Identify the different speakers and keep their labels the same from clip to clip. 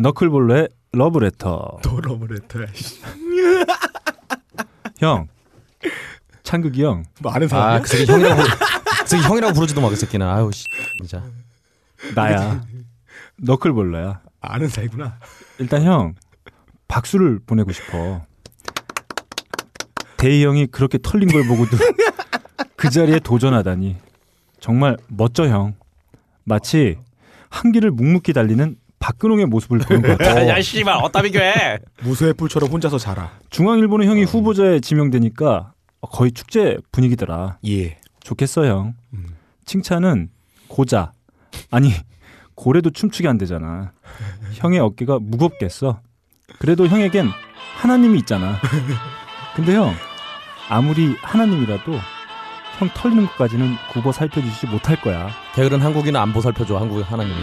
Speaker 1: 너클볼러의 러브레터.
Speaker 2: 또 러브레터. 씨.
Speaker 1: 형. 창극이 형.
Speaker 2: 뭐 아는 사람이야?
Speaker 3: 아, 그 새끼 형이라고 그 새끼 형이라고 부르지도 마그 새끼는. 아유 씨. 진짜.
Speaker 1: 나야. 너클볼러야.
Speaker 2: 아는 사이구나.
Speaker 1: 일단 형 박수를 보내고 싶어. 대희 형이 그렇게 털린 걸 보고도 그 자리에 도전하다니 정말 멋져 형. 마치 한 길을 묵묵히 달리는 박근홍의 모습을 보는 것 같아.
Speaker 3: 야 씨발 어따 비교해.
Speaker 2: 무쇠 뿔처럼 혼자서 자라.
Speaker 1: 중앙일보는 형이 후보자에 지명되니까 거의 축제 분위기더라.
Speaker 2: 예.
Speaker 1: 좋겠어 형.
Speaker 2: 음.
Speaker 1: 칭찬은 고자 아니 고래도 춤추게 안 되잖아. 형의 어깨가 무겁겠어. 그래도 형에겐 하나님이 있잖아. 근데 형 아무리 하나님이라도 형 털리는 것까지는 굽어 살펴주지 못할 거야.
Speaker 3: 게으른 한국인은 안 보살펴줘. 한국의 하나님이.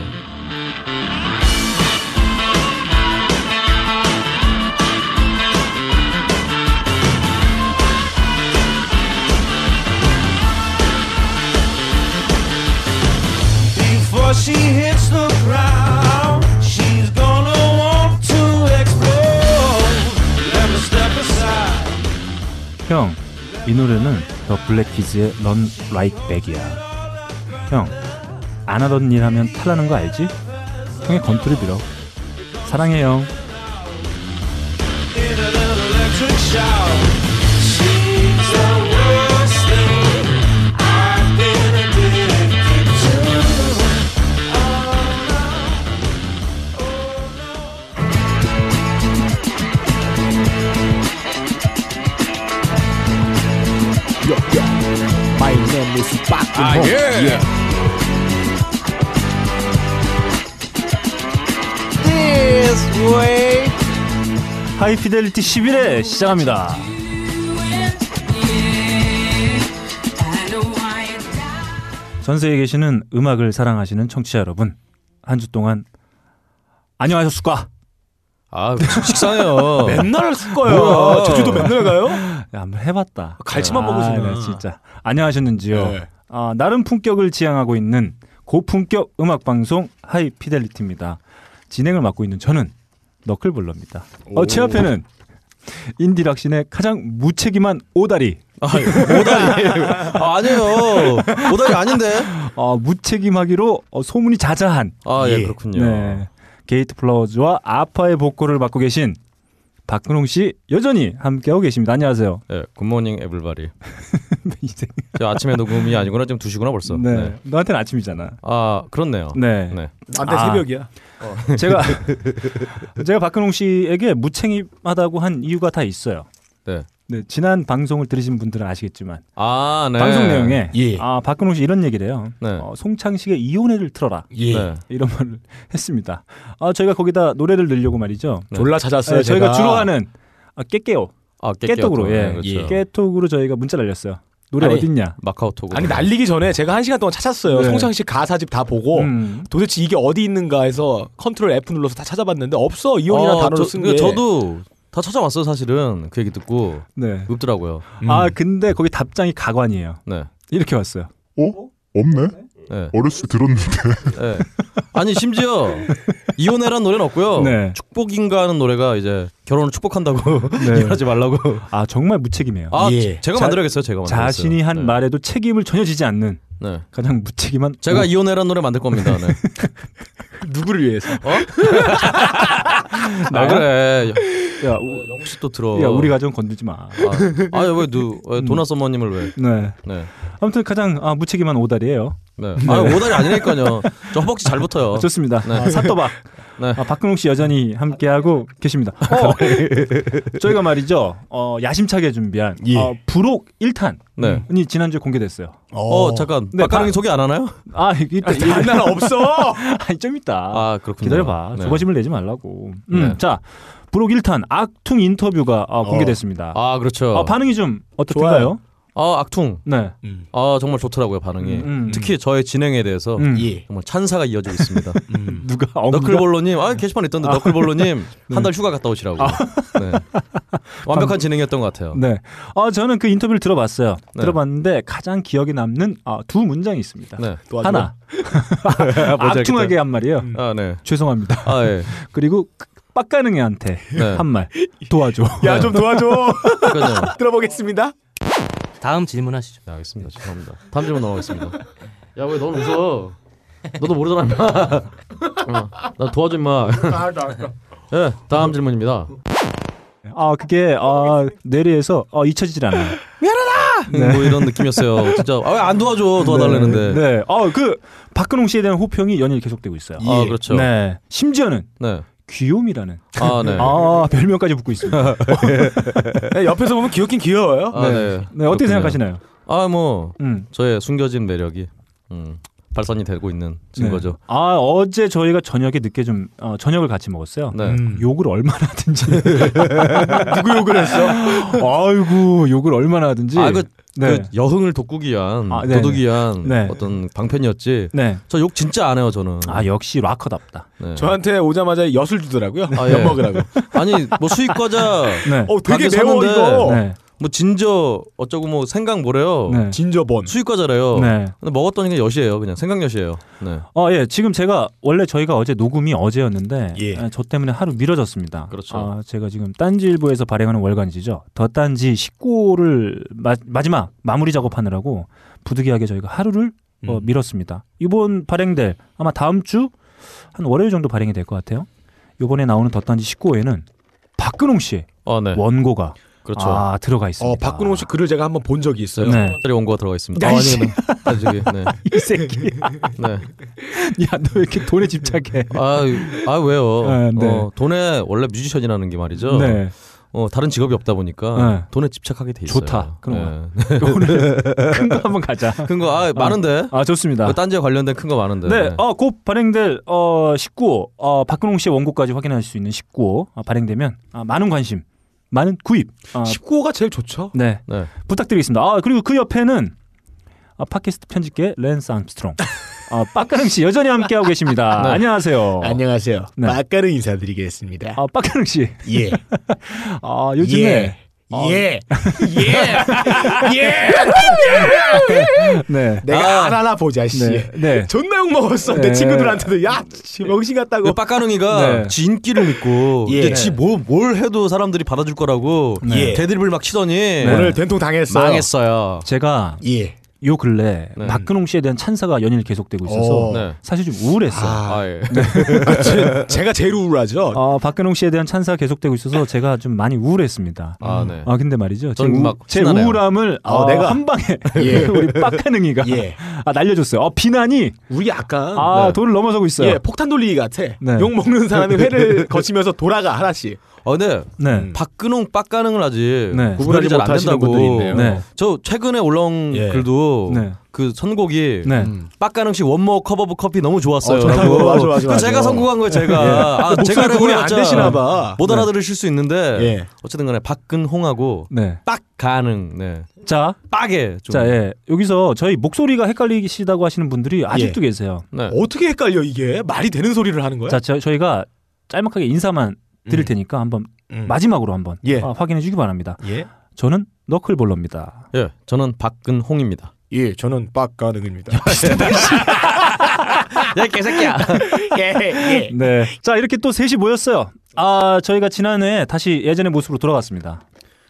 Speaker 4: Before she hits the ground, she's gonna want to explode. Let me step aside.
Speaker 1: 형 이 노래는 더 블랙키즈의 런 라이크 백이야. 형 안 하던 일 하면 탈나는 거 알지? 형의 건투를 빌어. 사랑해 형.
Speaker 4: In an electric shower, she's the worst thing I've been addicted to.
Speaker 5: My name is Park Geun-ho. Yeah.
Speaker 1: 하이피델리티 11회 시작합니다. 전 세계에 계시는 음악을 사랑하시는 청취자 여러분, 한 주 동안 안녕하셨을까?
Speaker 3: 아, 식상해요.
Speaker 1: 맨날 쓸 거예요.
Speaker 2: 뭐야? 제주도 맨날 가요?
Speaker 1: 한번 해봤다.
Speaker 2: 갈치만 먹으시네.
Speaker 1: 나 진짜. 안녕하셨는지요?
Speaker 2: 네.
Speaker 1: 아, 나름 품격을 지향하고 있는 고품격 음악 방송 하이피델리티입니다. 진행을 맡고 있는 저는 너클볼러입니다. 어, 제 앞에는 인디락신의 가장 무책임한 오다리.
Speaker 3: 아니, 오다리. 아, 아니에요. 오다리 아닌데.
Speaker 1: 어, 무책임하기로 어, 소문이 자자한
Speaker 3: 아, 예,
Speaker 2: 예.
Speaker 3: 그렇군요.
Speaker 1: 네. 게이트 플라워즈와 아파의 보컬을 맡고 계신 박근홍 씨 여전히 함께하고 계십니다. 안녕하세요.
Speaker 3: 예, 굿모닝 에블바리.
Speaker 1: 이 새끼.
Speaker 3: 저 아침에 녹음이 아니구나. 지금 2시구나 벌써.
Speaker 1: 네.
Speaker 3: 네.
Speaker 1: 너한테는 아침이잖아.
Speaker 3: 아, 그렇네요.
Speaker 1: 네.
Speaker 3: 네.
Speaker 2: 안돼
Speaker 1: 아.
Speaker 2: 새벽이야.
Speaker 1: 제가 제가 박근홍 씨에게 무책임하다고 한 이유가 다 있어요.
Speaker 3: 네.
Speaker 1: 네, 지난 방송을 들으신 분들은 아시겠지만
Speaker 3: 아, 네.
Speaker 1: 방송 내용에
Speaker 2: 예.
Speaker 1: 아 박근홍 씨 이런 얘기를 해요.
Speaker 3: 네.
Speaker 1: 어, 송창식의 이혼회를 틀어라
Speaker 2: 예.
Speaker 3: 네.
Speaker 1: 이런 말을 했습니다. 아 저희가 거기다 노래를 넣으려고 말이죠.
Speaker 2: 졸라 찾았어요.
Speaker 1: 네, 저희가
Speaker 2: 제가.
Speaker 1: 주로 하는 아, 깨깨오
Speaker 3: 아,
Speaker 1: 깨톡으로
Speaker 3: 깨끼였구나.
Speaker 1: 예.
Speaker 3: 그렇죠.
Speaker 1: 깨톡으로 저희가 문자 를 날렸어요. 노래
Speaker 2: 아니,
Speaker 1: 어딨냐?
Speaker 3: 마카오톡으로.
Speaker 2: 아니 날리기 전에 제가 한 시간 동안 찾았어요.
Speaker 1: 네.
Speaker 2: 송창식 가사집 다 보고
Speaker 1: 음.
Speaker 2: 도대체 이게 어디 있는가 해서 컨트롤 F 눌러서 다 찾아봤는데 없어 이혼이란
Speaker 3: 아,
Speaker 2: 단어로
Speaker 3: 저-
Speaker 2: 쓴
Speaker 3: 그
Speaker 2: 게.
Speaker 3: 저도 다 찾아봤어요, 사실은. 그 얘기 듣고
Speaker 1: 네.
Speaker 3: 없더라고요.
Speaker 2: 음.
Speaker 1: 아 근데 거기 답장이 가관이에요.
Speaker 3: 네.
Speaker 1: 이렇게 왔어요.
Speaker 6: 어? 없네?
Speaker 3: 네.
Speaker 6: 어렸을 때 들었는데
Speaker 3: 네. 아니 심지어 이혼해란 노래는 없고요.
Speaker 1: 네.
Speaker 3: 축복인가 하는 노래가 이제 결혼을 축복한다고
Speaker 1: 네.
Speaker 3: 이혼하지 말라고.
Speaker 1: 아 정말 무책임해요.
Speaker 3: 아,
Speaker 2: 예.
Speaker 3: 제가
Speaker 1: 자-
Speaker 3: 만들어야겠어요. 제가 만들어야겠어요.
Speaker 1: 자신이 한
Speaker 3: 네.
Speaker 1: 말에도 책임을 전혀 지지 않는
Speaker 3: 네.
Speaker 1: 가장 무책임한
Speaker 3: 제가
Speaker 1: 오-
Speaker 3: 이혼해란 노래 만들 겁니다. 네. 어?
Speaker 2: 누구를 위해서?
Speaker 3: 아, 그래.
Speaker 1: 야, 우-
Speaker 3: 영국 씨또 들어.
Speaker 1: 야 우리 가정 음. 건들지 마.
Speaker 3: 아, 아, 왜 누, 왜 도나 서머님을 왜?
Speaker 1: 네.
Speaker 3: 네.
Speaker 1: 아무튼 가장 아, 무책임한 오달이에요.
Speaker 3: 네. 아, 오다리 아니니까요. 저 허벅지 잘 붙어요.
Speaker 1: 아, 좋습니다.
Speaker 3: 네.
Speaker 1: 아, 사또박.
Speaker 3: 네.
Speaker 1: 아, 박근홍 씨 여전히 함께하고 계십니다. 어, 저희가 말이죠. 어, 야심차게 준비한
Speaker 2: 예.
Speaker 1: 어, 부록 1탄이
Speaker 3: 네.
Speaker 1: 지난주에 공개됐어요.
Speaker 3: 어, 잠깐.
Speaker 1: 네,
Speaker 3: 박가능이
Speaker 1: 박-
Speaker 3: 소개 안 하나요?
Speaker 1: 아, 이따
Speaker 2: 장난 없어.
Speaker 1: 아니, 좀 있다.
Speaker 3: 아, 그렇군요.
Speaker 1: 기다려봐.
Speaker 3: 네.
Speaker 1: 조바심을 내지 말라고. 음,
Speaker 3: 네. 어.
Speaker 1: 자, 부록 1탄 악퉁 인터뷰가 아, 공개됐습니다.
Speaker 3: 아, 그렇죠.
Speaker 1: 아, 반응이 좀 어떻던가요?
Speaker 3: 아 악퉁.
Speaker 1: 네.
Speaker 3: 아 정말 좋더라고요 반응이.
Speaker 1: 음.
Speaker 3: 특히 저의 진행에 대해서
Speaker 1: 음.
Speaker 2: 예. 음.
Speaker 3: 정말 찬사가 이어지고 있습니다.
Speaker 1: 누가 엉가?
Speaker 3: 너클볼로님, 아 음. 게시판 있던데 너클볼로님 한 달 휴가 갔다 오시라고. 네. 완벽한 진행이었던 것 같아요.
Speaker 1: 네. 아 저는 그 인터뷰를 들어봤어요.
Speaker 3: 네.
Speaker 1: 들어봤는데 가장 기억에 남는 아, 두 문장이 있습니다.
Speaker 3: 네.
Speaker 2: 도와주고.
Speaker 1: 하나
Speaker 3: 뭔지
Speaker 1: 악퉁하게 한 말이에요.
Speaker 3: 아 네.
Speaker 1: 죄송합니다.
Speaker 3: 아 예.
Speaker 1: 그리고 빡가능이한테
Speaker 3: 네.
Speaker 1: 한 말 도와줘.
Speaker 2: 야 좀 도와줘.
Speaker 3: 그러니까요.
Speaker 2: 들어보겠습니다.
Speaker 7: 다음 질문하시죠.
Speaker 3: 네, 알겠습니다. 죄송합니다. 다음 질문 넘어가겠습니다. 야, 왜 너는 웃어? 너도 모르잖아, 임마. 어, 아, 나 도와줘, 임마. 예, 다음 질문입니다.
Speaker 1: 아 그게
Speaker 3: 어,
Speaker 1: 아, 뇌리에서 어, 잊혀지질 않아요.
Speaker 3: 뭐 이런 느낌이었어요. 진짜. 아, 왜안 도와줘? 도와달라는데. 네.
Speaker 1: 네. 아그 박근홍 씨에 대한 호평이 연일 계속되고 있어요.
Speaker 3: 아,
Speaker 2: 예.
Speaker 3: 그렇죠. 네.
Speaker 1: 네. 심지어는 귀요미라는
Speaker 3: 아, 네. 아,
Speaker 1: 아 별명까지 붙고 있습니다.
Speaker 2: 네, 옆에서 보면 귀엽긴 귀여워요.
Speaker 3: 네.
Speaker 1: 네 어떻게
Speaker 3: 그렇군요.
Speaker 1: 생각하시나요?
Speaker 3: 아, 뭐
Speaker 1: 음.
Speaker 3: 저의 숨겨진 매력이 음, 발산이 되고 있는 증거죠.
Speaker 1: 네. 아 어제 저희가 저녁에 늦게 좀 어, 저녁을 같이 먹었어요. 음,
Speaker 3: 네.
Speaker 1: 욕을 얼마나 하든지 누구 욕을 했어? 아이고 욕을 얼마나 하든지.
Speaker 3: 아, 그,
Speaker 1: 네.
Speaker 3: 그 여흥을 돋구기 위한
Speaker 1: 아, 네,
Speaker 3: 도둑이 위한
Speaker 1: 네.
Speaker 3: 어떤 방편이었지.
Speaker 1: 네.
Speaker 3: 저 욕 진짜 안 해요, 저는.
Speaker 1: 아 역시 락커답다.
Speaker 3: 네.
Speaker 2: 저한테 오자마자 엿을 주더라고요.
Speaker 3: 아, 예.
Speaker 2: 엿 먹으라고.
Speaker 3: 아니, 뭐 수익 과자
Speaker 1: 네.
Speaker 2: 어 되게
Speaker 3: 가게
Speaker 2: 매워
Speaker 3: 샀는데.
Speaker 2: 이거.
Speaker 1: 네.
Speaker 3: 뭐 진저 어쩌고 어. 뭐 생강 뭐래요.
Speaker 1: 네.
Speaker 2: 진저번.
Speaker 3: 수입 과자래요.
Speaker 1: 네.
Speaker 3: 근데 먹었더니 그냥 엿이에요. 그냥 생강 엿이에요. 네.
Speaker 1: 어, 예. 지금 제가 원래 저희가 어제 녹음이 어제였는데
Speaker 2: 예.
Speaker 1: 아, 저 때문에 하루 미뤄졌습니다.
Speaker 3: 그렇죠.
Speaker 1: 아, 제가 지금 딴지일보에서 발행하는 월간지죠. 더 딴지 19호를 마, 지막 마무리 작업하느라고 부득이하게 저희가 하루를 어, 미뤘습니다. 이번 발행될 아마 다음 주 한 월요일 정도 발행이 될 것 같아요. 이번에 나오는 더 딴지 19호에는 박근홍 씨의
Speaker 3: 아, 네.
Speaker 1: 원고가
Speaker 3: 그렇죠.
Speaker 1: 아, 들어가 있습니다.
Speaker 2: 어 박근홍 씨 글을 제가 한번 본 적이 있어요.
Speaker 1: 네.
Speaker 3: 짜리 원고가 들어가 있습니다.
Speaker 1: 야,
Speaker 3: 아,
Speaker 1: 이 씨.
Speaker 3: 아니, 아니. 저기, 네.
Speaker 1: 이 새끼.
Speaker 3: 네.
Speaker 1: 야, 너 왜 이렇게 돈에 집착해?
Speaker 3: 아, 아 왜요?
Speaker 1: 네, 네.
Speaker 3: 어, 돈에 원래 뮤지션이라는 게 말이죠.
Speaker 1: 네.
Speaker 3: 어, 다른 직업이 없다 보니까
Speaker 1: 네.
Speaker 3: 돈에 집착하게 돼 있어요.
Speaker 1: 좋다. 그런
Speaker 3: 네.
Speaker 1: 오늘 큰 거 한번 가자.
Speaker 3: 큰거 아, 많은데.
Speaker 1: 아, 좋습니다.
Speaker 3: 그 딴지에 관련된 큰 거 많은데.
Speaker 1: 네, 어, 곧 발행될 어, 19호 어, 박근홍 씨의 원고까지 확인할 수 있는 19호 어, 발행되면 아, 많은 관심, 많은 구입, 아,
Speaker 2: 19호가 제일 좋죠.
Speaker 1: 네
Speaker 3: 네.
Speaker 1: 부탁드리겠습니다. 아 그리고 그 옆에는 아, 팟캐스트 편집계 랜스 암스트롱, 아, 빡가릉 씨 여전히 함께하고 계십니다.
Speaker 3: 네.
Speaker 1: 안녕하세요.
Speaker 2: 안녕하세요.
Speaker 1: 네.
Speaker 2: 막가른 인사드리겠습니다.
Speaker 1: 아, 빡가릉 씨,
Speaker 2: 예.
Speaker 1: 아, 요즘에 어.
Speaker 2: 예. 예. 예.
Speaker 1: 네,
Speaker 2: 내가 알아나 보자 씨.
Speaker 1: 네, 네.
Speaker 2: 존나 욕 먹었어. 내
Speaker 1: 네.
Speaker 2: 친구들한테도 야, 씨, 명신 같다고.
Speaker 3: 그 빡가능이가
Speaker 1: 네.
Speaker 3: 지 인기를 믿고
Speaker 2: 예.
Speaker 3: 이제 지뭐뭘 해도 사람들이 받아줄 거라고
Speaker 2: 네.
Speaker 3: 대드립을 막 치더니
Speaker 1: 네.
Speaker 2: 오늘 된통 당했어.
Speaker 3: 망했어요.
Speaker 1: 제가
Speaker 2: 예.
Speaker 1: 요 근래
Speaker 3: 네.
Speaker 1: 박근홍 씨에 대한 찬사가 연일 계속되고 있어서
Speaker 2: 오.
Speaker 3: 네.
Speaker 1: 사실 좀 우울했어요.
Speaker 3: 아, 예.
Speaker 1: 네. 예.
Speaker 2: 제가 제일 우울하죠.
Speaker 1: 어, 박근홍 씨에 대한 찬사가 계속되고 있어서 제가 좀 많이 우울했습니다.
Speaker 3: 아, 네.
Speaker 1: 아 근데 말이죠. 제,
Speaker 3: 저는
Speaker 1: 우,
Speaker 3: 막
Speaker 1: 제
Speaker 3: 신나네요. 아,
Speaker 1: 우울함을
Speaker 2: 어,
Speaker 1: 어,
Speaker 2: 내가.
Speaker 1: 한 방에
Speaker 2: 예.
Speaker 1: 우리 빡가능이가
Speaker 2: 예.
Speaker 1: 아, 날려줬어요. 어, 비난이
Speaker 2: 우리 약간
Speaker 1: 아
Speaker 3: 네.
Speaker 1: 돈을 넘어서고 있어요.
Speaker 2: 예, 폭탄 돌리기 같아.
Speaker 1: 네.
Speaker 2: 욕 먹는 사람이 회를 거치면서 돌아가 하나씩.
Speaker 3: 아 근데
Speaker 1: 네.
Speaker 3: 박근홍 빡가능을 아직
Speaker 1: 네.
Speaker 2: 구분하지
Speaker 3: 구분이 잘안
Speaker 2: 못하시는
Speaker 3: 된다고.
Speaker 2: 분들이 있네요.
Speaker 1: 네.
Speaker 3: 저 최근에 올라온
Speaker 2: 예. 음.
Speaker 3: 글도
Speaker 1: 네.
Speaker 3: 그 선곡이
Speaker 1: 네.
Speaker 3: 빡가능 씨 원모 커버브 커피 너무 좋았어요.
Speaker 2: 어, 좋다고. 맞아, 맞아,
Speaker 3: 그
Speaker 2: 맞아.
Speaker 3: 제가 선곡한 거예요, 제가.
Speaker 1: 그
Speaker 3: 아, 제가
Speaker 2: 구분이 안
Speaker 3: 해봤자
Speaker 2: 되시나 봐.
Speaker 1: 네.
Speaker 3: 못 알아들으실 수 있는데
Speaker 2: 예.
Speaker 3: 어쨌든 간에 박근홍하고
Speaker 1: 네.
Speaker 3: 빡가능. 네.
Speaker 1: 자,
Speaker 3: 빡에 좀.
Speaker 1: 자, 예. 여기서 저희 목소리가 헷갈리시다고 하시는 분들이 아직도 계세요.
Speaker 3: 네.
Speaker 2: 어떻게 헷갈려 이게? 말이 되는 소리를 하는 거야?
Speaker 1: 자, 저, 희가 짤막하게 인사만 드릴 테니까 한번
Speaker 2: 음.
Speaker 1: 마지막으로 한번
Speaker 2: 예.
Speaker 1: 아, 확인해 주기 바랍니다.
Speaker 2: 예.
Speaker 1: 저는 너클볼러입니다.
Speaker 3: 예. 저는 박근홍입니다.
Speaker 2: 예, 저는 빡가능입니다.
Speaker 3: 야, 개새끼야.
Speaker 2: 예,
Speaker 1: 네. 자, 이렇게 또 셋이 모였어요. 아, 저희가 지난해 다시 예전의 모습으로 돌아갔습니다.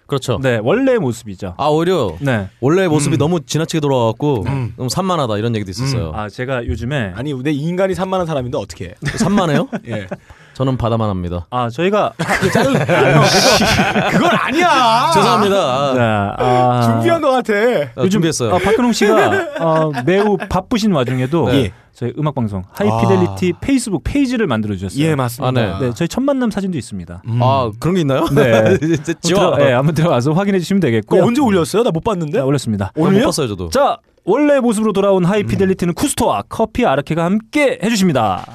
Speaker 3: 그렇죠.
Speaker 1: 네, 원래의 모습이죠.
Speaker 3: 아, 오히려
Speaker 1: 네.
Speaker 3: 원래 모습이
Speaker 2: 음.
Speaker 3: 너무 지나치게 돌아와갖고 너무 산만하다 이런 얘기도 있었어요.
Speaker 1: 아, 제가 요즘에
Speaker 2: 아니, 내 인간이 산만한 사람인데 어떻게 해?
Speaker 3: 산만해요?
Speaker 2: 예.
Speaker 3: 저는 바다만 합니다.
Speaker 1: 아, 저희가
Speaker 2: 그건 아니야.
Speaker 3: 죄송합니다. 아,
Speaker 1: 네, 아,
Speaker 2: 준비한 것 같아.
Speaker 3: 아, 준비했어요.
Speaker 1: 아, 박근홍 씨가 어, 매우 바쁘신 와중에도
Speaker 3: 네.
Speaker 1: 저희 음악 방송 하이피델리티 페이스북 페이지를 만들어 주셨어요.
Speaker 2: 맞습니다.
Speaker 3: 아,
Speaker 1: 네, 저희 첫 만남 사진도 있습니다.
Speaker 3: 아 그런 게 있나요?
Speaker 1: 네.
Speaker 3: 이제 아, 지워.
Speaker 1: 한번 들어, 네, 한번 들어가서 확인해 주시면 되겠고요.
Speaker 2: 그거 언제 올렸어요? 나 못 봤는데.
Speaker 1: 네, 올렸습니다.
Speaker 3: 오늘 아, 못 봤어요 음. 저도.
Speaker 1: 자, 원래 모습으로 돌아온 하이피델리티는 쿠스토와 커피 아르케가 함께 해 주십니다.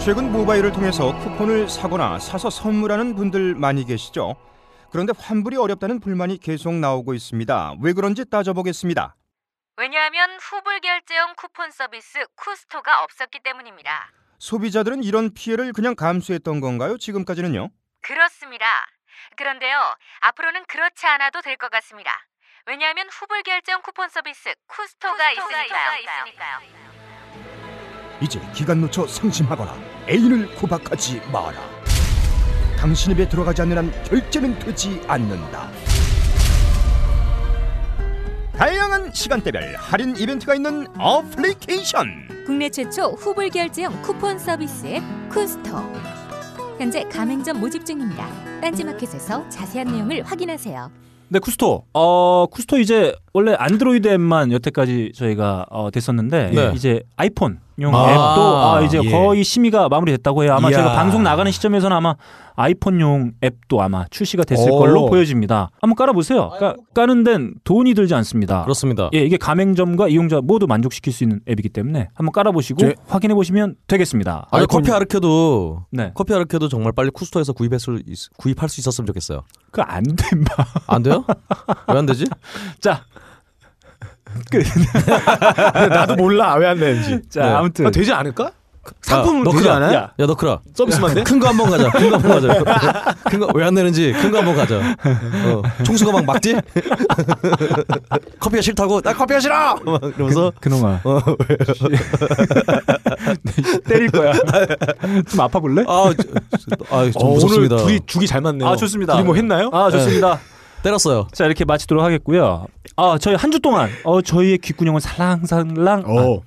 Speaker 8: 최근 모바일을 통해서 쿠폰을 사거나 사서 선물하는 분들 많이 계시죠? 그런데 환불이 어렵다는 불만이 계속 나오고 있습니다. 왜 그런지 따져보겠습니다.
Speaker 9: 왜냐하면 후불 결제형 쿠폰 서비스 쿠스토가 없었기 때문입니다.
Speaker 8: 소비자들은 이런 피해를 그냥 감수했던 건가요? 지금까지는요?
Speaker 9: 그렇습니다. 그런데요, 앞으로는 그렇지 않아도 될 것 같습니다. 왜냐하면 후불 결제형 쿠폰 서비스 쿠스토가, 있으니까요.
Speaker 8: 이제 기간 놓쳐 상심하거나 애인을 구박하지 마라. 당신 입에 들어가지 않는 한 결제는 되지 않는다. 다양한 시간대별 할인 이벤트가 있는 어플리케이션.
Speaker 9: 국내 최초 후불 결제형 쿠폰 서비스 앱 쿠스토. 현재 가맹점 모집 중입니다. 딴지마켓에서 자세한 내용을 확인하세요.
Speaker 1: 네, 쿠스토. 어, 쿠스토 이제 원래 안드로이드 앱만 여태까지 저희가 어, 됐었는데
Speaker 2: 네.
Speaker 1: 이제 아이폰용
Speaker 2: 아,
Speaker 1: 앱도 아, 이제
Speaker 2: 예.
Speaker 1: 거의 심의가 마무리됐다고 해요. 아마
Speaker 2: 이야.
Speaker 1: 저희가 방송 나가는 시점에서는 아마 아이폰용 앱도 아마 출시가 됐을
Speaker 2: 오.
Speaker 1: 걸로 보여집니다. 한번 깔아 보세요. 까, 는 데는 돈이 들지 않습니다.
Speaker 2: 그렇습니다.
Speaker 1: 예, 이게 가맹점과 이용자 모두 만족시킬 수 있는 앱이기 때문에 한번 깔아 보시고
Speaker 2: 제-
Speaker 1: 확인해 보시면 되겠습니다.
Speaker 3: 아니
Speaker 1: 아이폰-
Speaker 3: 커피 아르케도
Speaker 1: 네.
Speaker 3: 커피 아르케도 정말 빨리 쿠스토에서 구입할 수 있- 구입할 수 있었으면 좋겠어요.
Speaker 1: 그안 된다.
Speaker 3: 안 돼요? 왜 안 되지?
Speaker 1: 자. 끝.
Speaker 2: 나도 몰라 왜 안 되는지.
Speaker 1: 자, 아무튼
Speaker 2: 아, 되지 않을까?
Speaker 3: 야,
Speaker 2: 상품으로
Speaker 3: 너
Speaker 2: 되지
Speaker 3: 그래.
Speaker 2: 않아요?
Speaker 1: 야,
Speaker 3: 야 너크라
Speaker 2: 서비스만 돼?
Speaker 3: 큰 거 한번 가자. 큰 거 한번 가자. 큰 거 왜 안 되는지 큰 거 한번 가자. 어, 총수가 막 막지? 커피가 싫다고 나 커피가 싫어. 막 이러면서
Speaker 1: 그놈아.
Speaker 2: 어,
Speaker 1: 때릴 거야. 좀 아파 볼래?
Speaker 3: 아, 저- 저- 아, 좀 무섭습니다.
Speaker 2: 어, 오늘 둘이 죽이 잘 맞네요.
Speaker 1: 아, 좋습니다.
Speaker 2: 둘이 뭐 했나요?
Speaker 1: 아, 좋습니다.
Speaker 3: 때렸어요.
Speaker 1: 자, 이렇게 마치도록 하겠고요. 아, 저희 한 주 동안 어 저희의 귓구녕을 살랑살랑 아,
Speaker 6: 어,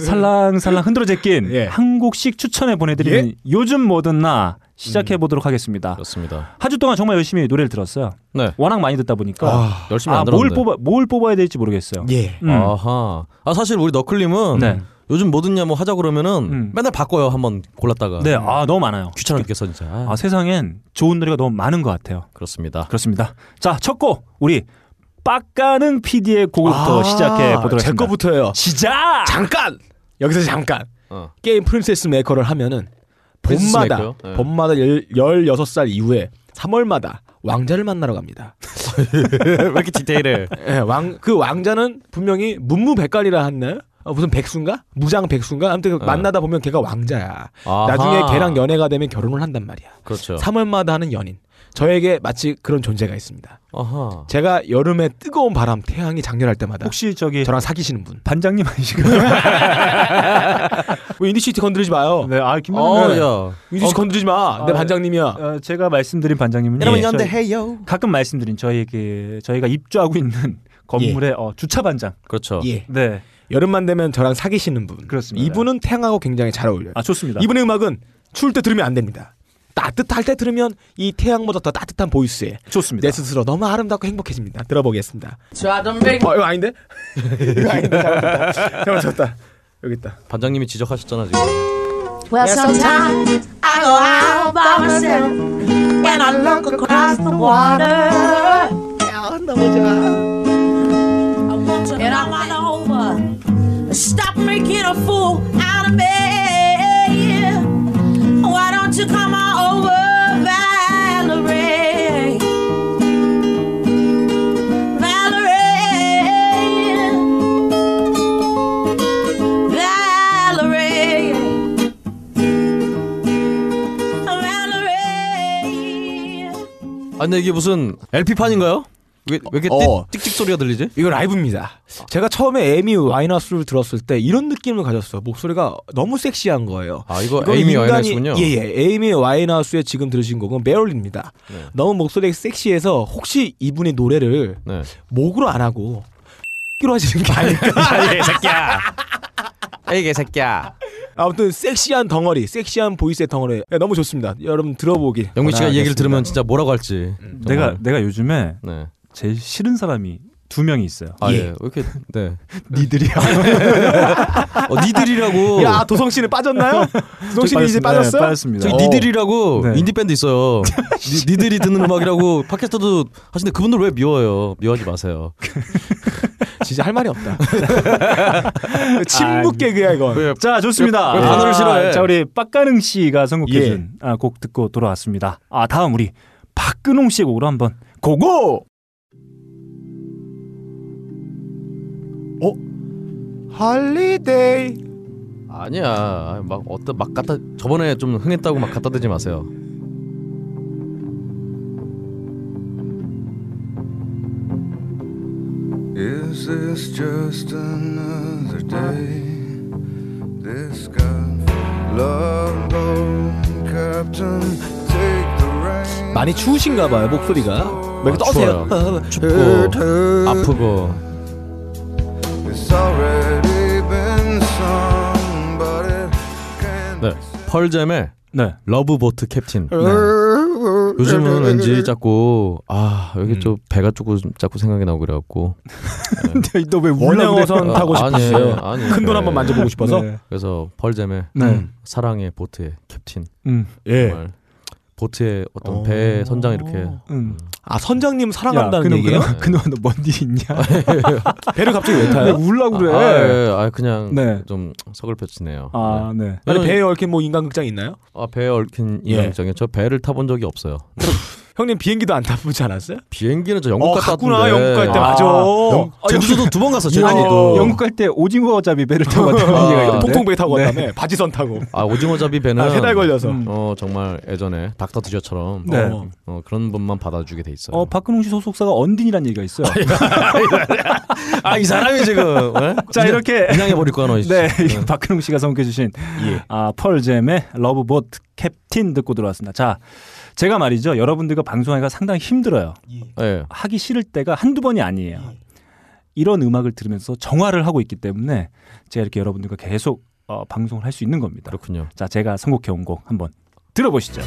Speaker 1: 살랑살랑 흔들어 제낀
Speaker 2: 예.
Speaker 1: 한 곡씩 추천해 보내 드리는 요즘 뭐든 나
Speaker 2: 음.
Speaker 1: 시작해 보도록 하겠습니다.
Speaker 3: 그렇습니다.
Speaker 1: 한 주 동안 정말 열심히 노래를 들었어요.
Speaker 3: 네.
Speaker 1: 워낙 많이 듣다 보니까
Speaker 2: 아,
Speaker 3: 열심히
Speaker 1: 아,
Speaker 3: 안
Speaker 1: 뭘
Speaker 3: 들었는데.
Speaker 1: 뽑아 뭘 뽑아야 될지 모르겠어요.
Speaker 2: 예.
Speaker 1: 음.
Speaker 3: 아하. 아 사실 우리 너클님은
Speaker 1: 네.
Speaker 3: 요즘 뭐 듣냐 뭐 하자 그러면은
Speaker 1: 음.
Speaker 3: 맨날 바꿔요 한번 골랐다가
Speaker 1: 네. 아, 너무 많아요.
Speaker 3: 귀찮아 죽겠어 진짜. 아,
Speaker 1: 아, 세상엔 좋은 노래가 너무 많은 것 같아요.
Speaker 3: 그렇습니다.
Speaker 1: 그렇습니다. 자, 첫 곡 우리 빡가는 PD의 곡부터
Speaker 2: 아,
Speaker 1: 시작해 보도록
Speaker 2: 제
Speaker 1: 하겠습니다.
Speaker 2: 거부터예요.
Speaker 1: 시작.
Speaker 2: 잠깐 여기서 잠깐
Speaker 3: 어.
Speaker 2: 게임 프린세스 메이커를 하면은
Speaker 3: 프린세스
Speaker 2: 봄마다
Speaker 3: 메이커요? 네.
Speaker 2: 봄마다 16살 이후에 3월마다 왕자를 만나러 갑니다.
Speaker 3: 왜 이렇게 디테일해?
Speaker 2: 예, 왕, 그 왕자는 분명히 문무백관이라 했나요? 어, 무슨 백수인가? 무장 백수인가? 아무튼 그 만나다 보면 걔가 왕자야.
Speaker 3: 아하.
Speaker 2: 나중에 걔랑 연애가 되면 결혼을 한단 말이야.
Speaker 3: 그렇죠.
Speaker 2: 3월마다 하는 연인. 저에게 마치 그런 존재가 있습니다.
Speaker 3: 아하.
Speaker 2: 제가 여름에 뜨거운 바람, 태양이 장렬할 때마다
Speaker 1: 혹시 저기
Speaker 2: 저랑 사귀시는 분.
Speaker 1: 반장님 아니신가요?
Speaker 2: 왜뭐 인디시티 건드리지 마요?
Speaker 1: 네, 아
Speaker 3: 어,
Speaker 1: 김만우.
Speaker 3: 야.
Speaker 2: 인디시티 건드리지 마. 내
Speaker 1: 아,
Speaker 2: 반장님이야.
Speaker 1: 어, 제가 말씀드린 반장님은
Speaker 3: 여러분
Speaker 1: 예,
Speaker 3: 연대
Speaker 1: 저희-
Speaker 3: 해요.
Speaker 1: 가끔 말씀드린 저희 그 저희가 입주하고 있는 건물의 어, 주차 반장.
Speaker 3: 그렇죠.
Speaker 2: 예.
Speaker 1: 네,
Speaker 2: 여름만 되면 저랑 사귀시는 분.
Speaker 1: 그렇습니다.
Speaker 2: 이분은 태양하고 굉장히 잘 어울려요.
Speaker 1: 아 좋습니다.
Speaker 2: 이분의 음악은 추울 때 들으면 안 됩니다. 따뜻할 때 들으면 이 태양보다 더 따뜻한 보이스에
Speaker 1: 좋습니다.
Speaker 2: 내 스스로 너무 아름답고 행복해집니다. 들어보겠습니다.
Speaker 5: 좌전백
Speaker 2: 어, 이거 아닌데? 이거 아닌데? 잘못했다. 잘못했다. 여기 있다.
Speaker 3: 반장님이 지적하셨잖아 지금.
Speaker 9: Well, sometimes I go out by myself and I look across the water. And I run over. Stop making a fool out of me. Why don't you come on over, Valerie? Valerie. Valerie. Valerie.
Speaker 3: 아 근데 이게 무슨 LP 판인가요? 왜, 왜 이렇게
Speaker 2: 어.
Speaker 3: 띡- 띡띡 소리가 들리지?
Speaker 2: 이거 라이브입니다. 제가 처음에 에미 와이너스를 들었을 때 이런 느낌을 가졌어요. 목소리가 너무 섹시한 거예요.
Speaker 3: 아 이거
Speaker 2: 이건
Speaker 3: 에이미
Speaker 2: 인간이-
Speaker 3: 와이너스군요.
Speaker 2: 예, 예. 에이미 와이너스의 지금 들으신 곡은 메롤입니다. 너무 목소리가 섹시해서 혹시 이분의 노래를
Speaker 3: 네.
Speaker 2: 목으로 안 하고 끼로 하시는 게 아닐까.
Speaker 3: 에이 개새끼야.
Speaker 2: 아무튼 섹시한 덩어리, 섹시한 보이스의 덩어리 예, 너무 좋습니다. 여러분 들어보기.
Speaker 3: 영민 씨가 이 얘기를
Speaker 2: 권하겠습니다.
Speaker 3: 들으면 진짜 뭐라고 할지.
Speaker 1: 내가
Speaker 3: 네, 정말.
Speaker 1: 내가 요즘에
Speaker 3: 네.
Speaker 1: 제일 싫은 사람이 두 명이 있어요.
Speaker 3: 아 예.
Speaker 2: 예.
Speaker 3: 왜 이렇게 네.
Speaker 1: 니들이야.
Speaker 3: 어, 니들이라고.
Speaker 2: 야 도성 씨는 빠졌나요? 도성 씨는 이제 빠졌어요?
Speaker 1: 빠졌습니다.
Speaker 3: 저기
Speaker 1: 어,
Speaker 3: 니들이라고
Speaker 1: 네.
Speaker 3: 인디 밴드 있어요. 니, 니들이 듣는 음악이라고 팟캐스트도 하시는데 그분들 왜 미워요? 미워하지 마세요.
Speaker 2: 진짜 할 말이 없다. 침묵 개그야 이건.
Speaker 1: 어? 아, 자 좋습니다.
Speaker 3: 왜 단어를
Speaker 1: 아,
Speaker 3: 싫어해?
Speaker 1: 자 우리 빡가능 씨가 선곡해준 아, 곡 듣고 돌아왔습니다. 아 다음 우리 박근홍 씨의 곡으로 한번 고고!
Speaker 2: 할리데이
Speaker 3: 아니야 막 어떤 막 갖다 저번에 좀 흥했다고 막 갖다 대지 마세요
Speaker 6: Is this just another day? This got love bone, Captain, take the reins.
Speaker 2: 많이 추우신가 봐요 목소리가 왜 이렇게 떠세요?
Speaker 6: 추워요.
Speaker 3: 춥고 아프고
Speaker 6: It's already been sung, but it
Speaker 3: 네 펄잼의
Speaker 1: 네.
Speaker 3: 러브보트 캡틴 네. 요즘은 왠지 자꾸 아 여기
Speaker 1: 음.
Speaker 3: 좀 배가 조금 자꾸 생각이 나고 그래갖고
Speaker 1: 너왜 울량어선 타고
Speaker 3: 아, 아니,
Speaker 1: 싶었어요?
Speaker 3: 아니,
Speaker 1: 큰돈
Speaker 3: 네.
Speaker 1: 한번 만져보고 싶어서? 네.
Speaker 3: 그래서 펄잼의
Speaker 1: 네.
Speaker 3: 사랑의 보트의 캡틴
Speaker 1: 음.
Speaker 2: 예.
Speaker 3: 정말 보트의 어떤 배 선장 이렇게
Speaker 1: 음.
Speaker 2: 아 선장님 사랑한다는
Speaker 1: 야,
Speaker 2: 얘기예요?
Speaker 1: 그놈, 그놈, 그놈 너뭔 일이 있냐?
Speaker 2: 배를 갑자기 왜
Speaker 1: 왜
Speaker 2: 타요?
Speaker 1: 울라고 그래?
Speaker 3: 아, 예, 예. 아, 그냥
Speaker 1: 네.
Speaker 3: 좀 서글퍼지네요
Speaker 1: 아, 네.
Speaker 2: 아니
Speaker 3: 이런-
Speaker 2: 배에 얽힌 뭐 인간극장 있나요?
Speaker 3: 아, 배에 얽힌
Speaker 2: 예.
Speaker 3: 인형장에 저 배를 타본 적이 없어요
Speaker 2: 형님 비행기도 안 타보지 않았어요?
Speaker 3: 비행기는 저 영국
Speaker 2: 어,
Speaker 3: 갔다
Speaker 2: 갔구나,
Speaker 3: 왔던데
Speaker 2: 영국 갈때
Speaker 3: 아,
Speaker 2: 맞아.
Speaker 3: 영-
Speaker 2: 아,
Speaker 3: 제주도도 두 번 갔어
Speaker 1: 아니,
Speaker 3: 제주도
Speaker 1: 영국 갈 때 오징어 잡이 배를 타고 갔다는 얘기가 있던데.
Speaker 2: 아, 통통배 타고
Speaker 1: 네.
Speaker 2: 왔다며 바지선 타고
Speaker 3: 아 오징어잡이 배는
Speaker 2: 아, 세달 걸려서
Speaker 1: 음.
Speaker 3: 어 정말 예전에 닥터 드저처럼
Speaker 1: 네.
Speaker 3: 어, 어, 그런 분만 받아주게 돼 있어요.
Speaker 1: 어, 박근홍 씨 소속사가 언딘이라는 얘기가 있어요.
Speaker 3: 아 이 사람이 지금
Speaker 1: 자, 이렇게.
Speaker 3: 네? 인양해 버릴 거야 너.
Speaker 1: 네, 박근홍 씨가 선곡해주신
Speaker 2: 예.
Speaker 1: 아, 펄잼의 러브보트 캡틴 듣고 들어왔습니다. 자, 제가 말이죠. 여러분들과 방송하기가 상당히 힘들어요.
Speaker 3: 예.
Speaker 1: 하기 싫을 때가 한두 번이 아니에요. 이런 음악을 들으면서 정화를 하고 있기 때문에 제가 이렇게 여러분들과 계속 어, 방송을 할 수 있는 겁니다.
Speaker 3: 그렇군요.
Speaker 1: 자, 제가 선곡해 온 곡 한번 들어보시죠.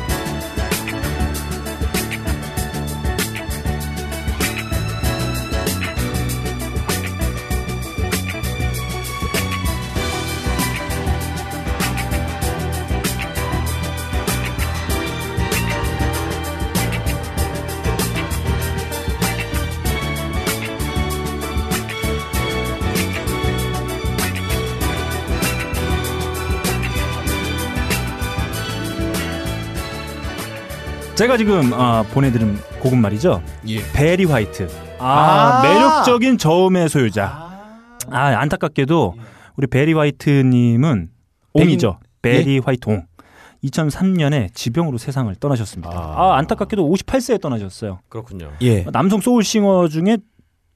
Speaker 1: 제가 지금 아, 보내드린 곡은 말이죠. 베리 화이트. 아,
Speaker 2: 아.
Speaker 1: 매력적인 저음의 소유자. 아, 안타깝게도 우리 베리 화이트님은 옹이죠. 베리 화이트 옹. 2003년에 지병으로 세상을 떠나셨습니다.
Speaker 3: 아.
Speaker 1: 아, 안타깝게도 58세에 떠나셨어요.
Speaker 3: 그렇군요.
Speaker 2: 예
Speaker 1: 남성 소울싱어 중에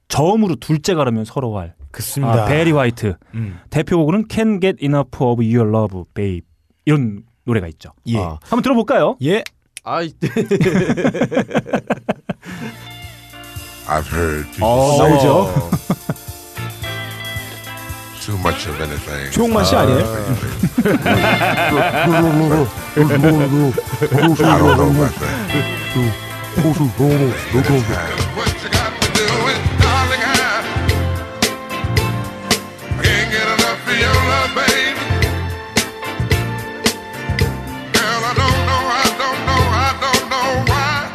Speaker 1: 저음으로 둘째 가라면 서러워할
Speaker 2: 그렇습니다
Speaker 1: 아, 베리 화이트. 대표곡은 Can Get Enough of Your Love, Babe. 이런 노래가 있죠.
Speaker 2: 예.
Speaker 3: 아.
Speaker 1: 한번 들어볼까요?
Speaker 2: 예
Speaker 3: 아, 이-
Speaker 10: I've heard people
Speaker 6: 아.
Speaker 2: 어,
Speaker 10: say
Speaker 2: 나오죠
Speaker 10: too much of anything.
Speaker 2: 조용만 씨 아니에요?
Speaker 10: I don't know about that. What you got to do is, darling, I I can't get enough of your love, baby. Girl, I don't know, I don't know, I don't know why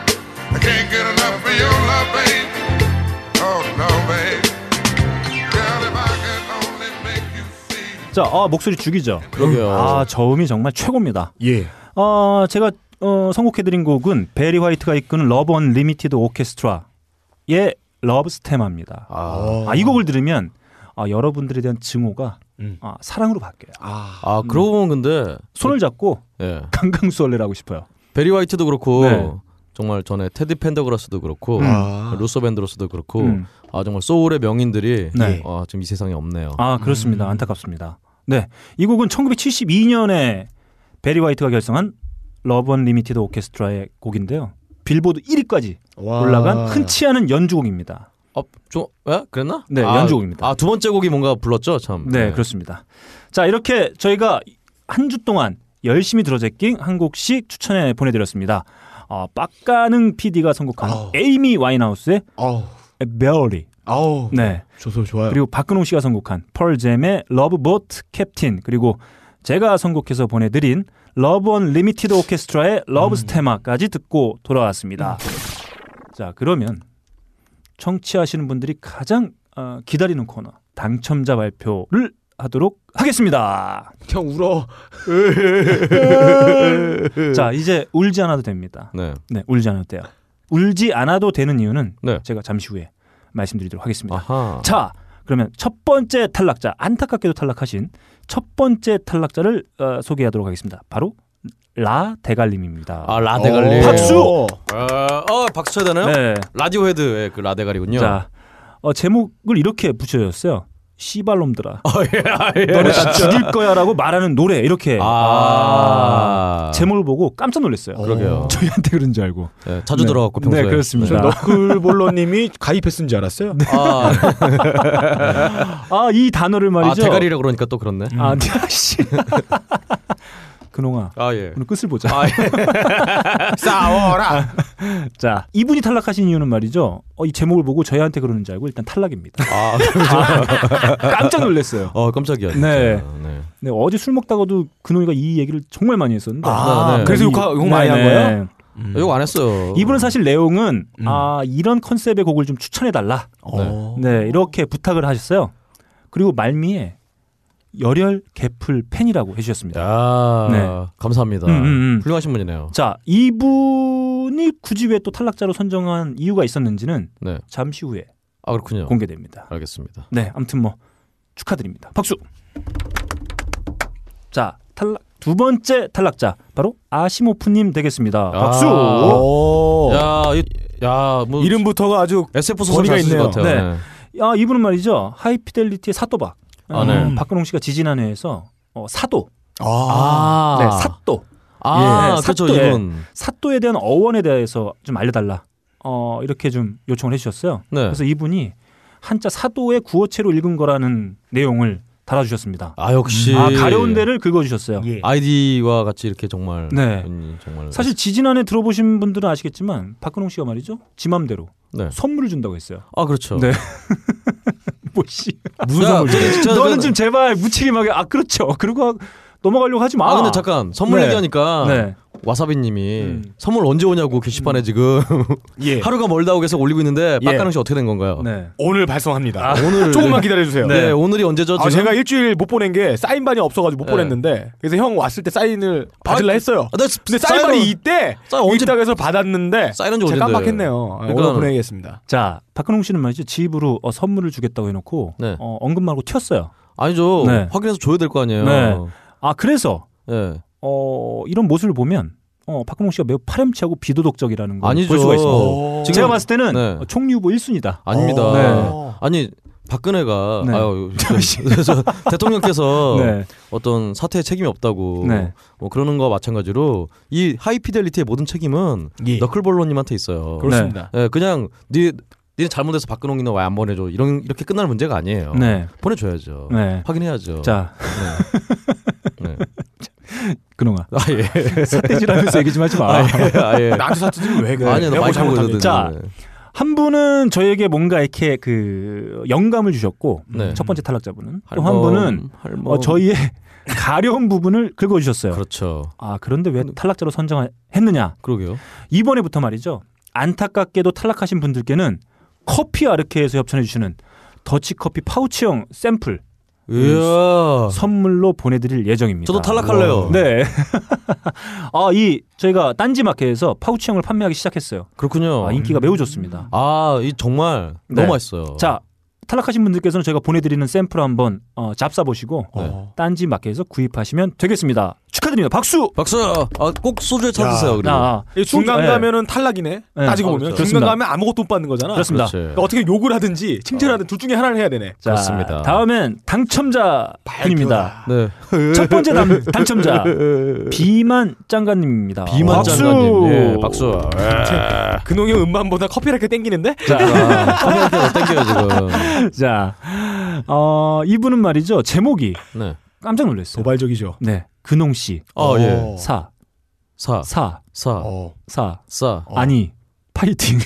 Speaker 10: I can't get enough of your love, baby. Oh no, baby. Girl, if I could only make you see.
Speaker 1: 자, 아, 목소리 죽이죠.
Speaker 3: 그러게요.
Speaker 1: 아, 저음이 정말 최고입니다.
Speaker 2: 예.
Speaker 1: 어, 제가 어, 선곡해드린 곡은 베리 화이트가 이끄는 러브 언 리미티드 오케스트라의 러브 스테마입니다.
Speaker 3: 아,
Speaker 1: 아, 이 곡을 들으면 아, 여러분들에 대한 증오가 아, 사랑으로 바뀌어요. 음.
Speaker 3: 아, 그러고 보면 근데
Speaker 1: 손을 잡고
Speaker 3: 예.
Speaker 1: 강강수월래를 하고 싶어요.
Speaker 3: 베리 화이트도 그렇고
Speaker 1: 네.
Speaker 3: 정말 전에 테디 펜더그라스도 그렇고 아. 루소 밴드로스도 그렇고
Speaker 1: 음.
Speaker 3: 아 정말 소울의 명인들이
Speaker 1: 네.
Speaker 3: 아, 지금 이 세상에 없네요.
Speaker 1: 아, 그렇습니다. 안타깝습니다. 네. 이 곡은 1972년에 베리 화이트가 결성한 러브 언 리미티드 오케스트라의 곡인데요. 빌보드 1위까지
Speaker 8: 아.
Speaker 1: 올라간 흔치 않은 연주곡입니다.
Speaker 3: 어, 좀, 예? 그랬나?
Speaker 1: 네,
Speaker 3: 아,
Speaker 1: 연주곡입니다.
Speaker 3: 아, 두 번째 곡이 뭔가 불렀죠, 참.
Speaker 1: 네, 그렇습니다. 자, 이렇게 저희가 한 주 동안 열심히 들어제낀 한 곡씩 추천해 보내드렸습니다. 어, 빡가능 PD가 선곡한 에이미 와인하우스의
Speaker 2: 아우
Speaker 1: 베어리.
Speaker 2: 아우
Speaker 1: 네.
Speaker 2: 좋소 좋아요
Speaker 1: 그리고 박근홍 씨가 선곡한 펄잼의 러브 보트 캡틴. 그리고 제가 선곡해서 보내드린 러브 온 리미티드 오케스트라의
Speaker 2: 음.
Speaker 1: 러브 스테마까지 듣고 돌아왔습니다. 자, 그러면 청취하시는 분들이 가장 어, 기다리는 코너 당첨자 발표를 하도록 하겠습니다.
Speaker 2: 형 울어
Speaker 1: 자, 이제 울지 않아도 됩니다.
Speaker 3: 네.
Speaker 1: 네, 울지 않아도 돼요. 울지 않아도 되는 이유는
Speaker 2: 네.
Speaker 1: 제가 잠시 후에 말씀드리도록 하겠습니다. 자, 그러면 첫 번째 탈락자 안타깝게도 탈락하신 첫 번째 탈락자를 어, 소개하도록 하겠습니다. 바로 라 대갈림입니다.
Speaker 3: 아 라데갈리.
Speaker 1: 박수.
Speaker 3: 아, 어 박수 쳐야 되나요?
Speaker 1: 네.
Speaker 3: 라디오 헤드의 그 라데갈이군요.
Speaker 1: 자, 어, 제목을 이렇게 붙여줬어요. 씨발놈들아.
Speaker 3: 예.
Speaker 1: 너네 다 죽일 거야라고 말하는 노래 이렇게
Speaker 3: 아.
Speaker 1: 제목을 보고 깜짝 놀랐어요.
Speaker 3: 그러게요.
Speaker 1: 저희한테 그런 줄 알고.
Speaker 3: 네, 자주 들어갔고 평소에.
Speaker 1: 네, 그렇습니다.
Speaker 2: 너클볼러님이 가입했은 줄 알았어요.
Speaker 3: 아,
Speaker 1: 아, 이 단어를
Speaker 3: 아
Speaker 1: 말이죠.
Speaker 3: 대갈이라 그러니까 또 그렇네.
Speaker 1: 아, 네, 씨. 근홍아.
Speaker 3: 아 예.
Speaker 1: 오늘 끝을 보자.
Speaker 2: 싸워라.
Speaker 1: 자, 이분이 탈락하신 이유는 말이죠. 어, 이 제목을 보고 저희한테 그러는 줄 알고 일단 탈락입니다.
Speaker 3: 아, 그렇죠.
Speaker 1: 깜짝 놀랐어요.
Speaker 3: 어 깜짝이야. 진짜.
Speaker 1: 네. 네, 어제 술 먹다가도 근홍이가 이 얘기를 정말 많이 했었는데.
Speaker 3: 아, 네, 네. 그래서
Speaker 1: 이-
Speaker 3: 욕하- 욕 많이 한
Speaker 1: 네,
Speaker 3: 거예요? 음.
Speaker 1: 네.
Speaker 2: 음.
Speaker 3: 이거 안 했어요.
Speaker 1: 이분은 사실 내용은 아 이런 컨셉의 곡을 좀 추천해 달라.
Speaker 2: 어.
Speaker 3: 어.
Speaker 1: 네 이렇게 부탁을 하셨어요. 그리고 말미에 열혈 개풀 팬이라고 해주셨습니다.
Speaker 3: 아,
Speaker 1: 네.
Speaker 3: 감사합니다.
Speaker 1: 음, 음, 음.
Speaker 3: 훌륭하신 분이네요.
Speaker 1: 자 이분이 굳이 왜 또 탈락자로 선정한 이유가 있었는지는
Speaker 3: 네.
Speaker 1: 잠시 후에
Speaker 3: 아 그렇군요.
Speaker 1: 공개됩니다.
Speaker 3: 알겠습니다.
Speaker 1: 네, 아무튼 뭐 축하드립니다. 박수. 자, 탈락 두 번째 탈락자 바로 아시모프님 되겠습니다. 박수.
Speaker 3: 어.
Speaker 1: 어.
Speaker 3: 야, 이, 야, 뭐
Speaker 2: 어, 이름부터가 아주
Speaker 3: SF 소설 잘 쓰신 것 같아요.
Speaker 1: 네. 야, 이분은 말이죠 하이피델리티의 사또박.
Speaker 3: 아, 네.
Speaker 1: 음, 박근홍 씨가 지지난 회에서 어, 사도.
Speaker 3: 아.
Speaker 1: 네, 사또. 예.
Speaker 3: 아, 그렇죠,
Speaker 1: 사또에-
Speaker 3: 이분.
Speaker 1: 사또에 대한 어원에 대해서 좀 알려달라. 어, 이렇게 좀 요청을 해주셨어요.
Speaker 3: 네.
Speaker 1: 그래서 이분이 한자 사도의 구어체로 읽은 거라는 내용을 달아주셨습니다.
Speaker 3: 아 역시
Speaker 1: 아, 가려운 데를 긁어주셨어요.
Speaker 3: 예. 아이디와 같이 이렇게 정말
Speaker 1: 네.
Speaker 3: 음, 정말
Speaker 1: 사실 지지난에 들어보신 분들은 아시겠지만 박근홍 씨가 말이죠 지 맘대로
Speaker 3: 네.
Speaker 1: 선물을 준다고 했어요.
Speaker 3: 아 그렇죠.
Speaker 1: 네. 뭐 씨.
Speaker 3: 무슨 야, 선물 저기 그- 줘요? 저-
Speaker 1: 너는
Speaker 3: 저-
Speaker 1: 좀 제발 무책임하게 아 그렇죠. 그리고 하- 넘어가려고 하지 마.
Speaker 3: 아 근데 잠깐 선물
Speaker 1: 네.
Speaker 3: 얘기하니까
Speaker 1: 네. 음.
Speaker 3: 와사비님이 선물 언제 오냐고 게시판에 지금
Speaker 2: 예.
Speaker 3: 하루가 멀다고 계속 올리고 있는데
Speaker 2: 예.
Speaker 3: 박가능 씨 어떻게 된 건가요?
Speaker 1: 네.
Speaker 2: 오늘 발송합니다.
Speaker 3: 아, 오늘
Speaker 2: 조금만 기다려 주세요.
Speaker 3: 네. 오늘이 언제죠?
Speaker 2: 아,
Speaker 3: 지금?
Speaker 2: 제가 일주일 못 보낸 게 사인반이 없어가지고 못
Speaker 3: 네.
Speaker 2: 보냈는데 그래서 형 왔을 때 사인을 받으려 했어요.
Speaker 3: 아, 나
Speaker 2: 근데
Speaker 3: 사인은-
Speaker 2: 사인반이 이때
Speaker 3: 사인 언제-
Speaker 2: 입당해서 받았는데
Speaker 3: 사인은 지
Speaker 2: 제가
Speaker 3: 언젠데. 그러니까
Speaker 2: 깜빡했네요. 아, 오늘 보내겠습니다.
Speaker 1: 자 박근홍 씨는 말이죠 집으로 어, 선물을 주겠다고 해놓고
Speaker 3: 네.
Speaker 1: 어, 언급 말고 튀었어요.
Speaker 3: 아니죠.
Speaker 1: 네.
Speaker 3: 확인해서 줘야 될 거 아니에요.
Speaker 1: 네. 아 그래서
Speaker 3: 네.
Speaker 1: 어, 이런 모습을 보면 어, 박근홍 씨가 매우 파렴치하고 비도덕적이라는 걸
Speaker 3: 아니죠.
Speaker 1: 볼 수가
Speaker 3: 오.
Speaker 1: 있습니다.
Speaker 3: 지금-
Speaker 1: 제가 봤을 때는
Speaker 3: 네.
Speaker 1: 어, 총리 후보 1순위다.
Speaker 2: 어,
Speaker 3: 아닙니다.
Speaker 1: 네.
Speaker 3: 아니 박근혜가
Speaker 1: 네.
Speaker 3: 아유, 저- 저- 대통령께서
Speaker 1: 네.
Speaker 3: 어떤 사태에 책임이 없다고
Speaker 1: 네.
Speaker 3: 뭐 그러는 거와 마찬가지로 이 하이피델리티의 모든 책임은 너클볼로님한테 있어요.
Speaker 2: 예. 네, 그렇습니다.
Speaker 3: 예, 네. 네, 그냥 네, 네 잘못해서 박근홍이는 왜 안 보내줘 이런 이렇게 끝날 문제가 아니에요.
Speaker 1: 네.
Speaker 3: 보내줘야죠.
Speaker 1: 네.
Speaker 3: 확인해야죠.
Speaker 1: 자.
Speaker 3: 네. 네.
Speaker 1: 근홍아.
Speaker 3: 아 예.
Speaker 1: 사태질하면서 얘기 좀 하지 마.
Speaker 3: 아, 예. 아, 예.
Speaker 2: 나한테 사투리 왜 그래?
Speaker 3: 아니야,
Speaker 2: 내가
Speaker 3: 나
Speaker 2: 뭐
Speaker 3: 많이 네. 보고
Speaker 2: 잘못하면
Speaker 3: 있거든.
Speaker 1: 자, 한 분은 저에게 뭔가 이렇게 그 영감을 주셨고
Speaker 3: 네.
Speaker 1: 첫 번째 탈락자분은 또 한
Speaker 3: 할멈,
Speaker 1: 분은
Speaker 3: 할멈.
Speaker 1: 어, 저희의 가려운 부분을 긁어주셨어요.
Speaker 3: 그렇죠.
Speaker 1: 아 그런데 왜 탈락자로 선정했느냐?
Speaker 3: 그러게요.
Speaker 1: 이번에부터 말이죠. 안타깝게도 탈락하신 분들께는 커피 아르케에서 협찬해주시는 더치커피 파우치형 샘플
Speaker 3: 이야.
Speaker 1: 선물로 보내드릴 예정입니다.
Speaker 3: 아. 저도 탈락할래요.
Speaker 1: 네. 아, 이 저희가 딴지마켓에서 파우치형을 판매하기 시작했어요.
Speaker 3: 그렇군요.
Speaker 1: 아, 인기가 매우 좋습니다.
Speaker 3: 아, 이 정말
Speaker 1: 네.
Speaker 3: 너무 맛있어요.
Speaker 1: 자 탈락하신 분들께서는 저희가 보내드리는 샘플 한번 어, 잡사 보시고
Speaker 3: 네.
Speaker 1: 딴지 마켓에서 구입하시면 되겠습니다. 축하드립니다. 박수.
Speaker 3: 박수. 아, 꼭 소주에 찾으세요. 그리고.
Speaker 1: 아,
Speaker 2: 이게 중간
Speaker 1: 네.
Speaker 2: 가면은 탈락이네. 따지고
Speaker 1: 아,
Speaker 2: 보면
Speaker 1: 그렇죠.
Speaker 2: 중간
Speaker 1: 그렇습니다.
Speaker 2: 가면 아무것도 못 받는 거잖아.
Speaker 1: 그렇습니다.
Speaker 3: 그렇지.
Speaker 2: 그러니까 어떻게 욕을 하든지
Speaker 1: 어.
Speaker 2: 칭찬을 하든 둘 중에 하나를 해야 되네.
Speaker 1: 자,
Speaker 3: 그렇습니다.
Speaker 1: 다음엔 당첨자
Speaker 2: 아,
Speaker 1: 분입니다.
Speaker 3: 네.
Speaker 1: 첫 번째 당, 당첨자 비만 짱가님입니다.
Speaker 3: 비만
Speaker 1: 박수!
Speaker 3: 장관님. 예, 박수. 예.
Speaker 2: 근홍이 음반보다 커피 이렇게 땡기는데?
Speaker 3: 자, 성형태가 땡겨요, 지금.
Speaker 1: 자, 어, 이분은 말이죠 제목이
Speaker 3: 네.
Speaker 1: 깜짝 놀랐어요.
Speaker 2: 도발적이죠.
Speaker 1: 네, 근홍 씨
Speaker 2: 어.
Speaker 3: 아, 예.
Speaker 1: 사,
Speaker 3: 사.
Speaker 1: 사,
Speaker 6: 아,
Speaker 3: 사.
Speaker 1: 사
Speaker 3: 싸.
Speaker 1: 아니 파이팅.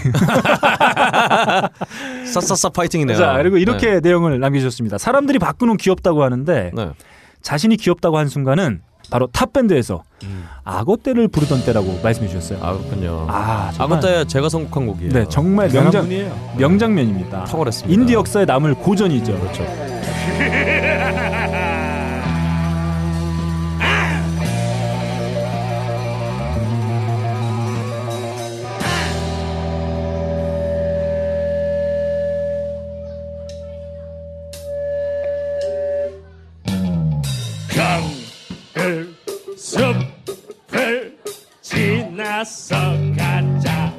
Speaker 3: 싸싸싸 파이팅이네요.
Speaker 1: 자, 그리고 이렇게 내용을 남겨주셨습니다. 사람들이 박근홍 귀엽다고 하는데
Speaker 3: 네. 네.
Speaker 1: 자신이 귀엽다고 한 순간은 바로 탑밴드에서
Speaker 3: 음.
Speaker 1: 악어 때를 부르던 때라고 말씀해 주셨어요.
Speaker 3: 아, 그렇군요.
Speaker 1: 아, 정말.
Speaker 3: 아그때 제가 선곡한 곡이에요.
Speaker 1: 네, 정말
Speaker 2: 대단한
Speaker 1: 명장,
Speaker 2: 분이에요.
Speaker 1: 명장면입니다.
Speaker 3: 탁월했습니다.
Speaker 1: 인디 역사에 남을 고전이죠. 그렇죠.
Speaker 4: Ah!
Speaker 11: 숲을 지나서 가자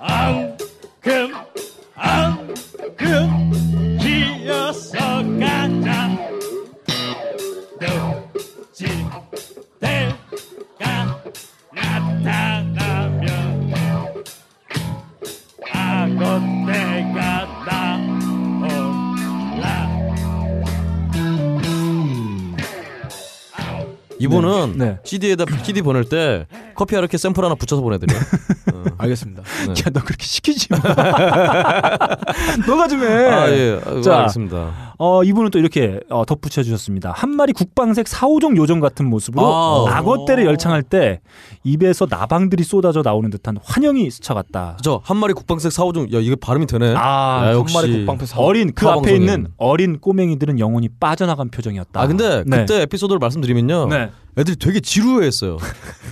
Speaker 11: 엉금 엉금 기어서 가자 눈치 대가 나타나면 아고대가 나올라
Speaker 3: 이분은
Speaker 1: 네.
Speaker 3: CD에다 CD 보낼 때 커피 이렇게 샘플 하나 붙여서 보내드려요.
Speaker 2: 알겠습니다.
Speaker 3: 야,
Speaker 2: 너 그렇게 시키지
Speaker 3: 마.
Speaker 1: 너가 좀 해.
Speaker 3: 아, 예. 아유, 알겠습니다.
Speaker 1: 어, 이분은 또 이렇게 어, 덧붙여 주셨습니다. 한 마리 국방색 4호종 요정 같은 모습으로
Speaker 3: 아.
Speaker 1: 악어떼를 열창할 때 입에서 나방들이 쏟아져 나오는 듯한 환영이 스쳐갔다.
Speaker 3: 저 한 마리 국방색 4호종 야 이거 발음이 되네.
Speaker 1: 아,
Speaker 3: 야,
Speaker 1: 한
Speaker 3: 역시
Speaker 1: 마리 국방패 사호. 어린 그 앞에
Speaker 3: 사방송인.
Speaker 1: 있는 어린 꼬맹이들은 영혼이 빠져나간 표정이었다.
Speaker 3: 아 근데
Speaker 1: 네.
Speaker 3: 그때 에피소드를 말씀드리면요. 애들이 되게 지루해했어요.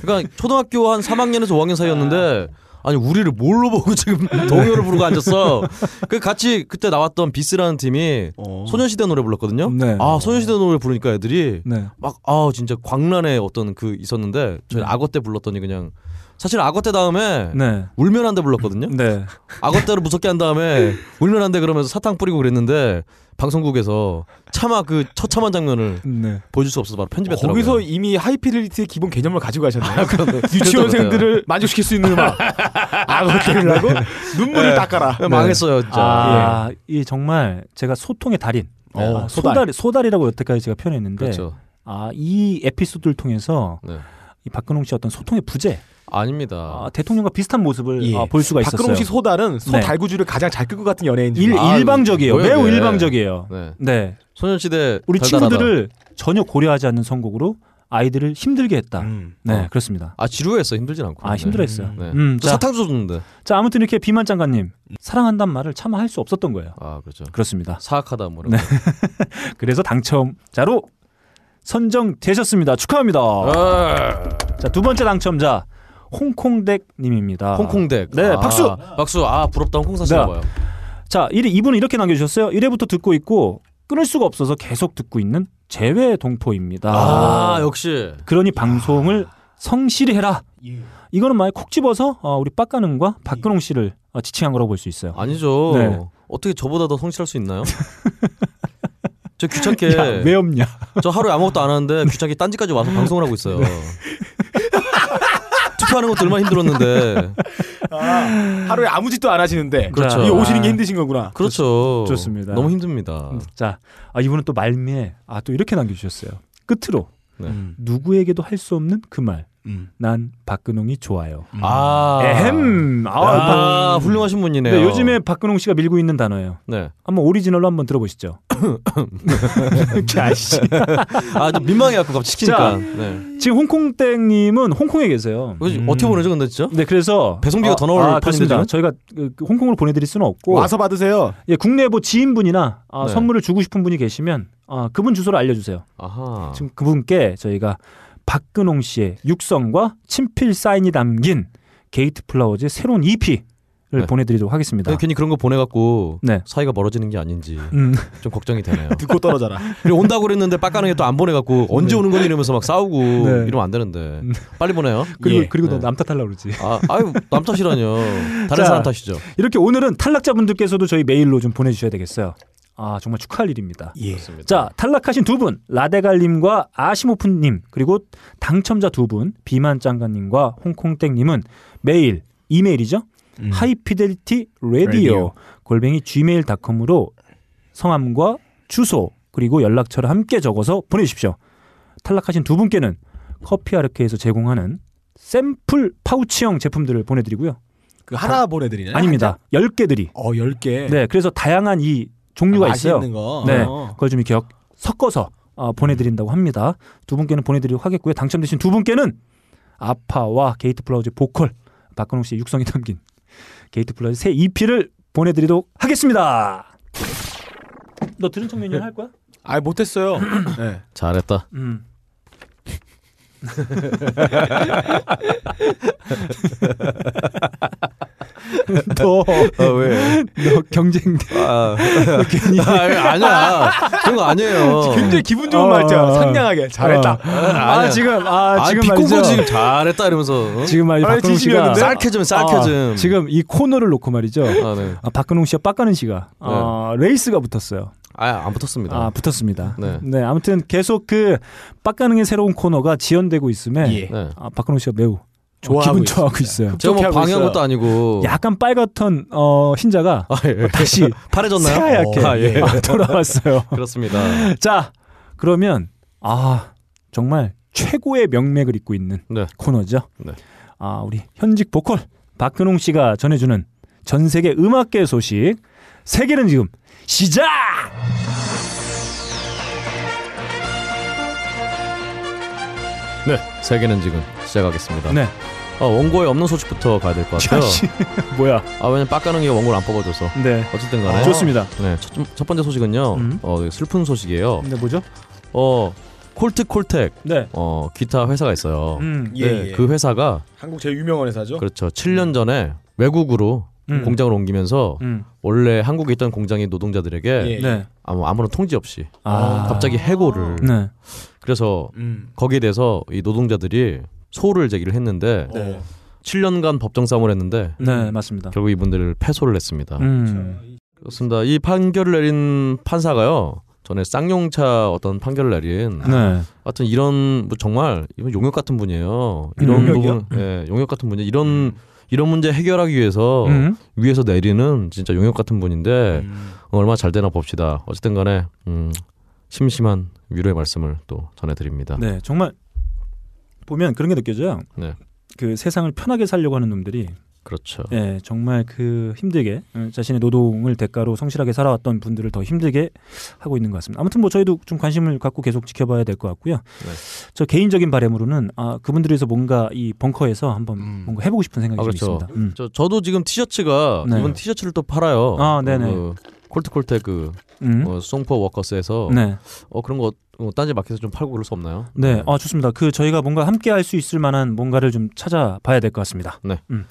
Speaker 3: 그러니까 초등학교 한 3학년에서 5학년 사이였는데 아니 우리를 뭘로 보고 지금 동요를 부르고 앉았어. 그 같이 그때 나왔던 비스라는 팀이
Speaker 1: 어.
Speaker 3: 소녀시대 노래 불렀거든요. 아 소녀시대 노래 부르니까 애들이
Speaker 1: 네.
Speaker 3: 막 아 진짜 광란의 어떤 그 있었는데 저희 악어 때 불렀더니 그냥 사실 악어 때 다음에
Speaker 1: 네.
Speaker 3: 울면 한대 불렀거든요. 악어 때를 무섭게 한 다음에 울면 한대 그러면서 사탕 뿌리고 그랬는데 방송국에서 차마 그 처참한 장면을
Speaker 1: 네.
Speaker 3: 보여줄 수 없어서 바로 편집했더라고요.
Speaker 2: 거기서 이미 하이피델리티의 기본 개념을 가지고 가셨네요.
Speaker 3: 그런데
Speaker 2: 유치원생들을 만족시킬 수 있는 음악.
Speaker 1: 아,
Speaker 2: 악어떼를 하고 눈물을
Speaker 1: 네.
Speaker 2: 닦아라.
Speaker 1: 네.
Speaker 3: 예.
Speaker 1: 아, 이 정말 제가 소통의 달인.
Speaker 2: 어,
Speaker 1: 아,
Speaker 2: 소달.
Speaker 1: 소달. 소달. 이라고 여태까지 제가 표현했는데
Speaker 3: 그렇죠.
Speaker 1: 아, 이 에피소드를 통해서
Speaker 3: 네.
Speaker 1: 이 박근홍 씨 어떤 소통의 부재
Speaker 3: 아닙니다.
Speaker 1: 아, 대통령과 비슷한 모습을 아, 볼 수가 있었어요.
Speaker 2: 네. 박근홍 씨 소달은 소
Speaker 1: 네.
Speaker 2: 달구지를 가장 잘 끌고 같은 연예인.
Speaker 1: 일,
Speaker 2: 아,
Speaker 1: 일방적이에요.
Speaker 2: 뭐야,
Speaker 1: 매우
Speaker 2: 이게.
Speaker 1: 일방적이에요.
Speaker 3: 네.
Speaker 1: 네.
Speaker 3: 소녀시대
Speaker 1: 우리
Speaker 3: 달달하다.
Speaker 1: 친구들을 전혀 고려하지 않는 선곡으로 아이들을 힘들게 했다.
Speaker 2: 음.
Speaker 1: 네,
Speaker 3: 어.
Speaker 1: 그렇습니다.
Speaker 3: 아 지루했어 힘들진 않고.
Speaker 1: 아, 힘들어했어요.
Speaker 3: 네.
Speaker 1: 음,
Speaker 3: 저
Speaker 1: 자.
Speaker 3: 사탕도 줬는데.
Speaker 1: 자, 아무튼 이렇게 비만 장관님 사랑한다는 말을 차마 할 수 없었던 거예요.
Speaker 3: 아 그렇죠.
Speaker 1: 그렇습니다.
Speaker 3: 사악하다 뭐.
Speaker 1: 네. 그래서 당첨자로 선정되셨습니다. 축하합니다.
Speaker 3: 아.
Speaker 1: 자, 두 번째 당첨자 홍콩댁 님입니다.
Speaker 3: 홍콩댁.
Speaker 1: 네,
Speaker 3: 아,
Speaker 1: 박수.
Speaker 3: 박수. 아 부럽다 홍콩 사시나
Speaker 1: 네.
Speaker 3: 봐요.
Speaker 1: 자, 1위, 이분은 이렇게 남겨주셨어요. 1회부터 듣고 있고 끊을 수가 없어서 계속 듣고 있는 재외 동포입니다.
Speaker 3: 아, 역시.
Speaker 1: 그러니 방송을 성실히 해라.
Speaker 3: 예.
Speaker 1: 이거는 만약 콕 집어서 어, 우리 빡가능과 박근홍 씨를 어, 지칭한 거라고 볼 수 있어요.
Speaker 3: 아니죠.
Speaker 1: 네.
Speaker 3: 어떻게 저보다 더 성실할 수 있나요? 저 귀찮게
Speaker 1: 야, 왜 없냐?
Speaker 3: 저 하루에 아무것도 안 하는데 귀찮게 딴지까지 와서 방송을 하고 있어요.
Speaker 1: 네.
Speaker 3: 투표하는 것도 얼마나 힘들었는데.
Speaker 2: 하루에 아무 짓도 안 하시는데.
Speaker 3: 그렇죠.
Speaker 2: 이게 오시는 게
Speaker 1: 아.
Speaker 2: 힘드신 거구나.
Speaker 3: 그렇죠.
Speaker 1: 좋습니다.
Speaker 3: 너무 힘듭니다.
Speaker 1: 자, 아, 이분은 또 말미에 아, 또 이렇게 남겨주셨어요. 끝으로 음. 누구에게도 할 수 없는 그 말. 난 박근홍이 좋아요.
Speaker 3: 아,
Speaker 1: 에헴. 아,
Speaker 3: 아,
Speaker 1: 박-
Speaker 3: 훌륭한 신문이네요.
Speaker 1: 네, 요즘에 박근홍 씨가 밀고 있는 단어예요.
Speaker 3: 네.
Speaker 1: 한번 오리지널로 한번 들어보시죠. 아씨.
Speaker 3: 아, 좀 민망해 갖고 갑자기 시키니까.
Speaker 1: 자,
Speaker 3: 네.
Speaker 1: 지금 홍콩땡님은 홍콩에 계세요.
Speaker 3: 그래서 어떻게 보내죠, 근데 진짜?
Speaker 1: 네, 그래서
Speaker 3: 배송비가
Speaker 1: 아,
Speaker 3: 더 나올
Speaker 1: 음. 아,
Speaker 3: 판인데
Speaker 1: 그렇습니다.
Speaker 3: 지금?
Speaker 1: 저희가 그, 그 홍콩으로 보내드릴 수는 없고
Speaker 2: 와서 받으세요.
Speaker 1: 예, 국내 뭐 지인분이나 아,
Speaker 2: 네.
Speaker 1: 선물을 주고 싶은 분이 계시면 아, 그분 주소를 알려주세요.
Speaker 3: 아하.
Speaker 1: 지금 그분께 저희가 박근홍 씨의 육성과 친필 사인이 담긴 게이트 플라워즈의 새로운 EP를
Speaker 3: 네.
Speaker 1: 보내드리도록 하겠습니다.
Speaker 3: 네, 괜히 그런 거 보내갖고
Speaker 1: 네.
Speaker 3: 사이가 멀어지는 게 아닌지
Speaker 1: 음.
Speaker 3: 좀 걱정이 되네요.
Speaker 2: 듣고 떨어져라.
Speaker 3: 그리고 온다고 그랬는데 빡가는 게 또 안 보내갖고 언제 오는 거니 이러면서 막 싸우고
Speaker 1: 네.
Speaker 3: 이러면 안 되는데 빨리 보내요.
Speaker 1: 그리고
Speaker 3: 예.
Speaker 1: 그리고
Speaker 3: 네.
Speaker 1: 너남 탓하려고 그러지.
Speaker 3: 아, 아유 남 탓이라뇨. 다른
Speaker 1: 자,
Speaker 3: 사람 탓이죠.
Speaker 1: 이렇게 오늘은 탈락자분들께서도 저희 메일로 좀 보내주셔야 되겠어요. 아 정말 축하할 일입니다.
Speaker 2: 예.
Speaker 1: 자 탈락하신 두 분 라데갈님과 아시모프님 그리고 당첨자 두 분 비만장관님과 홍콩땡님은 메일 이메일이죠. 하이피델리티
Speaker 2: 음. 라디오.
Speaker 1: 라디오 골뱅이 gmail.com으로 성함과 주소 그리고 연락처를 함께 적어서 보내주십시오. 탈락하신 두 분께는 커피 아르케에서 제공하는 샘플 파우치형 제품들을 보내드리고요.
Speaker 2: 그 하나 보내드리나요?
Speaker 1: 아닙니다. 열 개들이.
Speaker 2: 어, 10개.
Speaker 1: 네, 그래서 다양한 이 종류가
Speaker 2: 아,
Speaker 1: 있어요.
Speaker 2: 맛있는 거.
Speaker 1: 네,
Speaker 2: 어.
Speaker 1: 그걸 좀 이렇게 엮- 섞어서 어, 보내드린다고 합니다. 두 분께는 보내드리고 하겠고요. 당첨되신 두 분께는 아파와 게이트 플라워즈 보컬 박근홍 씨의 육성이 담긴 게이트 플라워즈 새 EP를 보내드리도록 하겠습니다. 너 들은 청년이 할 거야?
Speaker 2: 아, 못했어요. 네.
Speaker 3: 잘했다.
Speaker 1: 음. 너,
Speaker 3: 아, 왜?
Speaker 1: 너 경쟁.
Speaker 3: 아,
Speaker 1: 괜히.
Speaker 3: 아, 아니야. 그런 거 아니에요.
Speaker 1: 어.
Speaker 2: 굉장히 기분 좋은 말투야. 상냥하게. 잘했다. 아,
Speaker 3: 아니야.
Speaker 2: 지금, 아, 지금
Speaker 3: 비꼬고
Speaker 2: 말이죠.
Speaker 3: 지금 잘했다 이러면서 어? 아,
Speaker 1: 지금 말이죠. 박근홍 씨가
Speaker 3: 쌀캐즘
Speaker 1: 아,
Speaker 3: 쌀캐즘.
Speaker 1: 지금 이 코너를 놓고 말이죠. 아,
Speaker 3: 네.
Speaker 1: 박근홍 씨와 빡가는 씨가 아, 레이스가 붙었어요.
Speaker 3: 아안 붙었습니다.
Speaker 1: 아 붙었습니다.
Speaker 3: 네.
Speaker 1: 네. 아무튼 계속 그 빡가능의 새로운 코너가 지연되고 있음에
Speaker 3: 네.
Speaker 1: 아, 박근홍 씨가 매우 좀
Speaker 3: 예. 좋아하고
Speaker 1: 기분 좋아하고 있어요.
Speaker 3: 제가 뭐 방해한 것도 아니고 예.
Speaker 1: 약간 빨갛던 어, 흰자가 다시
Speaker 3: 파래졌나요?
Speaker 1: 새하얗게
Speaker 3: 아, 어, 아, 예.
Speaker 1: 아, 돌아왔어요.
Speaker 3: 그렇습니다.
Speaker 1: 자 그러면 아 정말 최고의 명맥을 잇고 있는
Speaker 3: 네.
Speaker 1: 코너죠. 아 우리 현직 보컬 박근홍 씨가 전해주는 전 세계 음악계 소식 세계는 지금 시작.
Speaker 3: 네, 세계는 지금 시작하겠습니다.
Speaker 1: 네.
Speaker 3: 아, 원고에 없는 소식부터 가야 될 것 같아요.
Speaker 1: 야, 씨, 뭐야?
Speaker 3: 아, 왜냐면 빡가능이 원고를 안 뽑아줘서.
Speaker 1: 네.
Speaker 3: 어쨌든 간에.
Speaker 1: 좋습니다.
Speaker 3: 네, 첫, 좀- 첫 번째 소식은요. 어, 슬픈 소식이에요.
Speaker 1: 근데 뭐죠?
Speaker 3: 어, 콜트 콜텍.
Speaker 1: 네.
Speaker 3: 어, 기타 회사가 있어요.
Speaker 2: 음,
Speaker 3: 네,
Speaker 2: 예, 예.
Speaker 3: 그 회사가
Speaker 2: 한국 제일 유명한 회사죠.
Speaker 3: 그렇죠. 7년 전에 외국으로
Speaker 2: 음.
Speaker 3: 공장을 옮기면서
Speaker 2: 음.
Speaker 3: 원래 한국에 있던 공장의 노동자들에게
Speaker 2: 예. 네.
Speaker 3: 아무 아무런 통지 없이
Speaker 1: 아.
Speaker 3: 갑자기 해고를
Speaker 1: 네.
Speaker 3: 그래서
Speaker 2: 음.
Speaker 3: 거기에 대해서 이 노동자들이 소를 제기를 했는데
Speaker 2: 어.
Speaker 3: 7년간 법정 싸움을 했는데
Speaker 1: 네, 맞습니다.
Speaker 3: 결국 이분들을 패소를 했습니다.
Speaker 1: 음.
Speaker 3: 그렇습니다. 이 판결을 내린 판사가요. 전에 쌍용차 어떤 판결을 내린
Speaker 1: 네.
Speaker 3: 하여튼 이런 뭐 정말 이분 용역 같은 분이에요. 이런
Speaker 1: 음, 용역이요?
Speaker 3: 부분 예, 용역 같은 분이 이런 이런 문제 해결하기 위해서
Speaker 1: 음.
Speaker 3: 위에서 내리는 진짜 용역 같은 분인데
Speaker 2: 음.
Speaker 3: 어, 얼마나 잘 되나 봅시다. 어쨌든 간에 음, 심심한 위로의 말씀을 또 전해 드립니다.
Speaker 1: 네, 정말 보면 그런 게 느껴져요.
Speaker 3: 네.
Speaker 1: 그 세상을 편하게 살려고 하는 놈들이
Speaker 3: 그렇죠.
Speaker 1: 예, 정말 그 힘들게 어, 자신의 노동을 대가로 성실하게 살아왔던 분들을 더 힘들게 하고 있는 것 같습니다. 아무튼 뭐 저희도 좀 관심을 갖고 계속 지켜봐야 될 것 같고요.
Speaker 3: 네.
Speaker 1: 저 개인적인 바람으로는 아, 그분들에서 뭔가 이 벙커에서 한번 뭔가 해보고 싶은 생각이
Speaker 3: 아,
Speaker 1: 좀
Speaker 3: 그렇죠.
Speaker 1: 있습니다. 음.
Speaker 3: 저, 저도 지금 티셔츠가
Speaker 1: 네.
Speaker 3: 이번 티셔츠를 또 팔아요.
Speaker 1: 아, 네네.
Speaker 3: 그 콜트콜테 그
Speaker 1: 음.
Speaker 3: 어, 송포 워커스에서
Speaker 1: 네.
Speaker 3: 어 그런 거 어, 딴지 마켓에서 좀 팔고 그럴 수 없나요?
Speaker 1: 네, 아 좋습니다. 그 저희가 뭔가 함께 할 수 있을 만한 뭔가를 좀 찾아봐야 될 것 같습니다.
Speaker 3: 네.
Speaker 1: 음.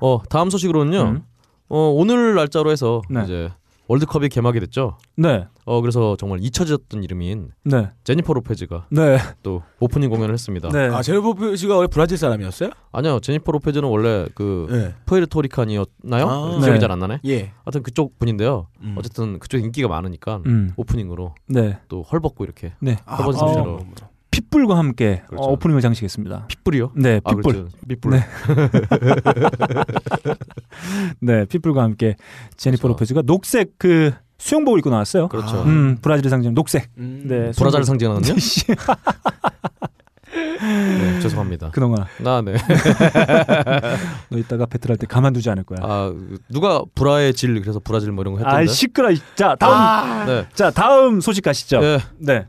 Speaker 3: 어 다음 소식으로는요. 어 오늘 날짜로 해서 이제 월드컵이 개막이 됐죠.
Speaker 1: 네.
Speaker 3: 어 그래서 정말 잊혀졌던 이름인
Speaker 1: 네.
Speaker 3: 제니퍼 로페즈가
Speaker 1: 네.
Speaker 3: 또 오프닝 공연을 했습니다.
Speaker 2: 아, 제로보프 씨가 원래 브라질 사람이었어요?
Speaker 3: 아니요 제니퍼 로페즈는 원래 그
Speaker 2: 네.
Speaker 3: 푸에르토리칸이었나요?
Speaker 2: 아.
Speaker 3: 기억이
Speaker 2: 네.
Speaker 3: 잘 안 나네.
Speaker 2: 예. 음.
Speaker 3: 하여튼 그쪽 분인데요. 어쨌든 그쪽 인기가 많으니까
Speaker 1: 음.
Speaker 3: 오프닝으로
Speaker 1: 네.
Speaker 3: 또 헐벗고 이렇게
Speaker 1: 네.
Speaker 3: 허벅지
Speaker 1: 아,
Speaker 3: 소리로.
Speaker 1: 어, 핏불과 함께
Speaker 3: 그렇죠.
Speaker 1: 어, 오프닝을 장식했습니다.
Speaker 3: 핏불이요?
Speaker 1: 네,
Speaker 3: 아,
Speaker 1: 핏불.
Speaker 3: 그렇죠. 핏불.
Speaker 1: 네. 네, 핏불과 함께 제니퍼 로페즈가 녹색 그 수영복을 입고 나왔어요.
Speaker 3: 그렇죠. 음.
Speaker 1: 음, 브라질 상징 녹색.
Speaker 2: 음.
Speaker 1: 네.
Speaker 3: 브라자를
Speaker 1: 수영복.
Speaker 3: 상징하는요?
Speaker 1: 씨.
Speaker 3: 네, 죄송합니다.
Speaker 1: 그놈아.
Speaker 3: 아, 네.
Speaker 1: 너 이따가 배틀할 때 가만두지 않을 거야.
Speaker 3: 아 누가 브라의 질 그래서 브라질 뭐 이런 거 했던데.
Speaker 1: 아, 시끄러. 자, 다음.
Speaker 3: 아. 네.
Speaker 1: 자, 다음 소식 가시죠.
Speaker 3: 네.
Speaker 1: 네.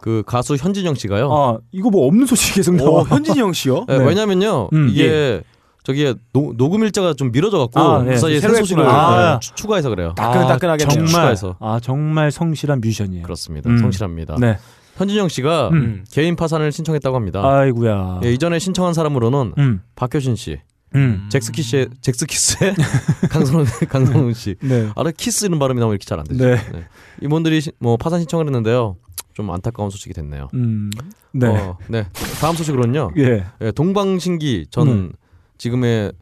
Speaker 3: 그 가수 현진영 씨가요.
Speaker 1: 아, 이거 뭐 없는 소식이 계속 나와.
Speaker 2: 씨요?
Speaker 3: 네,
Speaker 1: 네.
Speaker 3: 왜냐면요
Speaker 1: 음.
Speaker 3: 이게 저기 노, 녹음 일자가 좀 미뤄져 갖고
Speaker 1: 아,
Speaker 3: 그
Speaker 1: 네.
Speaker 3: 사이에 새
Speaker 1: 새로
Speaker 3: 소식을
Speaker 1: 했구나. 아.
Speaker 3: 네, 추- 추가해서 그래요.
Speaker 1: 따끈따끈하게
Speaker 3: 추-
Speaker 1: 정말
Speaker 3: 추가해서
Speaker 1: 아 정말 성실한 뮤지션이에요.
Speaker 3: 그렇습니다.
Speaker 1: 음.
Speaker 3: 성실합니다.
Speaker 1: 네.
Speaker 3: 현진영 씨가
Speaker 1: 음.
Speaker 3: 개인 파산을 신청했다고 합니다.
Speaker 1: 아이고야.
Speaker 3: 예, 이전에 신청한 사람으로는
Speaker 1: 음.
Speaker 3: 박효신 씨,
Speaker 1: 음.
Speaker 3: 잭스키스의 잭스키스의 강성훈 강성훈 씨.
Speaker 1: 네.
Speaker 3: 아, 키스는 발음이 나면 이렇게 잘 안 되죠.
Speaker 1: 네.
Speaker 3: 네. 이분들이 시- 뭐 파산 신청을 했는데요. 좀 안타까운 소식이 됐네요.
Speaker 1: 음. 네.
Speaker 3: 어, 네. 다음 소식으로는요.
Speaker 1: 예.
Speaker 3: 동방신기 전
Speaker 1: 음.
Speaker 3: 지금의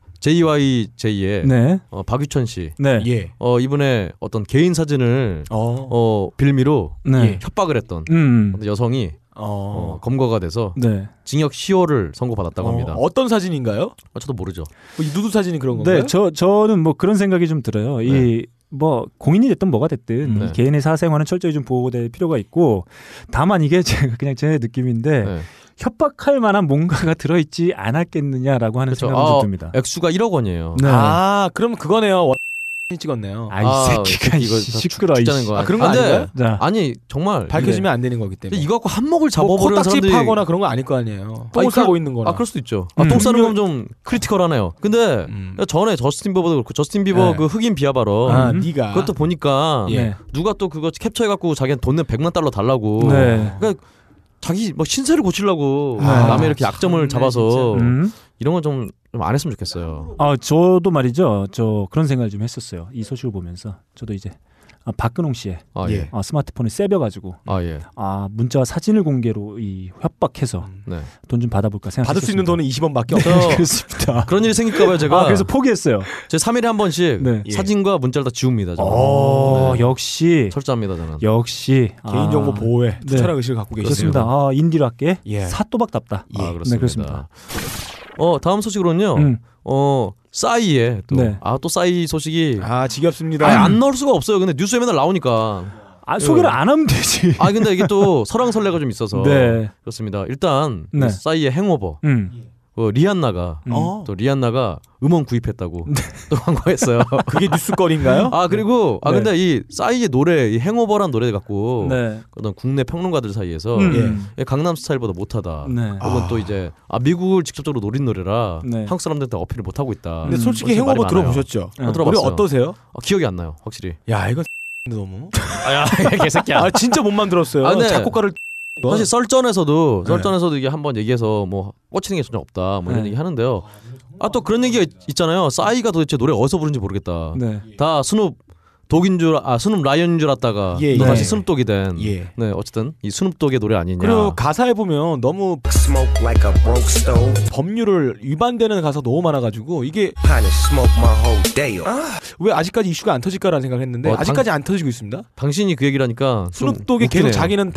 Speaker 3: JYJ의
Speaker 1: 네.
Speaker 3: 어, 박유천 씨.
Speaker 1: 네.
Speaker 2: 예.
Speaker 3: 어, 이분의 어떤 개인 사진을 어, 빌미로 예,
Speaker 1: 네.
Speaker 3: 협박을 했던
Speaker 1: 음.
Speaker 3: 어떤 여성이 어, 검거가 돼서
Speaker 1: 네.
Speaker 3: 징역 10월을 선고받았다고 합니다.
Speaker 2: 어떤 사진인가요?
Speaker 3: 어, 저도 모르죠.
Speaker 2: 누드 사진이 그런 건가요?
Speaker 1: 네, 저 저는 뭐 그런 생각이 좀 들어요. 이 뭐 공인이 됐든 뭐가 됐든 이 개인의 사생활은 철저히 좀 보호될 필요가 있고 다만 이게 제가 그냥 제
Speaker 2: 네.
Speaker 1: 느낌인데
Speaker 3: 네. 예.
Speaker 1: 협박할 만한 뭔가가 들어있지 않았겠느냐라고 하는 생각이 좀 듭니다.
Speaker 3: 액수가 1억 원이에요.
Speaker 1: 네.
Speaker 2: 아, 그럼 그거네요. 워... 찍었네요.
Speaker 1: 아이 새끼가
Speaker 3: 새끼 이거
Speaker 1: 씨, 시끄러.
Speaker 3: 죽- 죽자는 거야.
Speaker 2: 아, 그런 거
Speaker 3: 안 돼.
Speaker 2: 아닌가요?
Speaker 1: 자.
Speaker 3: 네. 아니 정말
Speaker 2: 밝혀지면
Speaker 3: 네.
Speaker 2: 안 되는 거기 때문에.
Speaker 3: 근데 이거 갖고 한몫을 잡아버리는
Speaker 2: 뭐 코딱지
Speaker 3: 사람들이
Speaker 2: 파거나 그런 거 아닐 거 아니에요. 똥을
Speaker 3: 아니,
Speaker 2: 싸고
Speaker 3: 그-
Speaker 2: 있는 거나.
Speaker 3: 아, 그럴 수도 있죠. 아,
Speaker 2: 음.
Speaker 3: 똥 싸는 건 좀 크리티컬하네요. 근데 전에 저스틴 비버도 그렇고 저스틴 비버
Speaker 2: 네.
Speaker 3: 그 흑인 비하 발언
Speaker 2: 아, 네가.
Speaker 3: 그것도 보니까
Speaker 2: 예.
Speaker 3: 누가 또 그거 캡처해 갖고 자기한테 돈내 100만 달러 달라고.
Speaker 1: 네.
Speaker 3: 그러니까 자기 뭐 신세를 고치려고
Speaker 1: 네.
Speaker 3: 남의 이렇게 약점을 잡아서
Speaker 1: 진짜. 음.
Speaker 3: 이런 건 좀 좀 안 했으면 좋겠어요.
Speaker 1: 아 저도 말이죠. 저 그런 생각을 좀 했었어요. 이 소식을 보면서 저도 이제 아, 박근홍 씨의
Speaker 3: 아, 예.
Speaker 1: 아, 스마트폰을 세벼 가지고
Speaker 3: 아 예.
Speaker 1: 아 문자와 사진을 공개로 이 협박해서
Speaker 3: 네.
Speaker 1: 돈 좀 받아볼까 생각.
Speaker 3: 받을 수 있는 돈은 20원 밖에
Speaker 1: 네,
Speaker 3: 없어요.
Speaker 1: 그렇습니다.
Speaker 3: 그런 일이 생길까 봐요 제가.
Speaker 1: 아, 그래서 포기했어요.
Speaker 3: 제 3일에 한 번씩
Speaker 1: 네.
Speaker 3: 사진과 문자를 다 지웁니다. 저는.
Speaker 1: 어
Speaker 3: 아,
Speaker 1: 예.
Speaker 3: 네.
Speaker 1: 역시
Speaker 3: 철저합니다 저는.
Speaker 1: 역시
Speaker 2: 아. 개인정보 보호에 투철한 의식을 갖고
Speaker 1: 그렇습니다.
Speaker 3: 계시네요.
Speaker 1: 아, 인디라께
Speaker 3: 예.
Speaker 1: 사또박 답다.
Speaker 3: 아 그렇습니다.
Speaker 1: 네 그렇습니다.
Speaker 3: 어 다음 소식으로는요. 어 싸이에 또
Speaker 1: 네. 음.
Speaker 3: 아 또 싸이 소식이
Speaker 2: 아 지겹습니다.
Speaker 3: 아안 넣을 수가 없어요. 근데 뉴스에 맨날 나오니까.
Speaker 1: 아 소개를 안 하면 되지.
Speaker 3: 아 근데 이게 또 설왕설래가 좀 있어서
Speaker 1: 네.
Speaker 3: 그렇습니다. 일단
Speaker 1: 네.
Speaker 3: 그 싸이의 행오버.
Speaker 1: 음.
Speaker 3: 어, 리안나가
Speaker 1: 음. 네. 어.
Speaker 3: 또 리안나가 음원 구입했다고 또 광고했어요.
Speaker 2: 그게 뉴스거리인가요?
Speaker 3: 아 그리고 아
Speaker 2: 네.
Speaker 3: 근데 이 싸이의 노래 이 행오버란 노래 갖고
Speaker 1: 네.
Speaker 3: 어떤 국내 평론가들 사이에서
Speaker 1: 음.
Speaker 3: 예, 강남 스타일보다 못하다.
Speaker 1: 네.
Speaker 3: 혹은 또 이제 아 미국을 직접적으로 노린 노래라
Speaker 1: 네.
Speaker 3: 한국 사람들한테 어필을 못 하고 있다.
Speaker 2: 근데 솔직히
Speaker 3: 그런
Speaker 2: 행오버
Speaker 3: 말이 많아요.
Speaker 2: 들어보셨죠?
Speaker 3: 아,
Speaker 2: 응.
Speaker 3: 들어봤어요.
Speaker 2: 노래 어떠세요?
Speaker 3: 아, 기억이 안 나요, 확실히.
Speaker 2: 야 이거 너무.
Speaker 3: 아야 개새끼야.
Speaker 2: 아 진짜 못 만들었어요.
Speaker 3: 아, 근데
Speaker 2: 작곡가를 어?
Speaker 3: 사실 썰전에서도
Speaker 2: 네.
Speaker 3: 썰전에서도 이게 한번 얘기해서 뭐 꽂히는 게 전혀 없다 뭐 이런
Speaker 1: 네.
Speaker 3: 얘기 하는데요. 아 또 그런 얘기가 있, 있잖아요. 싸이가 도대체 노래 어디서 부른지 모르겠다.
Speaker 1: 네.
Speaker 3: 다 스눕 독인 줄, 아 스눕 라이언인 줄 알았다가
Speaker 2: 예,
Speaker 3: 또
Speaker 2: 예.
Speaker 3: 다시 스눕 독이 된.
Speaker 2: 예.
Speaker 3: 네 어쨌든 이 스눕 독의 노래 아니냐.
Speaker 2: 그리고 가사에 보면 너무 법률을 위반되는 가사 너무 많아가지고 이게 아, 왜 아직까지 이슈가 안 터질까라는 생각을 했는데
Speaker 3: 어, 당-
Speaker 2: 아직까지 안 터지고 있습니다.
Speaker 3: 당신이 그 얘기라니까 좀
Speaker 2: 스눕독이 계속
Speaker 3: 웃기네요.
Speaker 2: 자기는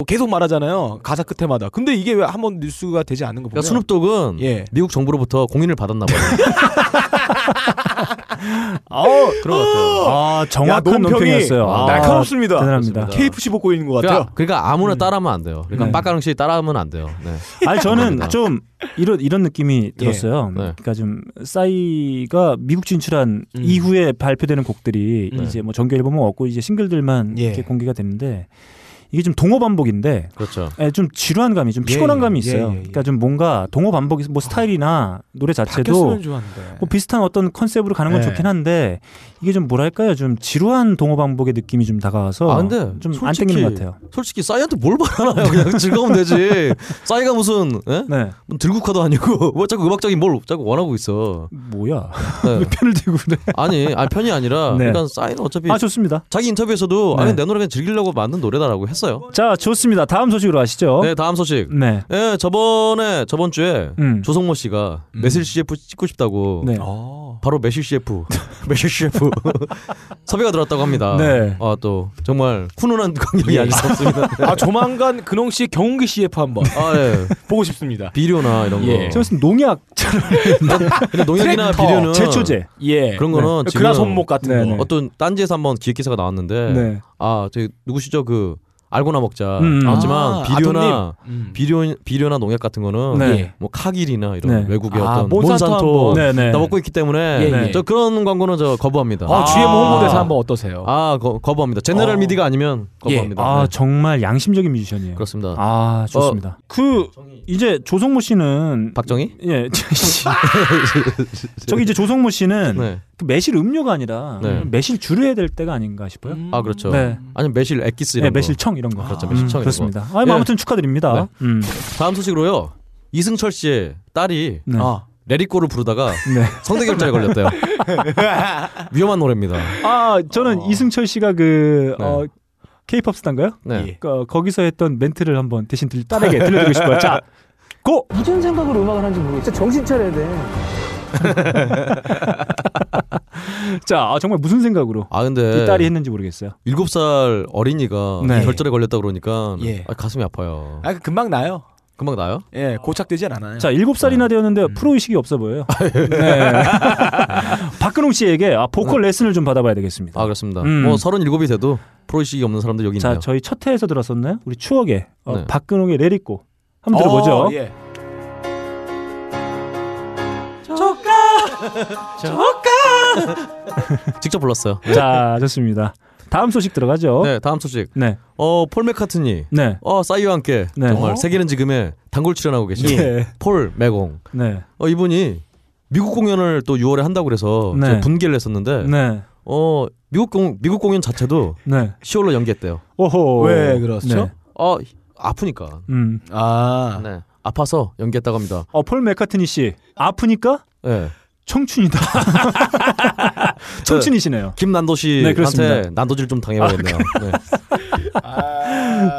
Speaker 2: 뭐 계속 말하잖아요 가사 끝에마다. 근데 이게 왜 한 번 뉴스가 되지 않는 거 보면 예.
Speaker 3: 그러니까 스눕독은 미국 정부로부터 공인을 받았나 봐요.
Speaker 2: 아우,
Speaker 3: 그런 것 같아요.
Speaker 1: 아 정확한
Speaker 2: 야, 논평이
Speaker 1: 논평이었어요. 아,
Speaker 2: 날카롭습니다.
Speaker 1: 대단합니다.
Speaker 2: KFC 먹고 있는 것 어, 같아요. 음.
Speaker 3: 그러니까, 그러니까 아무나 따라하면 안 돼요. 그러니까
Speaker 1: 네.
Speaker 3: 빡가릉 씨 따라하면 안 돼요. 네.
Speaker 1: 아니 저는
Speaker 3: 그렇습니다.
Speaker 1: 좀 이런 이런 느낌이 들었어요. 그러니까 좀 싸이가 미국 진출한 이후에 발표되는 곡들이
Speaker 3: 네.
Speaker 1: 이제 뭐 정규 앨범은 없고 이제 싱글들만
Speaker 3: 예.
Speaker 1: 이렇게 공개가 되는데 이게 좀 동호 반복인데
Speaker 3: 그렇죠.
Speaker 1: 예, 좀 지루한 감이 좀
Speaker 2: 예,
Speaker 1: 피곤한
Speaker 2: 예,
Speaker 1: 감이 있어요.
Speaker 2: 예, 예, 예.
Speaker 1: 그러니까 좀 뭔가 동호 반복이 뭐 스타일이나 노래 자체도
Speaker 2: 바뀌었으면 좋았는데.
Speaker 1: 뭐 비슷한 어떤 컨셉으로 가는 건
Speaker 2: 네.
Speaker 1: 좋긴 한데 이게 좀 뭐랄까요 좀 지루한 동호 반복의 느낌이 좀 다가와서
Speaker 3: 아 근데
Speaker 1: 좀 안 땡기는 것 같아요.
Speaker 3: 솔직히 싸이한테 뭘 바라나요? 그냥 즐거우면 되지. 싸이가 무슨 예?
Speaker 1: 네.
Speaker 3: 뭐 들국화도 아니고 뭐 자꾸 음악적인 뭘 자꾸 원하고 있어.
Speaker 1: 뭐야?
Speaker 3: 네.
Speaker 1: 편을 들고 그래?
Speaker 3: 아니, 아니 편이 아니라
Speaker 1: 네.
Speaker 3: 일단 싸이는 어차피
Speaker 1: 아 좋습니다.
Speaker 3: 자기 인터뷰에서도
Speaker 1: 네.
Speaker 3: 아니 내 노래 그냥 즐기려고 만든 노래다라고 했어요.
Speaker 1: 자 좋습니다. 다음 소식으로 아시죠?
Speaker 3: 네 다음 소식.
Speaker 1: 네.
Speaker 3: 예, 저번에 저번 주에
Speaker 1: 어? 음.
Speaker 3: 조성모 씨가 매실 CF 찍고 싶다고
Speaker 1: 네.
Speaker 3: 바로 매실 CF 매실 CF 섭외가 들었다고 합니다.
Speaker 1: 네.
Speaker 3: 아또 정말 훈훈한 광경이
Speaker 2: 예.
Speaker 3: 아닐 수 없습니다.
Speaker 2: 아 조만간 근홍 씨의 경운기 CF 한번
Speaker 3: 아 예.
Speaker 2: 보고 싶습니다.
Speaker 3: 비료나 이런 거.
Speaker 2: 예.
Speaker 1: 저 무슨 농약처럼
Speaker 3: 근데 농약이나
Speaker 2: 트랙터,
Speaker 3: 어. 비료는
Speaker 1: 제초제.
Speaker 2: 예.
Speaker 3: 그런 거는
Speaker 2: 네.
Speaker 3: 지금
Speaker 2: 그라손목 같은
Speaker 1: 네,
Speaker 2: 거.
Speaker 1: 네.
Speaker 3: 어떤 딴지에서 한번 기획 기사가 나왔는데
Speaker 1: 네.
Speaker 3: 아, 저 누구시죠? 그 알고나 먹자.
Speaker 1: 음.
Speaker 3: 나왔지만
Speaker 2: 아,
Speaker 3: 비료나
Speaker 2: 아토님. 음.
Speaker 3: 비료 비료나 농약 같은 거는
Speaker 1: 네.
Speaker 3: 뭐 카길이나 이런
Speaker 1: 네.
Speaker 3: 외국의
Speaker 2: 아,
Speaker 3: 어떤
Speaker 2: 몬산토
Speaker 3: 몬산토
Speaker 2: 한번.
Speaker 1: 네, 네.
Speaker 3: 나 먹고 있기 때문에
Speaker 2: 예, 예.
Speaker 3: 저 그런 광고는 저 거부합니다.
Speaker 2: 아, GM 홍보대사 한번 어떠세요? 예.
Speaker 3: 아, 거, 거부합니다. 제네럴 미디가 아니면 거부합니다.
Speaker 1: 아
Speaker 3: 네.
Speaker 1: 정말 양심적인 뮤지션이에요.
Speaker 3: 그렇습니다. 어,
Speaker 1: 아 좋습니다. 그 이제 조성모 씨는
Speaker 3: 박정희?
Speaker 1: 예 저기 이제 조성모
Speaker 2: 아.
Speaker 1: 씨는
Speaker 3: 네.
Speaker 1: 그 매실 음료가 아니라
Speaker 3: 네.
Speaker 1: 매실 주류 해야 될 때가 아닌가 싶어요.
Speaker 3: 아, 그렇죠.
Speaker 1: 네.
Speaker 3: 아니면 매실 액기스
Speaker 1: 네,
Speaker 3: 이런 거.
Speaker 1: 매실청 이런 거.
Speaker 3: 그렇죠, 매실청 이런
Speaker 1: 그렇습니다.
Speaker 3: 거.
Speaker 1: 아, 뭐
Speaker 3: 예.
Speaker 1: 아무튼 축하드립니다.
Speaker 3: 네.
Speaker 1: 음.
Speaker 3: 다음 소식으로요. 이승철 씨의 딸이
Speaker 1: 네.
Speaker 2: 아.
Speaker 3: 레리꼬를 부르다가
Speaker 1: 네.
Speaker 3: 성대결절에 걸렸대요. 위험한 노래입니다.
Speaker 1: 아, 저는
Speaker 3: 어.
Speaker 1: 이승철 씨가 그 어, K-팝 스타인가요?
Speaker 3: 네.
Speaker 1: 어, 거기서 했던 멘트를 한번 대신 들, 딸에게 들려드리고 싶어요. 자, 고!
Speaker 5: 무슨 생각으로 음악을 하는지 모르겠어. 진짜 정신 차려야 돼.
Speaker 1: 자, 아, 정말 무슨 생각으로
Speaker 3: 아
Speaker 1: 이
Speaker 3: 근데
Speaker 1: 딸이 했는지 모르겠어요.
Speaker 3: 일곱 살 어린이가
Speaker 1: 네.
Speaker 3: 결절에 걸렸다 그러니까
Speaker 2: 예.
Speaker 3: 아, 가슴이 아파요.
Speaker 2: 아 금방 나요.
Speaker 3: 금방 나요?
Speaker 2: 예 고착되진 않아요.
Speaker 1: 자,
Speaker 3: 네.
Speaker 1: 일곱
Speaker 3: 음.
Speaker 1: 살이나 되었는데 프로 의식이 없어 보여요.
Speaker 3: 아, 예.
Speaker 1: 네. 박근홍 씨에게 아, 보컬 레슨을 좀 받아봐야 되겠습니다.
Speaker 3: 네. 아 그렇습니다.
Speaker 1: 음.
Speaker 3: 뭐 서른 일곱이 돼도 프로의식이 없는 사람들 여기
Speaker 1: 자,
Speaker 3: 있네요.
Speaker 1: 저희 첫 회에서 들었었나요? 우리 추억의 어,
Speaker 3: 네.
Speaker 1: 박근홍의 레리꼬 한번 들어보죠.
Speaker 2: 어, 예.
Speaker 3: 직접 불렀어요.
Speaker 1: 자, 좋습니다. 다음 소식 들어가죠.
Speaker 3: 네 다음 소식.
Speaker 1: 네.
Speaker 3: 어폴 맥카트니.
Speaker 1: 네.
Speaker 3: 어 싸이와 함께
Speaker 1: 네.
Speaker 3: 정말
Speaker 1: 어?
Speaker 3: 세계는 지금의 단골 출연하고 계시죠.
Speaker 1: 예.
Speaker 3: 폴 매공.
Speaker 1: 네.
Speaker 3: 어 이분이 미국 공연을 또 6월에 한다고 그래서
Speaker 1: 네.
Speaker 3: 제가 분개를 했었는데
Speaker 1: 네.
Speaker 3: 어 미국 공 미국 공연 자체도
Speaker 1: 네.
Speaker 3: 10월로 연기했대요.
Speaker 1: 오호.
Speaker 2: 왜 그렇죠?
Speaker 1: 네.
Speaker 3: 어 아프니까.
Speaker 1: 음.
Speaker 3: 아. 네. 아파서 연기했다고 합니다.
Speaker 1: 어, 폴 맥카트니 씨 아프니까?
Speaker 3: 네.
Speaker 1: 청춘이다. 청춘이시네요.
Speaker 3: 김난도
Speaker 1: 네,
Speaker 3: 씨한테
Speaker 1: 그렇습니다. 아,
Speaker 3: 난도질 좀 당해봐야겠네요. 네.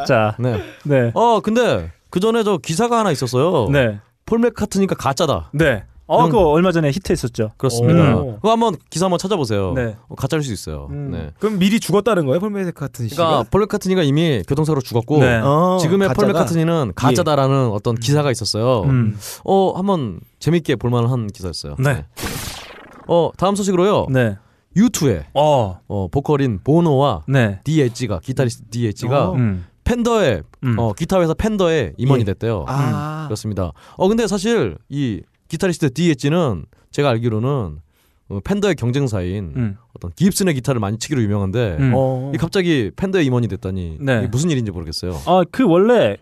Speaker 1: 자,
Speaker 3: 네.
Speaker 1: 네.
Speaker 3: 어 근데 그 전에 저 기사가 하나 있었어요.
Speaker 1: 네.
Speaker 3: 폴 맥카트니까 가짜다.
Speaker 1: 네. 어, 그거 얼마 전에 히트했었죠.
Speaker 3: 그렇습니다.
Speaker 1: 음.
Speaker 3: 그거 한번 기사 한번 찾아보세요.
Speaker 1: 네. 음.
Speaker 3: 어, 가짜일 수 있어요. 네.
Speaker 2: 음. 그럼 미리 죽었다는 거예요, 폴메드 같은 씨가?
Speaker 3: 그러니까 폴 맥카트니가 이미 교통사고로 죽었고
Speaker 2: 네. 어,
Speaker 3: 그러니까 지금의 폴
Speaker 2: 가짜다.
Speaker 3: 맥카트니는 가짜다라는 어떤 기사가 있었어요.
Speaker 1: 예. 음.
Speaker 3: 어 한번 재밌게 볼만한 기사였어요.
Speaker 1: 네.
Speaker 3: 어 다음 소식으로요.
Speaker 1: 네.
Speaker 3: 유투의
Speaker 1: 어.
Speaker 3: 보컬인 보노와
Speaker 1: 네.
Speaker 3: DH가 기타리스트 DH가
Speaker 1: 어. 음.
Speaker 3: 팬더의 어, 기타 회사 팬더의 임원이
Speaker 1: 예.
Speaker 3: 됐대요.
Speaker 1: 아.
Speaker 3: 음, 그렇습니다. 어 근데 사실 이 기타리스트 DH는 제가 알기로는 어, 팬더의 경쟁사인
Speaker 1: 음.
Speaker 3: 어떤 기입슨의 기타를 많이 치기로 유명한데
Speaker 1: 음.
Speaker 2: 어.
Speaker 3: 이 갑자기 팬더의 임원이 됐다니
Speaker 1: 네.
Speaker 3: 이게 무슨 일인지 모르겠어요.
Speaker 1: 아, 그 원래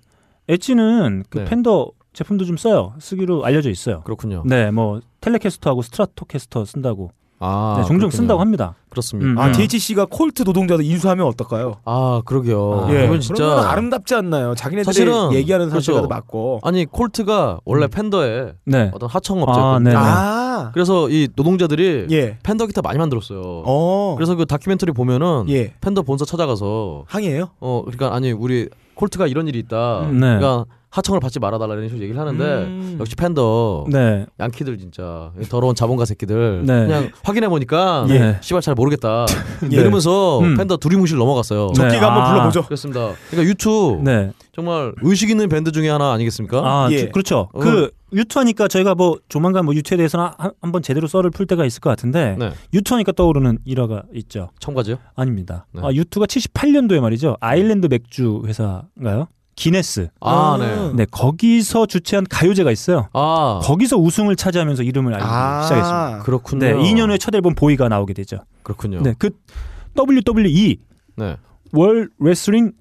Speaker 1: 엣지는 그
Speaker 3: 네.
Speaker 1: 팬더 제품도 좀 써요. 쓰기로 알려져 있어요.
Speaker 3: 그렇군요.
Speaker 1: 네, 뭐 텔레캐스터하고 스트라토캐스터 쓴다고.
Speaker 3: 아,
Speaker 1: 네, 종종
Speaker 3: 그렇군요.
Speaker 1: 쓴다고 합니다.
Speaker 3: 그렇습니다.
Speaker 1: 음,
Speaker 2: 아
Speaker 1: 음.
Speaker 2: DHC가 콜트 노동자도 인수하면 어떨까요?
Speaker 3: 아 그러게요.
Speaker 2: 예.
Speaker 3: 이건 진짜
Speaker 2: 그러면 아름답지 않나요? 자기네들이
Speaker 3: 사실은
Speaker 2: 얘기하는 상태가
Speaker 3: 그렇죠.
Speaker 2: 맞고.
Speaker 3: 아니 콜트가 원래 팬더의
Speaker 1: 음. 네.
Speaker 3: 어떤 하청업체
Speaker 1: 아, 네네.
Speaker 2: 아.
Speaker 3: 그래서 이 노동자들이
Speaker 2: 예.
Speaker 3: 팬더 기타 많이 만들었어요.
Speaker 2: 어.
Speaker 3: 네, 그래서 그 다큐멘터리 보면은
Speaker 2: 예.
Speaker 3: 팬더 본사 찾아가서
Speaker 2: 항의해요?
Speaker 3: 어 그러니까 아니 우리 콜트가 이런 일이
Speaker 1: 음,
Speaker 3: 있다.
Speaker 1: 네. 음.
Speaker 3: 그러니까 하청을 받지 말아달라는 식으로 얘기를 하는데
Speaker 12: 음.
Speaker 3: 역시 팬더
Speaker 1: 네.
Speaker 3: 양키들 진짜 더러운 자본가 새끼들
Speaker 1: 네.
Speaker 3: 그냥 확인해 보니까
Speaker 1: 예.
Speaker 3: 씨발 잘 모르겠다
Speaker 1: 예.
Speaker 3: 이러면서
Speaker 1: 음.
Speaker 3: 팬더 두리뭉실 넘어갔어요.
Speaker 1: 적기가 네, 한번 아. 불러보죠.
Speaker 3: 그렇습니다. 그러니까 유튜
Speaker 1: 네.
Speaker 3: 정말 의식 있는 밴드 중에 하나 아니겠습니까?
Speaker 1: 아, 주- 그렇죠.
Speaker 3: 어.
Speaker 1: 그 유튜하니까 저희가 뭐 조만간 뭐 유튜에 대해서는 한- 한번 제대로 썰을 풀 때가 있을 것 같은데
Speaker 3: 네.
Speaker 1: 유튜하니까 떠오르는 일화가 있죠.
Speaker 3: 청바지요?
Speaker 1: 아닙니다.
Speaker 3: 네.
Speaker 1: 아, 유튜가 78년도에 말이죠. 아일랜드 맥주 회사인가요? 기네스.
Speaker 3: 아,
Speaker 1: 음.
Speaker 3: 네.
Speaker 1: 거기서 주최한 가요제가 있어요.
Speaker 3: 아.
Speaker 1: 거기서 우승을 차지하면서 이름을 알기
Speaker 3: 아.
Speaker 1: 시작했습니다.
Speaker 3: 그렇군요.
Speaker 1: 네, 2년 후에 첫 앨범 보이가 나오게 되죠.
Speaker 3: 그렇군요.
Speaker 1: 네, 그 E WWE
Speaker 3: 네.
Speaker 1: 월 레슬링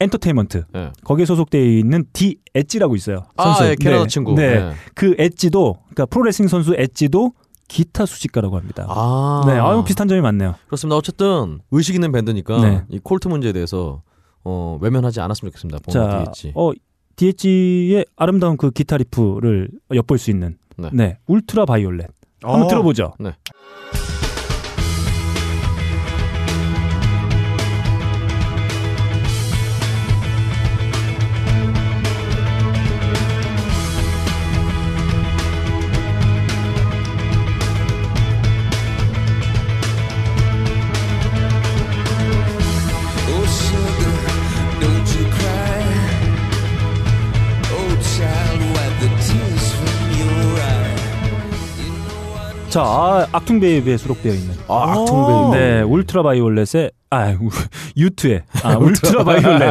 Speaker 1: 엔터테인먼트
Speaker 3: 네.
Speaker 1: 거기에 소속되어 있는 디 엣지라고 있어요.
Speaker 3: 아,
Speaker 1: 선수.
Speaker 3: 예, 캐나다 친구.
Speaker 1: 네.
Speaker 3: 네.
Speaker 1: 그 엣지도 그러니까 프로레슬링 선수 엣지도 기타 수집가라고 합니다.
Speaker 3: 아.
Speaker 1: 네, 아유 비슷한 점이 많네요.
Speaker 3: 그렇습니다. 어쨌든 의식 있는 밴드니까
Speaker 1: 네.
Speaker 3: 이 콜트 문제에 대해서 어, 외면하지 않았으면 좋겠습니다.
Speaker 1: 자,
Speaker 3: 보면 되겠지.
Speaker 1: 어 DH의 아름다운 그 기타 리프를 엿볼 수 있는
Speaker 3: 네.
Speaker 1: 네, 울트라 바이올렛
Speaker 2: 아.
Speaker 3: 어.
Speaker 1: 한번 들어보죠.
Speaker 3: 네.
Speaker 4: Oh, sugar, don't you cry. Oh, child, wipe the tears from your eye.
Speaker 1: 자, 아, 악퉁 베이비에 수록되어 있는
Speaker 3: 아,
Speaker 1: 악퉁 베이비. 네, 울트라 바이올렛의 아, 유투의 아, 울트라 바이올렛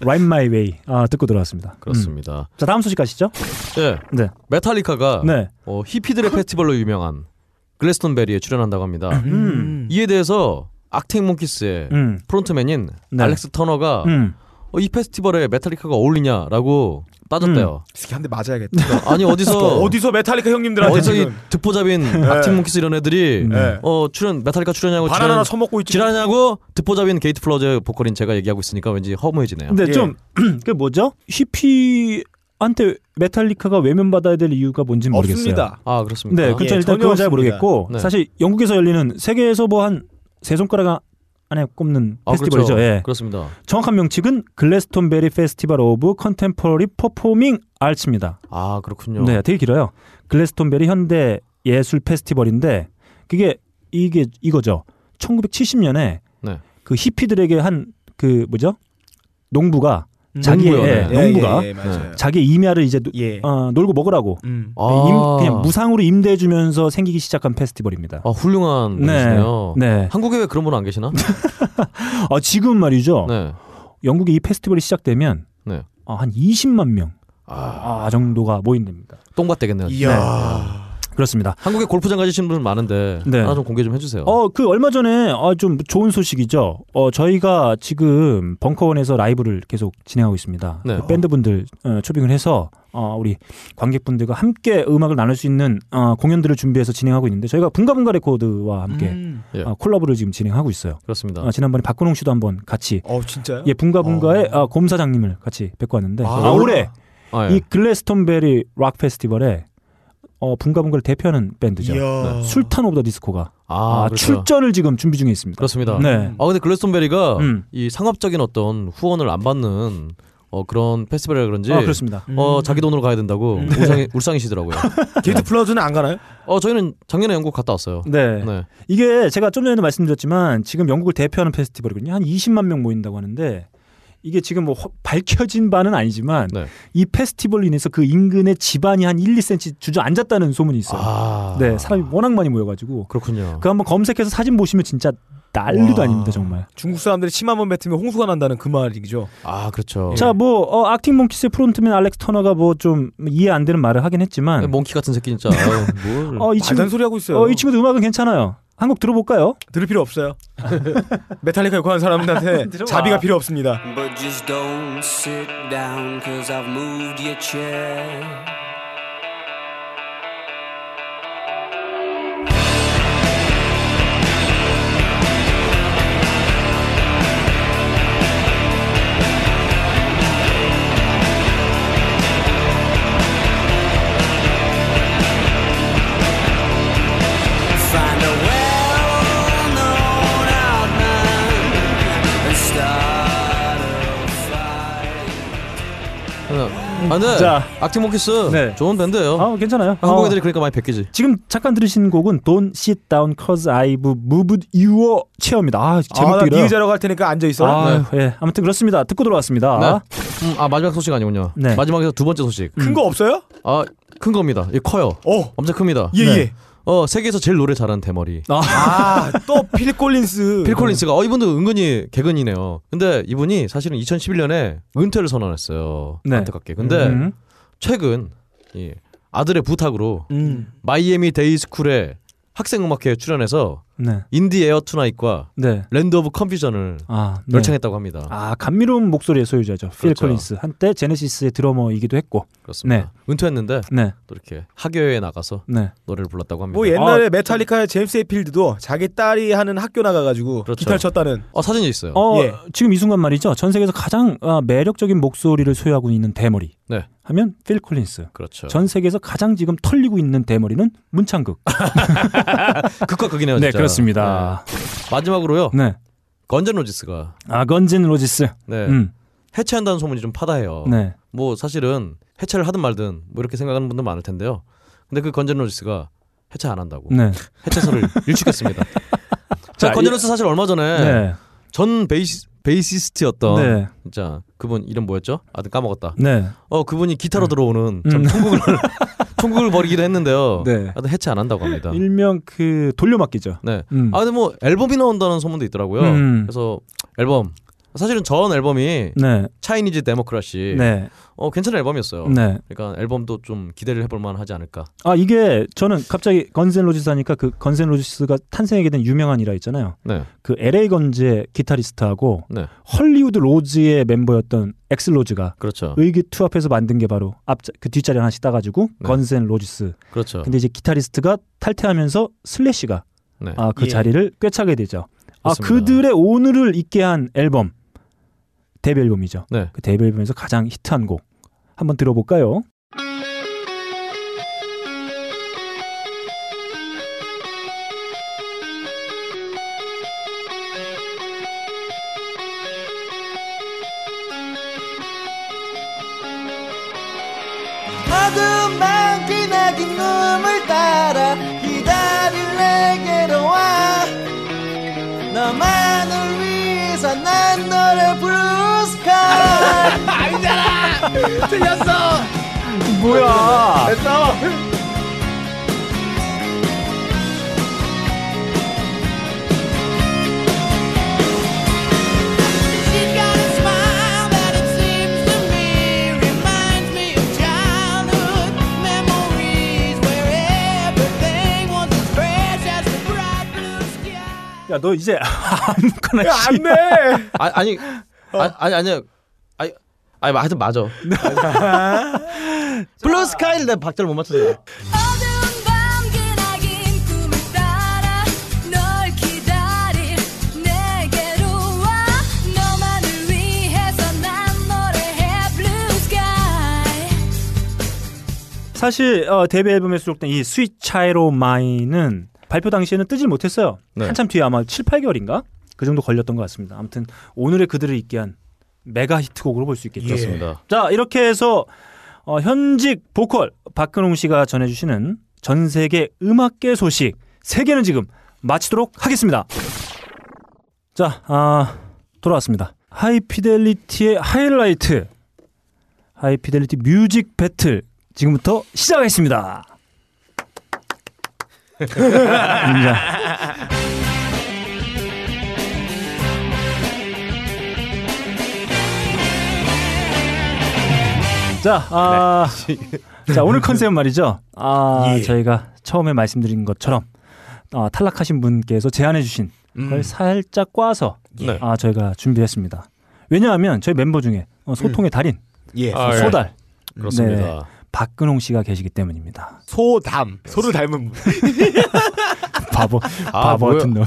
Speaker 1: Ride My Way 아, 듣고 들어왔습니다.
Speaker 3: 그렇습니다.
Speaker 1: 자, 다음 소식 가시죠.
Speaker 3: 예.
Speaker 1: 네.
Speaker 3: 메탈리카가
Speaker 1: 네.
Speaker 3: 어, 히피들의 페스티벌로 유명한 글래스톤베리에 출연한다고 합니다.
Speaker 2: 음.
Speaker 3: 이에 대해서 악탱 몽키스의
Speaker 1: 음.
Speaker 3: 프론트맨인
Speaker 1: 네.
Speaker 3: 알렉스 터너가
Speaker 1: 음.
Speaker 3: 어, 이 페스티벌에 메탈리카가 어울리냐라고 따졌대요.
Speaker 2: 스키 한대
Speaker 1: 음.
Speaker 2: 맞아야겠다.
Speaker 3: 아니, 어디서-
Speaker 2: 어디서 메탈리카 형님들한테
Speaker 3: 어디서 이
Speaker 2: 지금
Speaker 3: 듣보잡인
Speaker 1: 네.
Speaker 3: 악팅 몽키스 이런 애들이 어 출연 메탈리카 출연하고
Speaker 2: 바나나 하나 처먹고 있지.
Speaker 3: 지랄하냐고 듣보잡인 게이트 플러즈 보컬인 제가 얘기하고 있으니까 왠지 허무해지네요.
Speaker 2: 예.
Speaker 1: 근데 좀 그 뭐죠? 히피한테 메탈리카가 외면받아야 될 이유가 뭔지 모르겠어요.
Speaker 2: 없습니다.
Speaker 3: 아 그렇습니다.
Speaker 1: 네, 그렇죠.
Speaker 2: 예,
Speaker 1: 일단
Speaker 2: 전혀
Speaker 1: 그건 잘
Speaker 2: 없습니다.
Speaker 1: 모르겠고
Speaker 3: 네.
Speaker 1: 사실 영국에서 열리는 세계에서 뭐 한 세 손가락 안에 꼽는
Speaker 3: 아,
Speaker 1: 페스티벌이죠.
Speaker 3: 그렇죠.
Speaker 1: 예.
Speaker 3: 그렇습니다.
Speaker 1: 정확한 명칭은 글래스톤베리 페스티벌 오브 컨템포러리 퍼포밍 아츠입니다.
Speaker 3: 아 그렇군요.
Speaker 1: 네, 되게 길어요. 글래스톤베리 현대 예술 페스티벌인데 그게 이게 이거죠. 1970년에
Speaker 3: 네.
Speaker 1: 그 히피들에게 한 그 뭐죠? 농부가 자기의
Speaker 3: 농부요,
Speaker 1: 예,
Speaker 3: 네.
Speaker 1: 농부가
Speaker 2: 음. 예, 예, 맞아요.
Speaker 1: 자기 임야를 이제 노-
Speaker 2: 예.
Speaker 1: 어, 놀고 먹으라고 예,
Speaker 2: 음.
Speaker 3: 아.
Speaker 1: 네, 임- 그냥 무상으로 임대해주면서 생기기 시작한 페스티벌입니다.
Speaker 3: 아 훌륭한
Speaker 1: 네,
Speaker 3: 분이시네요.
Speaker 1: 네.
Speaker 3: 한국에 왜 그런 분 안 계시나?
Speaker 1: 아, 지금 말이죠.
Speaker 3: 네.
Speaker 1: 영국에 이 페스티벌이 시작되면
Speaker 3: 네.
Speaker 1: 아, 한 20만 명
Speaker 3: 아
Speaker 1: 아, 정도가 모인답니다.
Speaker 3: 똥밭 되겠네요.
Speaker 2: 이야.
Speaker 1: 그렇습니다.
Speaker 3: 한국에 골프장 가시는 분들 많은데
Speaker 1: 네.
Speaker 3: 하나 좀 공개 좀 해주세요.
Speaker 1: 어, 그 얼마 전에 아, 좀 좋은 소식이죠. 어, 저희가 지금 벙커원에서 라이브를 계속 진행하고 있습니다.
Speaker 3: 네.
Speaker 1: 그 밴드분들 어, 초빙을 해서 어, 우리 관객분들과 함께 음악을 나눌 수 있는 어, 공연들을 준비해서 진행하고 있는데 저희가 붕가붕가 레코드와
Speaker 2: 음.
Speaker 1: 함께
Speaker 3: 예.
Speaker 1: 어, 콜라보를 지금 진행하고 있어요.
Speaker 3: 그렇습니다.
Speaker 1: 어, 지난번에 박근홍 씨도 한번 같이
Speaker 2: 어 진짜요?
Speaker 1: 예, 붕가붕가의 어, 곰 사장님을 같이 뵙고 왔는데
Speaker 2: 아,
Speaker 1: 아, 올해
Speaker 3: 아, 예.
Speaker 1: 이 글래스톤베리 락 페스티벌에 어, 붕가붕가를 대표하는 밴드죠.
Speaker 3: 이야. 네.
Speaker 1: 술탄 오브 더 디스코가 아,
Speaker 3: 아, 그렇죠.
Speaker 1: 출전을 지금 준비 중에 있습니다.
Speaker 3: 그렇습니다.
Speaker 1: 네.
Speaker 3: 아 근데 글래스톤베리가
Speaker 1: 음.
Speaker 3: 이 상업적인 어떤 후원을 안 받는 어 그런 페스티벌이라 그런지
Speaker 1: 아, 그렇습니다. 음.
Speaker 3: 어 자기 돈으로 가야 된다고 울상이 울상이시더라고요.
Speaker 2: 음. 게이트 플러즈는 안 가나요?
Speaker 3: 어 저희는 작년에 영국 갔다 왔어요.
Speaker 1: 네.
Speaker 3: 네.
Speaker 1: 이게 제가 좀 전에도 말씀드렸지만 지금 영국을 대표하는 페스티벌이거든요. 한 20만 명 모인다고 하는데 이게 지금 뭐 확 밝혀진 바는 아니지만 이 페스티벌로 인해서 그 인근의 집안이 한 1, 2cm 주저앉았다는 소문이 있어요.
Speaker 3: 아.
Speaker 1: 네, 사람이 워낙 많이 모여가지고
Speaker 3: 그렇군요.
Speaker 1: 그 한번 검색해서 사진 보시면 진짜 난리도 아닙니다 정말.
Speaker 2: 중국 사람들이 침 한 번 뱉으면 홍수가 난다는 그 말이죠.
Speaker 3: 아 그렇죠.
Speaker 1: 자, 뭐 어, 악팅 몽키스의 프론트맨 알렉스 터너가 뭐 좀 이해 안 되는 말을 하긴 했지만
Speaker 3: 네, 몽키 같은 새끼 진짜.
Speaker 1: 음. 어, 이 친구
Speaker 2: 말단 소리 하고 있어요.
Speaker 1: 어, 이 친구도 음악은 괜찮아요. 한 곡 들어볼까요?
Speaker 2: 들을 필요 없어요. 메탈리카 욕하는 사람들한테
Speaker 12: 들어봐.
Speaker 2: 자비가 필요 없습니다.
Speaker 12: But just don't sit down, cause I've moved your chair. Find a well-known outman and start a fight.
Speaker 3: 네. 아, 근데
Speaker 1: 음. 자.
Speaker 3: 악팅 몽키스 좋은 밴드예요.
Speaker 1: 아, 괜찮아요.
Speaker 3: 한국
Speaker 1: 어.
Speaker 3: 애들이 그러니까 많이 뵙겠지.
Speaker 1: 지금 잠깐 들으신 곡은 Don't Sit Down Cause I've Moved Your Chair입니다. 아, 제목도
Speaker 2: 아, 나
Speaker 1: 길어요.
Speaker 2: 니의 자라고 네. 할 테니까 앉아 음. 있어.
Speaker 1: 아유, 예. 아무튼 그렇습니다. 듣고 돌아왔습니다.
Speaker 3: 네. 음, 아 마지막 소식 아니군요.
Speaker 1: 네.
Speaker 3: 마지막에서 두 번째 소식.
Speaker 2: 큰 거 없어요?
Speaker 3: 아 큰 겁니다. 이 커요. 엄청 큽니다.
Speaker 2: 예, 예.
Speaker 3: 어 세계에서 제일 노래 잘하는 대머리.
Speaker 2: 아, 또 필콜린스.
Speaker 3: 필콜린스가 어 이분도 은근히 개근이네요. 근데 이분이 사실은 2011년에 은퇴를 선언했어요.
Speaker 1: 네.
Speaker 3: 안타깝게. 근데
Speaker 1: 음.
Speaker 3: 최근 이 아들의 부탁으로
Speaker 2: 음.
Speaker 3: 마이애미 데이스쿨의 학생 음악회에 출연해서
Speaker 1: 네.
Speaker 3: 인디 에어 투나잇과
Speaker 1: 네.
Speaker 3: 랜드 오브 컨퓨전을
Speaker 1: 아, 네.
Speaker 3: 열창했다고 합니다.
Speaker 1: 아, 감미로운 목소리의 소유자죠. 필
Speaker 3: 그렇죠.
Speaker 1: 콜린스. 한때 제네시스의 드러머이기도 했고.
Speaker 3: 그렇습니다. 은퇴했는데
Speaker 1: 네.
Speaker 3: 또 이렇게 학예회에 나가서
Speaker 1: 네.
Speaker 3: 노래를 불렀다고 합니다.
Speaker 2: 뭐 옛날에 메탈리카의 제임스 에필드도 자기 딸이 하는 학교 나가가지고 기타를 쳤다는.
Speaker 3: 어 사진이 있어요.
Speaker 1: 어,
Speaker 2: 예.
Speaker 1: 지금 이 순간 말이죠. 전 세계에서 가장 아, 매력적인 목소리를 소유하고 있는 대머리.
Speaker 3: 네.
Speaker 1: 하면 필 콜린스.
Speaker 3: 그렇죠.
Speaker 1: 전 세계에서 가장 지금 털리고 있는 대머리는 문창극.
Speaker 3: 극과 극이네요.
Speaker 1: 네,
Speaker 3: 진짜.
Speaker 1: 그렇습니다.
Speaker 3: 네. 마지막으로요.
Speaker 1: 네.
Speaker 3: 건전 로지스가
Speaker 1: 아, 건진 로지스.
Speaker 3: 네.
Speaker 1: 음.
Speaker 3: 해체한다는 소문이 좀 파다해요.
Speaker 1: 네.
Speaker 3: 뭐 사실은 해체를 하든 말든 뭐 이렇게 생각하는 분들 많을 텐데요. 근데 그 건전 로지스가 해체 안 한다고
Speaker 1: 네.
Speaker 3: 해체서를 일축했습니다. 자,
Speaker 1: 자,
Speaker 3: 건전
Speaker 1: 이-
Speaker 3: 로지스 사실 얼마 전에
Speaker 1: 네.
Speaker 3: 전 베이시, 베이시스트였던
Speaker 1: 네.
Speaker 3: 진짜 그분 이름 뭐였죠? 아무 까먹었다.
Speaker 1: 네.
Speaker 3: 어 그분이 기타로 들어오는 참
Speaker 1: 음.
Speaker 3: 통곡을 통곡을 벌이기도 했는데요.
Speaker 1: 네.
Speaker 3: 하여튼 해체 안 한다고 합니다.
Speaker 1: 일명 그 돌려막기죠.
Speaker 3: 네.
Speaker 1: 음.
Speaker 3: 아 근데 뭐 앨범이 나온다는 소문도 있더라고요.
Speaker 1: 음.
Speaker 3: 그래서 앨범 사실은 전 앨범이
Speaker 1: 네.
Speaker 3: 차이니즈 데모크라시
Speaker 1: 네.
Speaker 3: 어 괜찮은 앨범이었어요.
Speaker 1: 네.
Speaker 3: 그러니까 앨범도 좀 기대를 해볼 만하지 않을까.
Speaker 1: 아 이게 저는 갑자기 건센 로지스하니까 그 건센 로지스가 탄생하게 된 유명한 일화 있잖아요.
Speaker 3: 네.
Speaker 1: 그 LA 건즈의 기타리스트하고
Speaker 3: 네.
Speaker 1: 헐리우드 로즈의 멤버였던 엑스 로즈가
Speaker 3: 그렇죠.
Speaker 1: 의기투합해서 만든 게 바로 앞 그 뒷자리 하나씩 따가지고
Speaker 3: 네.
Speaker 1: 건센 로지스.
Speaker 3: 그렇죠.
Speaker 1: 근데 이제 기타리스트가 탈퇴하면서 슬래시가
Speaker 3: 네.
Speaker 1: 아, 그
Speaker 3: 예.
Speaker 1: 자리를 꿰차게 되죠. 아
Speaker 3: 그렇습니다.
Speaker 1: 그들의 오늘을 있게 한 앨범 데뷔 앨범이죠.
Speaker 3: 네.
Speaker 1: 그 데뷔 앨범에서 가장 히트한 곡 한번 들어볼까요?
Speaker 4: 어둠만 기나긴 눈물 따라 기다릴 내게로 와 너만을 위해서 난 너를 부르스카 아니잖아 틀렸어
Speaker 1: 뭐야?
Speaker 4: 됐어 She's got a smile that it seems to me reminds me of childhood memories wherever
Speaker 1: 너 이제 아무거나
Speaker 2: 야, 안 돼.
Speaker 3: 아, 아니
Speaker 1: 어.
Speaker 3: 아, 아니 아니 아니 아니 뭐 하여튼 맞아.
Speaker 1: 네.
Speaker 3: 블루 스카이를 내가 박자를 못
Speaker 1: 예.
Speaker 3: 맞췄어.
Speaker 4: 널 기다릴 내게로 와 너만을 위해서 난 노래해 Blue Sky
Speaker 1: 사실 어, 데뷔 앨범에 수록된 이 스윗 차이로 마이는 발표 당시에는 뜨질 못했어요.
Speaker 3: 네.
Speaker 1: 한참 뒤에 아마 7, 8개월인가 그 정도 걸렸던 것 같습니다. 아무튼 오늘의 그들을 있게 한 메가 히트곡으로 볼 수 있겠죠.
Speaker 3: 그렇습니다.
Speaker 1: 자 이렇게 해서 어, 현직 보컬 박근홍 씨가 전해주시는 전 세계 음악계 소식 세개는 지금 마치도록 하겠습니다. 자 아, 돌아왔습니다. 하이피델리티의 하이라이트 하이피델리티 뮤직 배틀 지금부터 시작하겠습니다. 자. 자, 아,
Speaker 3: 네.
Speaker 1: 자 오늘 컨셉 말이죠. 아,
Speaker 2: 예.
Speaker 1: 저희가 처음에 말씀드린 것처럼 아, 탈락하신 분께서 제안해주신
Speaker 3: 음.
Speaker 1: 걸 살짝 꽈서
Speaker 3: 네.
Speaker 2: 예.
Speaker 1: 아, 저희가 준비했습니다. 왜냐하면 저희 멤버 중에 어, 소통의
Speaker 3: 음.
Speaker 1: 달인
Speaker 2: 예.
Speaker 1: 소-
Speaker 2: 아, 예.
Speaker 1: 소달
Speaker 2: 그렇습니다.
Speaker 1: 네. 박근홍 씨가 계시기 때문입니다.
Speaker 2: 소담 소를 닮은 분.
Speaker 1: 바보 바보
Speaker 3: 아, 뭐야. 아.
Speaker 1: 같은 놈.
Speaker 3: 야,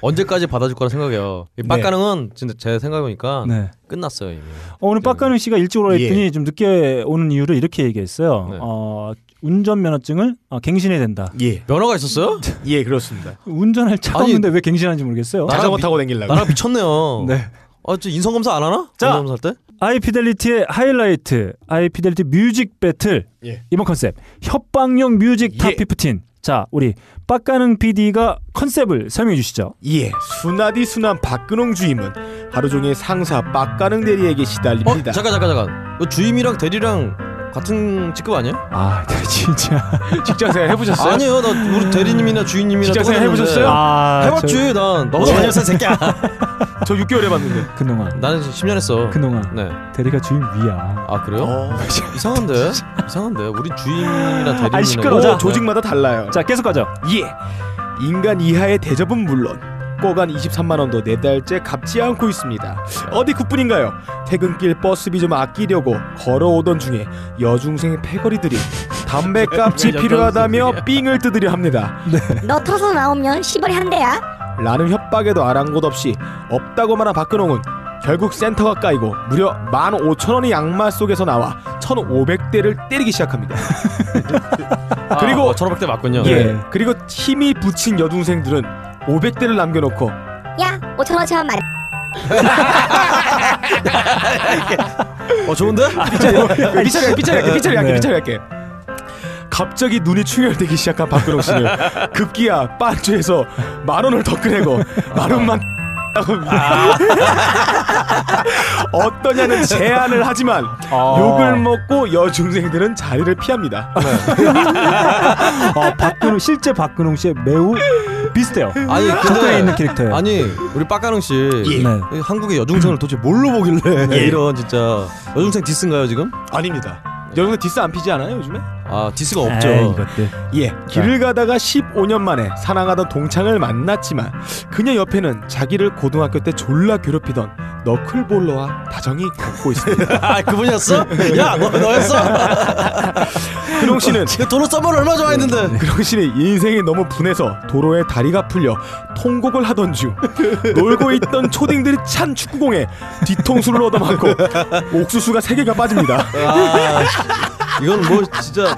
Speaker 3: 언제까지 받아줄 거라 생각해요. 이
Speaker 1: 네.
Speaker 3: 빡가능은 진짜 제 생각해보니까
Speaker 1: 네.
Speaker 3: 끝났어요 이미.
Speaker 1: 어, 오늘 빡가는 씨가 일찍 오라 했더니
Speaker 3: 예.
Speaker 1: 좀 늦게 오는 이유를 이렇게 얘기했어요.
Speaker 3: 네.
Speaker 1: 어, 운전면허증을 어, 갱신해야 된다.
Speaker 2: 예.
Speaker 3: 면허가 있었어요?
Speaker 2: 예, 그렇습니다.
Speaker 1: 운전할 차가
Speaker 3: 아니,
Speaker 1: 없는데 왜 갱신하는지 모르겠어요.
Speaker 2: 아,
Speaker 3: 나라가 미- 나라 미쳤네요.
Speaker 1: 네.
Speaker 3: 아, 저 인성 검사 안 하나?
Speaker 1: 자.
Speaker 3: 인성 검사 할 때?
Speaker 1: 아이피델리티의 하이라이트, 아이피델리티 뮤직 배틀
Speaker 3: 예.
Speaker 1: 이번 컨셉 협박용 뮤직 탑 15. 자, 우리 빡가능 PD가 컨셉을 설명해 주시죠.
Speaker 2: 예, 순하디 순한 박근홍 주임은 하루 종일 상사 빡가능 대리에게 시달립니다.
Speaker 3: 어, 잠깐 잠깐 잠깐. 이거 주임이랑 대리랑 같은 직급 아니야? 네,
Speaker 1: 아, 진짜.
Speaker 2: 직장생활 해보셨어요?
Speaker 3: 아니요, 나 우리 대리님이나 주임님이나
Speaker 2: 직장생활
Speaker 3: 똑같았는데.
Speaker 2: 해보셨어요? 아,
Speaker 3: 해봤지,
Speaker 2: 저-
Speaker 3: 난. 너보다
Speaker 2: 예.
Speaker 3: 많이 했어, 새끼야.
Speaker 2: 아, 저 6개월 해봤는데.
Speaker 1: 그놈아.
Speaker 3: 나는 10년 했어.
Speaker 1: 그놈아.
Speaker 3: 네.
Speaker 1: 대리가 주임 위야.
Speaker 3: 아 그래요? 이상한데, 이상한데. 우리 주임이나 대리님이나
Speaker 2: 어.
Speaker 3: 뭐 네.
Speaker 2: 아 시끄러워.
Speaker 3: 이거-
Speaker 2: 조직마다 달라요.
Speaker 1: 자 계속 가죠.
Speaker 2: 예. 인간 이하의 대접은 물론 꼬간 23만 원도 네 달째 갚지 않고 있습니다. 어디 그뿐인가요? 퇴근길 버스비 좀 아끼려고 걸어오던 중에 여중생 패거리들이 담배 값이 필요하다며 삥을 뜯으려 합니다.
Speaker 13: 너 터서 나오면 시벌이 한대야.
Speaker 2: 라는 협박에도 아랑곳 없이 없다고 말한 박근홍은 결국 센터가 까이고 무려 15,000원의 양말 속에서 나와 1,500대를 때리기 시작합니다. 그리고
Speaker 3: 아, 1,500대 맞군요.
Speaker 2: 예.
Speaker 3: 네.
Speaker 2: 그리고 힘이 붙인 여동생들은 500대를 남겨놓고
Speaker 13: 야, 5천 원치만 말해.
Speaker 3: 어 좋은데?
Speaker 2: 삐처리할게삐처리할게삐처리할게
Speaker 3: 네.
Speaker 2: 삐처리할게 갑자기 눈이 충혈되기 시작한 박근홍 씨는 급기야 반주에서 만 원을 더 꺼내고 만 원만 하고 어떠냐는 제안을 하지만 욕을 먹고 여중생들은 자리를 피합니다.
Speaker 1: 아, 박근홍 실제 박근홍 씨의 매우 비슷해요.
Speaker 3: 아니
Speaker 1: 가까이
Speaker 3: 근데
Speaker 1: 있는 캐릭터예요.
Speaker 3: 네. 아니 우리 빡가능 씨
Speaker 1: 네.
Speaker 3: 이 한국의 여중생을 도대체 뭘로 보길래
Speaker 2: 예.
Speaker 3: 이런 진짜 여중생 디스인가요 지금?
Speaker 2: 아닙니다. 여중생 디스 안 피지 않아요 요즘에?
Speaker 3: 아 디스가 없죠.
Speaker 2: 에이,
Speaker 1: 네.
Speaker 2: 예, 길을 가다가 15년 만에 사랑하던 동창을 만났지만 그녀 옆에는 자기를 고등학교 때 졸라 괴롭히던 너클볼러와 다정히 걷고 있습니다.
Speaker 3: 아 그분이었어? 야 너 너였어?
Speaker 2: 근홍 씨는
Speaker 3: 도로 서머를 얼마 좋아했는데?
Speaker 2: 근홍 씨는 인생이 너무 분해서 도로에 다리가 풀려 통곡을 하던 중 놀고 있던 초딩들이 찬 축구공에 뒤통수를 얻어맞고 옥수수가 세 개가 빠집니다.
Speaker 3: 아, 이건 뭐 진짜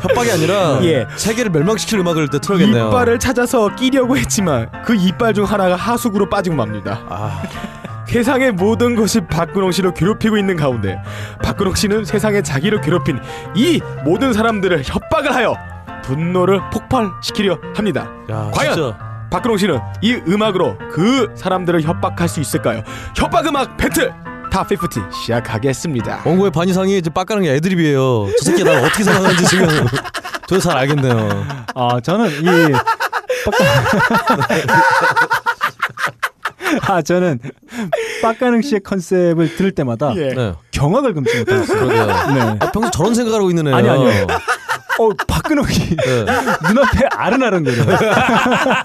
Speaker 3: 협박이 아니라
Speaker 2: 예.
Speaker 3: 세계를 멸망시킬 음악을 때 틀어야겠네요.
Speaker 2: 이빨을 찾아서 끼려고 했지만 그 이빨 중 하나가 하수구로 빠지고 맙니다.
Speaker 3: 아.
Speaker 2: 세상의 모든 것이 박근홍 씨를 괴롭히고 있는 가운데 박근홍 씨는 세상에 자기를 괴롭힌 이 모든 사람들을 협박을 하여 분노를 폭발시키려 합니다.
Speaker 3: 야,
Speaker 2: 과연
Speaker 3: 진짜.
Speaker 2: 박근홍 씨는 이 음악으로 그 사람들을 협박할 수 있을까요? 협박 음악 배틀 탑50 시작하겠습니다.
Speaker 3: 원고의 반 이상이 이제 빡가는 게 애드립이에요. 저 새끼 나 어떻게 생각하는지 지금 저도 잘 알겠네요.
Speaker 1: 아 저는 이 아 저는 빡가능 씨의 컨셉을 들을 때마다
Speaker 3: 네.
Speaker 1: 경악을 금치 못하겠어요.
Speaker 3: 그러게요.
Speaker 1: 네.
Speaker 3: 아, 평소 저런 생각하고 있는 애예요.
Speaker 1: 아니 아니요. 어, 박근홍이
Speaker 3: 네.
Speaker 1: 눈앞에 아른아른거려.
Speaker 3: 아.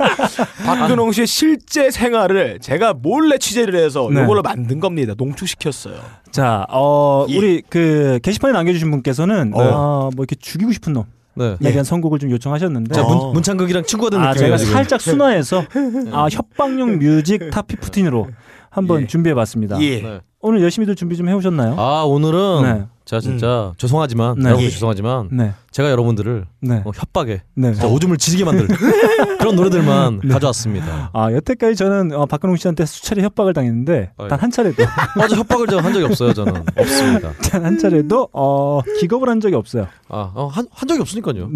Speaker 2: 박근홍 씨의 실제 생활을 제가 몰래 취재를 해서
Speaker 1: 네.
Speaker 2: 이걸로 만든 겁니다. 농축시켰어요.
Speaker 1: 자, 어, 우리 그 게시판에 남겨주신 분께서는
Speaker 3: 네.
Speaker 1: 어, 뭐 이렇게 죽이고 싶은 놈. 에 대한 선곡을 좀 요청하셨는데
Speaker 3: 예. 자, 문- 문창극이랑 친구가 된
Speaker 1: 네. 어. 아, 저희가
Speaker 3: 느낌이에요, 지금.
Speaker 1: 살짝 순화해서
Speaker 3: 예.
Speaker 1: 아, 협박용 뮤직 탑 15으로 한번 준비해봤습니다.
Speaker 3: 예. 네.
Speaker 1: 오늘 열심히들 준비 좀 해오셨나요?
Speaker 3: 아 오늘은
Speaker 1: 네.
Speaker 3: 제가 진짜 죄송하지만
Speaker 1: 네.
Speaker 3: 여러분
Speaker 1: 예.
Speaker 3: 죄송하지만
Speaker 1: 네.
Speaker 3: 제가 여러분들을
Speaker 1: 네.
Speaker 3: 어, 협박에
Speaker 1: 네.
Speaker 3: 진짜 오줌을 지리게 만들 그런 노래들만 가져왔습니다.
Speaker 1: 아 여태까지 저는 어, 박근홍 씨한테 수차례 협박을 당했는데
Speaker 3: 어이.
Speaker 1: 단 한 차례도
Speaker 3: 맞아 협박을 제가 한 적이 없어요 저는
Speaker 1: 네.
Speaker 3: 없습니다.
Speaker 1: 단 한 차례도 어, 기겁을 한 적이 없어요.
Speaker 3: 아한 한 적이 없으니까요.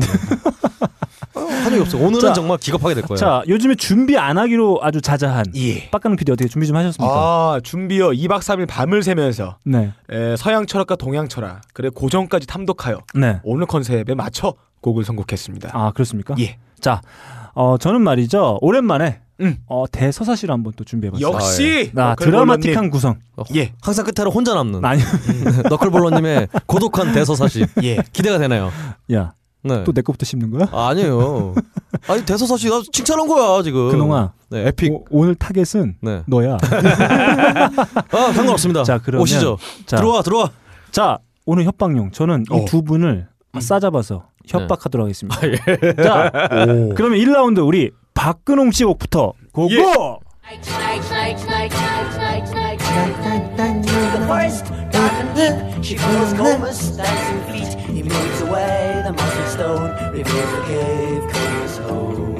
Speaker 3: 어, 한 적이 없어. 요 오늘은
Speaker 1: 네. 자,
Speaker 3: 정말 기겁하게 될 거예요.
Speaker 1: 자 요즘에 준비 안 하기로 아주 자자한
Speaker 3: 예.
Speaker 2: 예.
Speaker 1: 박근홍 PD 어떻게 준비 좀
Speaker 3: 그러니까.
Speaker 1: 하셨습니까?
Speaker 2: 아 준비요 2박 3일 밤을 새면서
Speaker 1: 네.
Speaker 2: 에, 서양 철학과 동양 철학 그래 고전까지 탐독하여
Speaker 1: 네.
Speaker 2: 오늘 컨셉에 맞춰 곡을 선곡했습니다.
Speaker 1: 아 그렇습니까? 예. 자, 어, 저는 말이죠 오랜만에
Speaker 3: 음.
Speaker 1: 어, 대서사시를 한번 또 준비해봤어요.
Speaker 3: 역시!
Speaker 1: 나
Speaker 3: 너클볼러님.
Speaker 1: 아, 드라마틱한 구성.
Speaker 2: 예.
Speaker 3: 어, 항상 끝으로 혼자 남는
Speaker 1: 아니
Speaker 3: 너클볼러님의 고독한 대서사시
Speaker 1: 예.
Speaker 3: 기대가 되나요?
Speaker 1: 야,
Speaker 3: 네.
Speaker 1: 또 내 거부터 씹는 거야?
Speaker 3: 아, 아니에요. 아니 대서사시 나 칭찬한 거야 지금.
Speaker 1: 근홍아.
Speaker 3: 네, 에픽.
Speaker 1: 오, 늘 타겟은
Speaker 3: 네.
Speaker 1: 너야.
Speaker 3: 아 상관없습니다.
Speaker 1: 자, 그러면
Speaker 3: 오시죠. 들어와 들어와.
Speaker 1: 자, 오늘 협박용 저는
Speaker 3: 어.
Speaker 1: 이 두 분을 싸잡아서 협박하도록 하겠습니다.
Speaker 3: 네. 예.
Speaker 1: 자, 그러면 1라운드 우리 박근홍 씨 곡부터 고고.
Speaker 2: 예.
Speaker 14: The forest, dark and deep, she grows comas, dancing feet. He moves away, the mossy stone reveals the cave, comas home.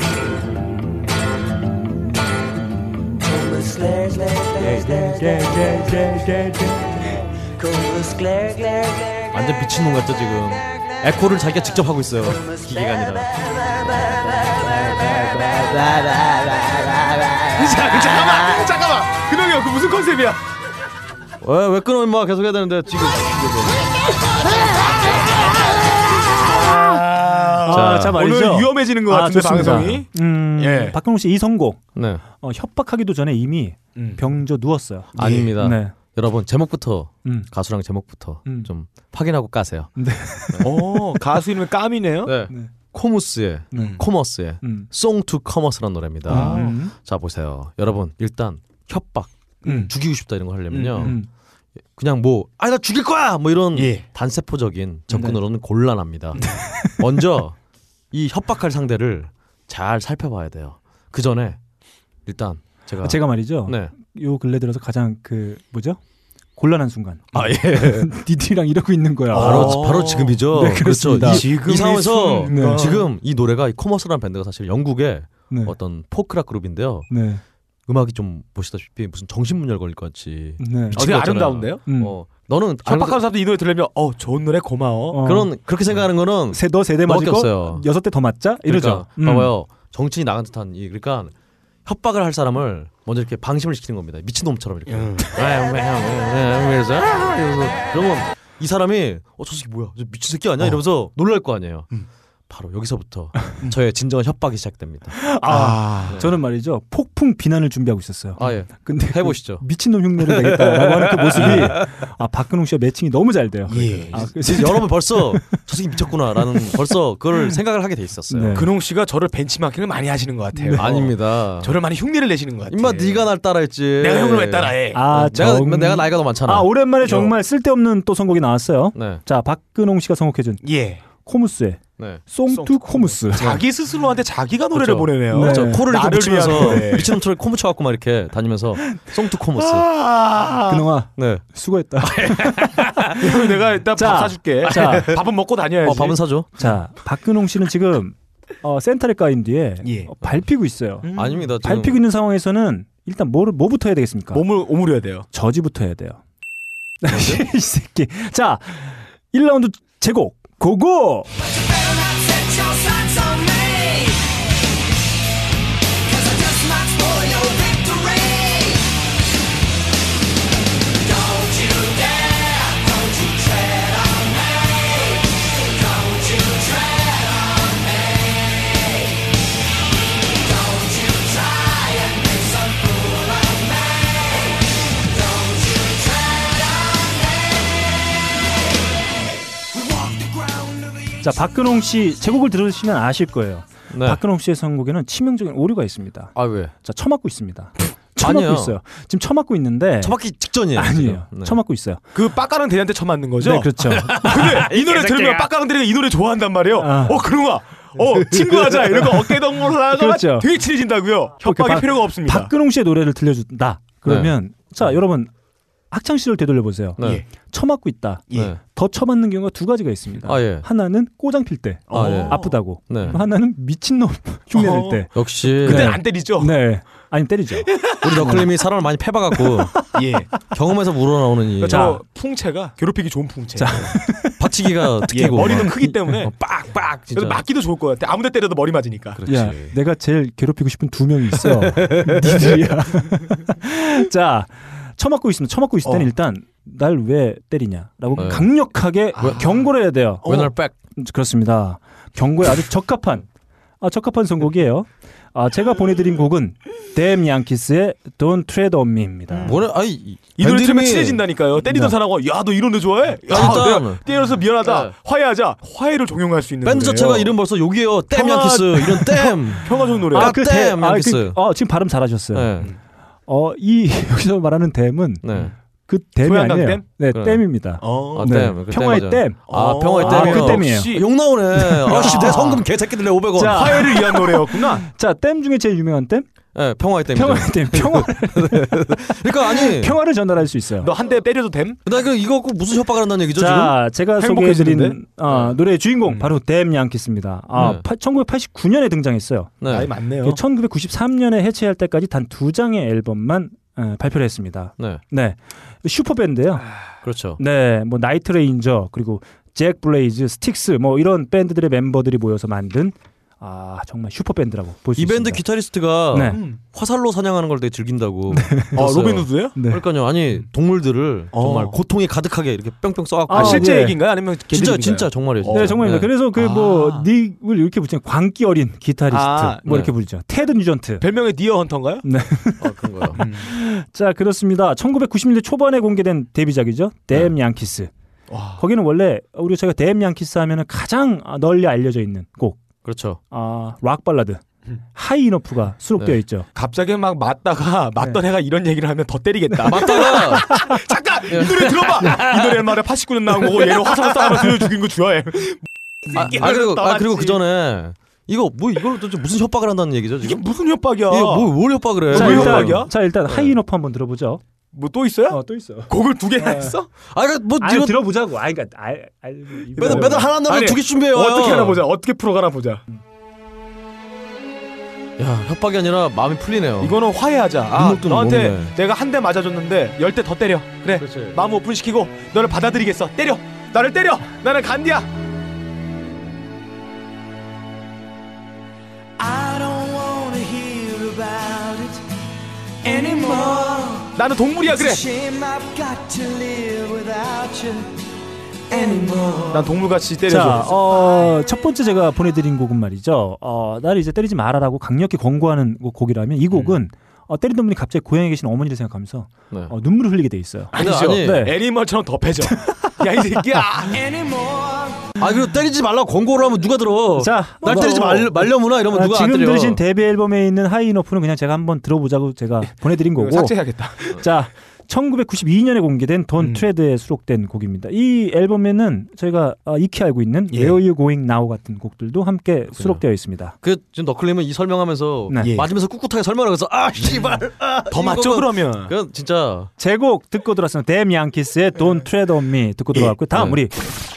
Speaker 14: Comas glare, glare, glare, glare, glare, glare, glare, glare. Comas glare, glare, glare,
Speaker 3: 완전 미친놈 같죠 지금. 에코를 자기가 직접 하고 있어요. 기계가 아니라.
Speaker 2: 자, 그 잠깐만 잠깐만 근홍이 형그 무슨 컨셉이야?
Speaker 3: 왜, 왜 끊어 임마 계속해야 되는데 지금.
Speaker 1: 아, 자, 말이죠.
Speaker 2: 오늘 위험해지는 것
Speaker 1: 아,
Speaker 2: 같은데
Speaker 1: 좋습니다.
Speaker 2: 방송이.
Speaker 1: 음,
Speaker 2: 예.
Speaker 1: 박근홍 씨 이 선곡.
Speaker 3: 네.
Speaker 1: 어, 협박하기도 전에 이미
Speaker 2: 음.
Speaker 1: 병저 누웠어요.
Speaker 3: 아닙니다.
Speaker 1: 네.
Speaker 3: 여러분 제목부터
Speaker 1: 음.
Speaker 3: 가수랑 제목부터
Speaker 1: 음.
Speaker 3: 좀 확인하고 까세요.
Speaker 1: 네.
Speaker 2: 오 어, 가수 이름이 음. 까미네요.
Speaker 3: 네. 코무스의 코머스의
Speaker 2: 음.
Speaker 3: Song to Commerce라는 노래입니다.
Speaker 2: 아. 음.
Speaker 3: 자 보세요, 여러분 일단 협박,
Speaker 2: 음.
Speaker 3: 죽이고 싶다 이런 거 하려면요.
Speaker 2: 음, 음.
Speaker 3: 그냥 뭐 아니 나 죽일 거야 뭐 이런
Speaker 1: 예.
Speaker 2: 예.
Speaker 3: 단세포적인 접근으로는 곤란합니다. 먼저 이 협박할 상대를 잘 살펴봐야 돼요. 그 전에 일단 제가
Speaker 1: 제가 말이죠.
Speaker 3: 네.
Speaker 1: 요 근래 들어서 가장 그 뭐죠? 곤란한 순간.
Speaker 3: 아, 예. 아, 그렇죠.
Speaker 1: 니들이랑 이러고 있는 거야.
Speaker 3: 바로 바로 어. 지금이죠.
Speaker 1: 네, 그렇습니다.
Speaker 3: 이, 이 상황에서
Speaker 1: 네.
Speaker 3: 지금 이 노래가 이 코머스라는 밴드가 사실 영국의
Speaker 1: 네.
Speaker 3: 어떤 포크락 그룹인데요.
Speaker 1: 네.
Speaker 3: 음악이 좀 보시다시피 무슨 정신문열 걸릴 것 같이.
Speaker 1: 네.
Speaker 3: 미친
Speaker 2: 되게
Speaker 3: 것 음. 같잖아요.
Speaker 2: 아름다운데요? 음.
Speaker 3: 어, 너는
Speaker 2: 협박하는 사람도 이 노래 들으면 어 좋은 노래
Speaker 1: 어.
Speaker 2: 고마워.
Speaker 3: 그런 그렇게 생각하는 거는
Speaker 1: 세, 너 세대
Speaker 3: 너밖에
Speaker 1: 맞고
Speaker 3: 없어요.
Speaker 1: 여섯 대 더 맞자 이러죠. 음.
Speaker 3: 그러니까, 봐봐요. 정신이 나간 듯한 이 그러니까 협박을 할 사람을 먼저 이렇게 방심을 시키는 겁니다. 미친 놈처럼 이렇게. 아, 이러면서 그러면 이 사람이 어저 새끼 뭐야? 저 미친 새끼 아니야? 이러면서 놀랄 거 아니에요. 바로 여기서부터 저의 진정한 협박이 시작됩니다.
Speaker 1: 아,
Speaker 3: 네.
Speaker 1: 저는 말이죠 폭풍 비난을 준비하고 있었어요.
Speaker 3: 아, 예.
Speaker 1: 근데
Speaker 3: 해보시죠.
Speaker 1: 그 미친놈 흉내를 내겠다라고 하는 그 모습이 아 박근홍 씨와 매칭이 너무 잘 돼요.
Speaker 3: 예,
Speaker 2: 예.
Speaker 1: 아, 그래서
Speaker 3: 지금 여러분 벌써 저 새끼 미쳤구나라는 벌써 그걸 생각을 하게 돼 있었어요.
Speaker 2: 네. 근홍 씨가 저를 벤치마킹을 많이 하시는 것 같아요.
Speaker 3: 네. 아닙니다.
Speaker 2: 저를 많이 흉내를 내시는 것 같아요.
Speaker 3: 임마 네가 날 따라했지.
Speaker 2: 내가 형을 왜 따라해? 예.
Speaker 1: 아,
Speaker 3: 어, 내가
Speaker 1: 정-
Speaker 3: 내가 나이가 더 많잖아.
Speaker 1: 아 오랜만에 정말 쓸데없는 또 선곡이 나왔어요. 자 박근홍 씨가 선곡해준
Speaker 2: 예.
Speaker 1: 코무스의
Speaker 3: 네.
Speaker 1: 송투 코무스.
Speaker 2: 자기 스스로한테 자기가 노래를 보내네요.
Speaker 3: 그렇죠. 코를 이렇게
Speaker 2: 나를 네.
Speaker 3: 붙이면서
Speaker 2: 위한 노래.
Speaker 3: 미친놈처럼 코 붙여갖고 막 이렇게 다니면서 송투 코모스.
Speaker 2: 아~
Speaker 1: 근홍아,
Speaker 3: 네.
Speaker 1: 수고했다.
Speaker 2: 그럼 내가 일단 밥 사줄게.
Speaker 1: 자.
Speaker 2: 아, 밥은 먹고 다녀야지.
Speaker 1: 어, 밥은 사줘. 자, 박근홍 씨는 지금 어, 센터를 까인 뒤에
Speaker 3: 예.
Speaker 1: 어, 밟히고 있어요.
Speaker 3: 아닙니다. 지금.
Speaker 1: 밟히고 있는 상황에서는 일단 뭐를 뭐부터 해야 되겠습니까?
Speaker 2: 몸을 오므려야 돼요.
Speaker 1: 저지부터 해야 돼요.
Speaker 3: 네.
Speaker 1: 이 새끼. 자, 1라운드 제곡 고고.
Speaker 14: We walk the ground of the
Speaker 1: 자 박근홍 씨 제곡을 들으시면 아실 거예요.
Speaker 3: 네.
Speaker 1: 박근홍 씨의 선곡에는 치명적인 오류가 있습니다.
Speaker 3: 아 왜?
Speaker 1: 자 처맞고 있습니다. 처맞고
Speaker 3: 아니에요.
Speaker 1: 있어요. 지금 처맞고 있는데
Speaker 3: 처맞기 직전이에요.
Speaker 1: 아니에요.
Speaker 3: 지금. 네.
Speaker 1: 처맞고 있어요.
Speaker 2: 그 빡가랑 대리한테 처맞는 거죠?
Speaker 1: 네, 그렇죠.
Speaker 2: 근데 이 노래 들으면 빡가랑 대리가 이 노래 좋아한단 말이에요. 어 그런가? 어 친구하자 이런 거 어깨 동무로다가
Speaker 1: 그렇죠.
Speaker 2: 되게 친해진다고요.
Speaker 1: 이렇게
Speaker 2: 협박의
Speaker 1: 박-
Speaker 2: 필요가 없습니다.
Speaker 1: 박근홍 씨의 노래를 들려준다. 그러면 자 여러분 학창 시절 되돌려 보세요.
Speaker 3: 네. 예.
Speaker 1: 처맞고 있다.
Speaker 3: 예.
Speaker 1: 더 처맞는 경우가 두 가지가 있습니다.
Speaker 3: 아, 예.
Speaker 1: 하나는 꼬장 필 때,
Speaker 3: 아, 예.
Speaker 1: 아프다고.
Speaker 3: 네. 어.
Speaker 1: 하나는 미친놈 흉내 낼 때.
Speaker 3: 역시
Speaker 1: 그땐 안
Speaker 3: 어.
Speaker 2: 때리죠.
Speaker 1: 네, 아니 때리죠.
Speaker 3: 우리 너클님이 사람을 많이 패봐갖고
Speaker 2: 예. 그렇죠.
Speaker 3: 경험에서 우러나오는 이.
Speaker 2: 저 풍채가 괴롭히기 좋은 풍채.
Speaker 3: 박치기가
Speaker 2: 예,
Speaker 3: 특기고
Speaker 2: 머리도
Speaker 3: 막.
Speaker 2: 크기 때문에
Speaker 3: 어,
Speaker 2: 빡빡.
Speaker 3: 진짜.
Speaker 2: 그래서 맞기도 좋을 것 같아. 아무데 때려도 머리 맞으니까.
Speaker 1: 야, 내가 제일 괴롭히고 싶은 두 명이 있어. 니들이야. 자, 처맞고 있으면 처맞고 있을 때는
Speaker 2: 어.
Speaker 1: 일단 날 왜 때리냐라고
Speaker 3: 네. 어?
Speaker 1: 강력하게 경고를 해야 돼요.
Speaker 3: 왜 날 빽?
Speaker 1: 그렇습니다. 경고에 아주 적합한 아, 적합한 선곡이에요. 아, 제가 보내드린 곡은 댐 양키스의 Don't Tread on Me입니다.
Speaker 3: 뭐래? 아이 이
Speaker 2: 이 노래 들으면 친해진다니까요. 때리던
Speaker 1: 네.
Speaker 2: 사람하고 야 너 이런 데 좋아해? 야
Speaker 3: 일단- 네.
Speaker 2: 내가 때려서 미안하다. 화해하자. 화해를 종용할 수 있는
Speaker 3: 밴드 자체가 이름 벌써 욕이에요. 댐 양키스 이런 댐.
Speaker 2: 평화적 노래.
Speaker 1: 그 댐, 아, 그, 어, 지금 발음 잘하셨어요.
Speaker 3: 네.
Speaker 1: 어, 이 여기서 말하는 댐은 그 댐이
Speaker 3: 소양강
Speaker 1: 아니에요.
Speaker 3: 댐?
Speaker 1: 네,
Speaker 3: 그래.
Speaker 1: 댐입니다.
Speaker 3: 어. 네. 아,
Speaker 1: 네,
Speaker 3: 댐. 그
Speaker 1: 평화의
Speaker 3: 댐이죠.
Speaker 1: 댐.
Speaker 2: 어,
Speaker 3: 아, 평화의
Speaker 1: 아,
Speaker 3: 댐이요.
Speaker 1: 그 댐이에요.
Speaker 3: 역시. 욕 나오네. 아씨 내 성금 개새끼들 내 500원.
Speaker 2: 화해를 위한 노래였구나.
Speaker 1: 자, 댐 중에 제일 유명한 댐?
Speaker 3: 네, 평화의 댐.
Speaker 1: 평화의 댐. 평화.
Speaker 3: 그러니까 아니.
Speaker 1: 평화를 전달할 수 있어요.
Speaker 2: 너 한 대 때려도 됨?
Speaker 3: 나 그, 이거 꼭 무슨 협박을 한다는 얘기죠,
Speaker 1: 자,
Speaker 3: 지금?
Speaker 1: 제가 소개해드린
Speaker 3: 행복해지는데? 음.
Speaker 1: 어, 노래의 주인공 바로 댐 양키스입니다. 아,
Speaker 3: 네.
Speaker 1: 팔- 1989년에 등장했어요.
Speaker 3: 네. 나이
Speaker 2: 많네요.
Speaker 1: 1993년에 해체할 때까지 단 두 장의 앨범만 어, 발표를 했습니다.
Speaker 3: 네.
Speaker 1: 슈퍼밴드예요.
Speaker 3: 그렇죠.
Speaker 1: 네, 뭐 나이트 레인저 그리고 잭 블레이즈, 스틱스 뭐 이런 밴드들의 멤버들이 모여서 만든 아 정말 슈퍼 밴드라고 볼 수
Speaker 3: 이
Speaker 1: 있습니다.
Speaker 3: 밴드 기타리스트가 음.
Speaker 1: 네.
Speaker 3: 화살로 사냥하는 걸 되게 즐긴다고.
Speaker 1: 아,
Speaker 3: 들었어요.
Speaker 1: 로빈 후드요? 네. 어.
Speaker 3: 그러니까요. 아니 동물들을 정말 고통이 가득하게 이렇게 뿅뿅 쏘고.
Speaker 1: 아, 실제 얘기인가요?
Speaker 2: 아니면
Speaker 3: 예. 진짜
Speaker 1: 걔들인가요?
Speaker 3: 진짜 정말이에요.
Speaker 1: 네, 정말입니다. 그래서 그
Speaker 3: 아.
Speaker 1: 뭐 닉을 이렇게 붙이는 광기 어린 기타리스트
Speaker 2: 아,
Speaker 1: 뭐
Speaker 2: 네.
Speaker 1: 이렇게 부르죠. 테드 뉴전트.
Speaker 2: 별명이 니어 헌터인가요?
Speaker 1: 네.
Speaker 3: 아,
Speaker 1: 음. 자, 그렇습니다. 1990년대 초반에 공개된 데뷔작이죠. 댐
Speaker 2: 네.
Speaker 1: 양키스. 거기는 원래 우리 저희가 댐 양키스 하면은 가장 아, 널리 알려져 있는 곡.
Speaker 3: 그렇죠.
Speaker 1: 아, 락 발라드. 하이 이너프가 수록되어
Speaker 2: 네.
Speaker 1: 있죠.
Speaker 2: 갑자기 막
Speaker 3: 네.
Speaker 2: 맞다가 맞던 애가 이런 얘기를 하면 더 때리겠다.
Speaker 3: 아, 맞다가
Speaker 2: 잠깐 이 노래 들어봐. 이 노래 말에 89년 나온 거고 얘는 화살 쏴서 들려 죽인 거 좋아해.
Speaker 3: 아, 아, 그리고 아 그리고 그 전에 이거 뭐 이걸 도대체 무슨 협박을 한다는 얘기죠 지금? 이게
Speaker 2: 무슨 협박이야?
Speaker 3: 이게 뭐, 뭘
Speaker 2: 네.
Speaker 3: 협박을 해?
Speaker 1: 자,
Speaker 3: 뭘
Speaker 1: 일단, 자, 일단 하이 이너프 한번 들어보죠.
Speaker 2: 뭐 또 있어요?
Speaker 1: 어, 또 있어요.
Speaker 2: 곡을 두 개나 했어?
Speaker 3: 아, 그러니까 뭐
Speaker 1: 아니,
Speaker 2: 이거-
Speaker 1: 들어보자고. 아, 그러니까 알, 알,
Speaker 2: 매달
Speaker 1: 이거-
Speaker 2: 매달 하나 나면
Speaker 3: 아니,
Speaker 2: 두개 준비해요.
Speaker 3: 어떻게 하나 보자.
Speaker 2: 어떻게 풀어가나 보자.
Speaker 3: 야 협박이 아니라 마음이 풀리네요.
Speaker 2: 어. 이거는 화해하자. 아,
Speaker 3: 눈물도
Speaker 2: 너한테
Speaker 3: 녹네.
Speaker 2: 내가 한 대 맞아줬는데 열 대 더 때려. 그래. 마음 오픈시키고 너를 받아들이겠어. 때려. 나를 때려. 나는 간디야.
Speaker 4: I don't wanna hear about it anymore.
Speaker 2: 나는 동물이야 그래.
Speaker 4: It's a shame I've got to live without you anymore.
Speaker 2: 난 동물같이 때려줘.
Speaker 1: 자, 어, 첫 번째 제가 보내드린 곡은 말이죠. 어, 나를 이제 때리지 말아라고 강력히 권고하는 곡- 곡이라면 이
Speaker 2: 음.
Speaker 1: 곡은 어, 때리던 분이 갑자기 고향에 계신 어머니를 생각하면서
Speaker 3: 네.
Speaker 1: 어, 눈물을 흘리게 돼 있어요.
Speaker 2: 아니죠.
Speaker 1: 네.
Speaker 2: 애니멀처럼 더 패져. 야 이 새끼야.
Speaker 3: 아 그리고 때리지 말라 고 권고를 하면 누가 들어?
Speaker 1: 자,
Speaker 3: 날
Speaker 1: 뭐-
Speaker 3: 때리지 말 말려무나 이러면
Speaker 1: 아,
Speaker 3: 누가 안
Speaker 1: 지금
Speaker 3: 때려?
Speaker 1: 들으신 데뷔 앨범에 있는 하이너프는 그냥 제가 한번 들어보자고 제가
Speaker 3: 예.
Speaker 1: 보내드린 거고.
Speaker 2: 이거 삭제해야겠다.
Speaker 1: 자, 1992년에 공개된 돈
Speaker 3: 음.
Speaker 1: 트레드에 수록된 곡입니다. 이 앨범에는 저희가 어, 익히 알고 있는
Speaker 3: 예.
Speaker 1: Where Are You Going Now 같은 곡들도 함께 수록되어 있습니다.
Speaker 3: 그 지금 너클님은 이 설명하면서
Speaker 1: 네. 예.
Speaker 3: 맞으면서 꿋꿋하게 설명을 해서 아 씨발 아,
Speaker 1: 더 맞죠,
Speaker 3: 이거는-
Speaker 1: 그러면?
Speaker 3: 그건 진짜
Speaker 1: 제곡 듣고 들었으면 댐 양키스의
Speaker 3: 예.
Speaker 1: Don't Tread on Me 듣고 들어갔고 다음
Speaker 3: 네.
Speaker 1: 우리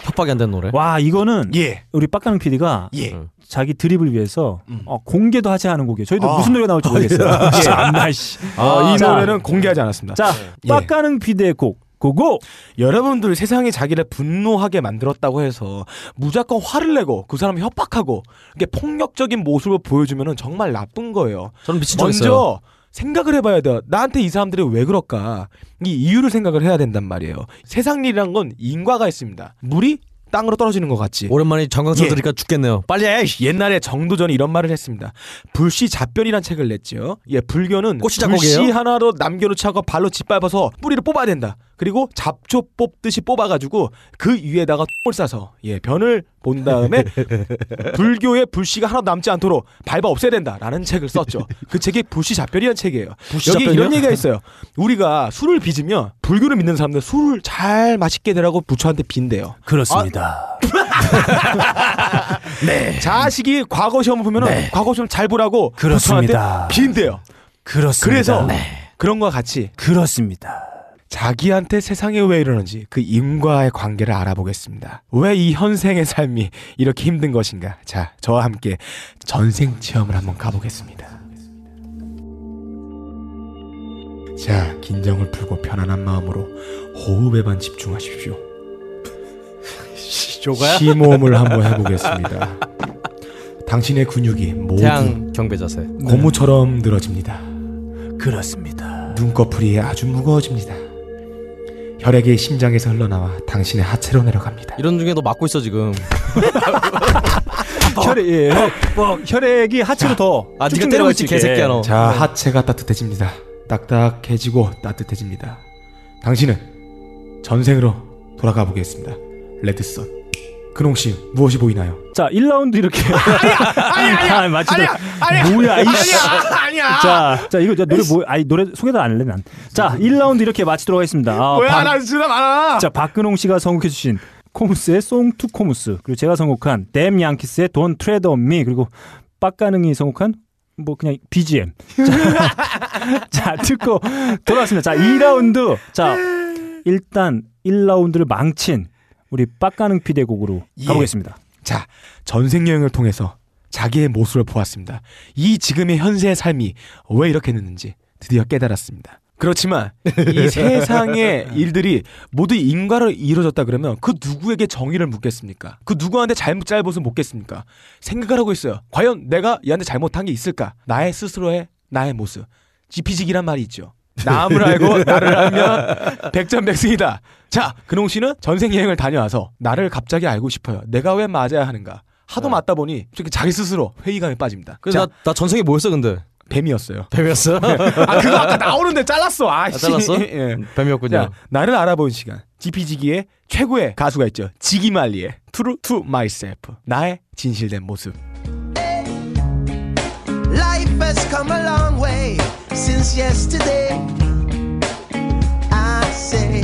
Speaker 3: 협박이 안 된 노래.
Speaker 1: 와 이거는
Speaker 3: 예.
Speaker 1: 우리 빡가는 PD가
Speaker 2: 예.
Speaker 1: 자기 드립을 위해서
Speaker 3: 음.
Speaker 1: 어, 공개도 하지 않은 곡이에요. 저희도
Speaker 2: 아.
Speaker 1: 무슨 노래가 나올지 모르겠어요.
Speaker 2: 아, 예.
Speaker 1: 참나 씨.
Speaker 2: 아, 이
Speaker 1: 자,
Speaker 2: 노래는 공개하지 않았습니다.
Speaker 1: 자,
Speaker 3: 예.
Speaker 1: 빡가는 피드의 곡 고고.
Speaker 2: 여러분들 세상이 자기를 분노하게 만들었다고 해서 무조건 화를 내고 그 사람을 협박하고 이게 폭력적인 모습을 보여주면은 정말 나쁜 거예요.
Speaker 3: 저는 미친 적 있어요.
Speaker 2: 먼저 생각을 해봐야 돼요. 나한테 이 사람들이 왜 그럴까? 이 이유를 생각을 해야 된단 말이에요. 세상 일이란 건 인과가 있습니다. 물이 땅으로 떨어지는 것 같지.
Speaker 3: 오랜만에 정강사 들으니까 죽겠네요.
Speaker 2: 빨리 해. 옛날에 정도전이 이런 말을 했습니다. 불씨 잡변이란 책을 냈죠. 예, 불교는
Speaker 3: 꽃이 작곡이에요?
Speaker 2: 불씨 하나로 남겨놓지 않고 발로 짓밟아서 뿌리를 뽑아야 된다. 그리고 잡초 뽑듯이 뽑아가지고 그 위에다가 똥을 싸서 예 변을 본 다음에 불교의 불씨가 하나 남지 않도록 밟아 없애야 된다라는 책을 썼죠. 그 책이 불씨 잡별이라는 책이에요.
Speaker 3: 불씨
Speaker 2: 여기
Speaker 3: 잡별이요?
Speaker 2: 이런 얘기가 있어요. 우리가 술을 빚으면 불교를 믿는 사람들 술을 잘 맛있게 내라고 부처한테 빈대요.
Speaker 1: 그렇습니다. 예.
Speaker 2: 네. 자식이 과거 시험을 보면은 과거 시험 잘 보라고
Speaker 1: 네. 그렇습니다.
Speaker 2: 부처한테 빈대요.
Speaker 1: 그렇습니다.
Speaker 2: 그래서
Speaker 1: 네.
Speaker 2: 그런 거 같이
Speaker 1: 그렇습니다.
Speaker 2: 자기한테 세상이 왜 이러는지 그 인과의 관계를 알아보겠습니다. 왜 이 현생의 삶이 이렇게 힘든 것인가? 자, 저와 함께 전생 체험을 한번 가보겠습니다. 자, 긴장을 풀고 편안한 마음으로 호흡에만 집중하십시오.
Speaker 3: 조가야?
Speaker 2: 심호흡을 한번 해보겠습니다. 당신의 근육이 모두
Speaker 3: 태양 경배 자세.
Speaker 2: 고무처럼 늘어집니다.
Speaker 1: 그렇습니다.
Speaker 2: 눈꺼풀이 아주 무거워집니다. 혈액이 심장에서 흘러나와 당신의 하체로 내려갑니다.
Speaker 3: 이런 중에 너 맞고 있어 지금.
Speaker 1: 혈액, 예. 혈액이 하체로 더.
Speaker 3: 아,
Speaker 1: 쭉쭉
Speaker 3: 네가 때리고
Speaker 1: 내려갈
Speaker 3: 있지,
Speaker 1: 수 있게.
Speaker 3: 개새끼야, 너.
Speaker 2: 자 하체가 따뜻해집니다. 딱딱해지고 따뜻해집니다. 당신은 전생으로 돌아가 보겠습니다. 레드썬. 근홍 씨 무엇이 보이나요?
Speaker 1: 자, 1라운드 이렇게. 아니야, 아니야, 아, 마치 아니야, 뭐야, 이씨.
Speaker 2: 아니야.
Speaker 1: 자, 자, 이거 자, 노래 뭐, 아니, 노래 소개도 안 할래, 난. 자, 1라운드 이렇게 마치도록 하겠습니다. 아,
Speaker 2: 뭐야
Speaker 1: 박-
Speaker 2: 나 진짜 많아.
Speaker 1: 자, 박근홍 씨가 선곡해주신 코무스의 Song to 코무스. 그리고 제가 선곡한 댐 양키스의 Don't Tread on Me. 그리고 빡가능이 선곡한 뭐 그냥 BGM. 자, 자, 듣고 돌아왔습니다. 자, 2라운드. 자, 일단 1라운드를 망친 우리 빡가능 피디의 곡으로
Speaker 2: 예.
Speaker 1: 가보겠습니다.
Speaker 2: 자, 전생 여행을 통해서 자기의 모습을 보았습니다. 이 지금의 현세의 삶이 왜 이렇게 됐는지 드디어 깨달았습니다. 그렇지만 이 세상의 일들이 모두 인과로 이루어졌다 그러면 그 누구에게 정의를 묻겠습니까? 그 누구한테 잘못 잘못을 묻겠습니까? 생각을 하고 있어요. 과연 내가 얘한테 잘못한 게 있을까? 나의 스스로의 나의 모습. 지피지기란 말이 있죠. 남을 알고 나를 알면 백전백승이다. 자, 근홍 씨는 전생 여행을 다녀와서 나를 갑자기 알고 싶어요. 내가 왜 맞아야 하는가? 하도 맞다 보니 특히 자기 스스로 회의감에 빠집니다.
Speaker 3: 네. 그래서 나, 나 전생에 뭐였어 근데?
Speaker 2: 뱀이었어요.
Speaker 3: 뱀이었어?
Speaker 2: 아 그거 아까 나오는데 잘랐어. 아,
Speaker 3: 아,
Speaker 2: 씨.
Speaker 3: 잘랐어?
Speaker 2: 예.
Speaker 3: 뱀이었군요.
Speaker 2: 자, 나를 알아본 시간. 지피지기의 최고의 가수가 있죠. 지기말리의 True to Myself. 나의 진실된 모습.
Speaker 15: Life has come a long way since yesterday. I say,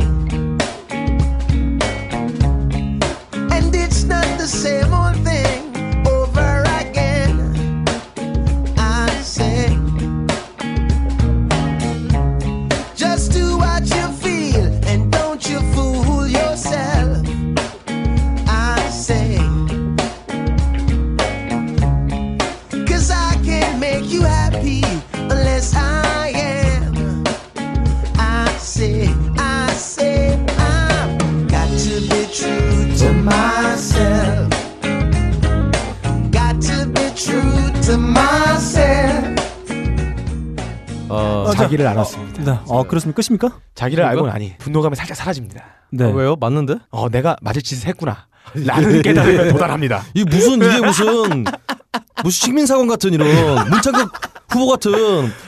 Speaker 15: and it's not the same old thing over again. I say, just do what you feel and don't you fool yourself. I say. Cause I can't make you happy unless I am. I say, I say, I've got to be true to myself. Got to be true to myself.
Speaker 3: 어,
Speaker 2: 자기를 알았습니다.
Speaker 1: 어, 그렇습니까? 끝입니까?
Speaker 2: 자기를
Speaker 3: 그런가?
Speaker 2: 알고는 아니. 분노감이 살짝 사라집니다.
Speaker 1: 네.
Speaker 3: 왜요? 맞는데?
Speaker 2: 어, 내가 맞을 짓을 했구나.
Speaker 3: 아, 예.
Speaker 2: 라는 깨달음에 도달합니다.
Speaker 3: 이 무슨 이게 무슨 무슨 식민사관 같은 이런 문창극 후보 같은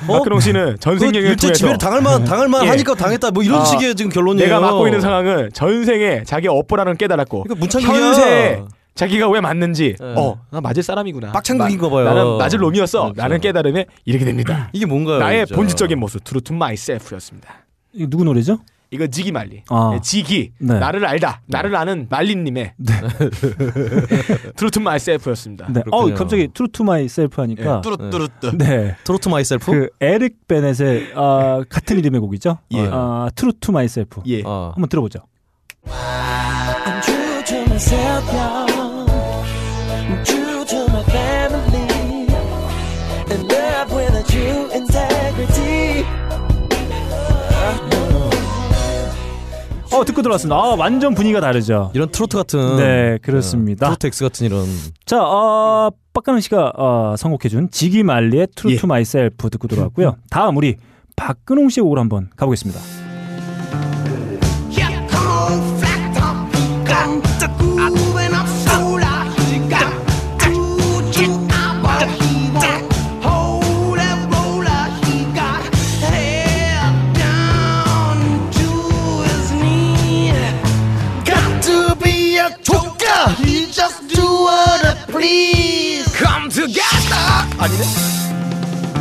Speaker 3: 어?
Speaker 2: 박근홍 씨는 아, 전생
Speaker 3: 그
Speaker 2: 여행을
Speaker 3: 일제
Speaker 2: 통해서
Speaker 3: 지배를 당할만 당할만
Speaker 2: 예.
Speaker 3: 하니까 당했다 뭐 이런
Speaker 2: 아,
Speaker 3: 식의 지금 결론이에요.
Speaker 2: 내가 맡고 있는 상황을 전생에 자기 업보라는 걸 깨달았고
Speaker 3: 문창극이야.
Speaker 2: 현세에 자기가 왜 맞는지
Speaker 3: 예.
Speaker 2: 어 나 맞을 사람이구나
Speaker 3: 빡창극인가
Speaker 2: 나-
Speaker 3: 봐요. 그렇죠.
Speaker 2: 나는 맞을 놈이었어 나는 깨달음에 이렇게 됩니다
Speaker 3: 이게 어, 그렇죠. 뭔가요?
Speaker 2: 나의
Speaker 3: 진짜?
Speaker 2: 본질적인 모습 트루 투 마이셀프였습니다
Speaker 1: 이거 누구 노래죠?
Speaker 2: 이거 지기 말리
Speaker 1: 아.
Speaker 2: 네, 지기
Speaker 1: 네.
Speaker 2: 나를 알다 나를 아는 말리님의 트루 투 마이셀프였습니다
Speaker 1: 네. 아. 어, 갑자기 트루 투 마이 셀프 하니까
Speaker 2: 예, 뚜루, 뚜루, 뚜.
Speaker 1: 네.
Speaker 3: 트루 투 마이 셀프?
Speaker 1: 그 에릭 베넷의 아, 같은 이름의 곡이죠? 아, 트루 투 마이 셀프.
Speaker 2: 예.
Speaker 1: 한번 들어보죠.
Speaker 15: I'm true to myself, y'all. I'm true to my family. In love with a true integrity.
Speaker 1: 어 듣고 들어왔습니다. 아 완전 분위기가 다르죠.
Speaker 3: 이런 트로트 같은
Speaker 1: 네 그렇습니다.
Speaker 3: 트로트 엑스 같은 이런
Speaker 1: 자, 어, 빡가능 씨가 어, 선곡해준 지기 말리의
Speaker 2: 예.
Speaker 1: True to Myself 듣고 들어왔고요. 다음 우리 박근홍 씨의 곡으로 한번 가보겠습니다.
Speaker 15: Down to his together. You just do what I please. Come together.
Speaker 2: 아니네.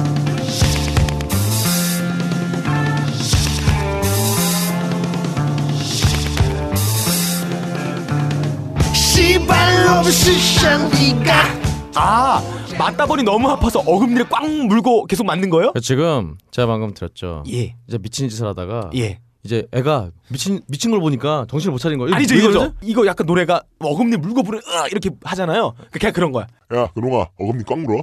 Speaker 15: 시발 놈씨 샹디가.
Speaker 2: 아 맞다 보니 너무 아파서 어금니를 꽉 물고 계속 맞는 거예요?
Speaker 3: 그렇죠. 지금 제가 방금 들었죠.
Speaker 2: 예.
Speaker 3: 이제 미친 짓을 하다가
Speaker 2: 예.
Speaker 3: 이제 애가 미친 미친 걸 보니까 정신을 못 차린 거예요.
Speaker 2: 아니죠
Speaker 3: 왜
Speaker 2: 이거죠.
Speaker 3: 그러지?
Speaker 2: 이거 약간 노래가 어금니 물고 부르는 으 이렇게 하잖아요. 그냥 그런 거야.
Speaker 3: 야, 그놈아, 어금니 꽉 물어.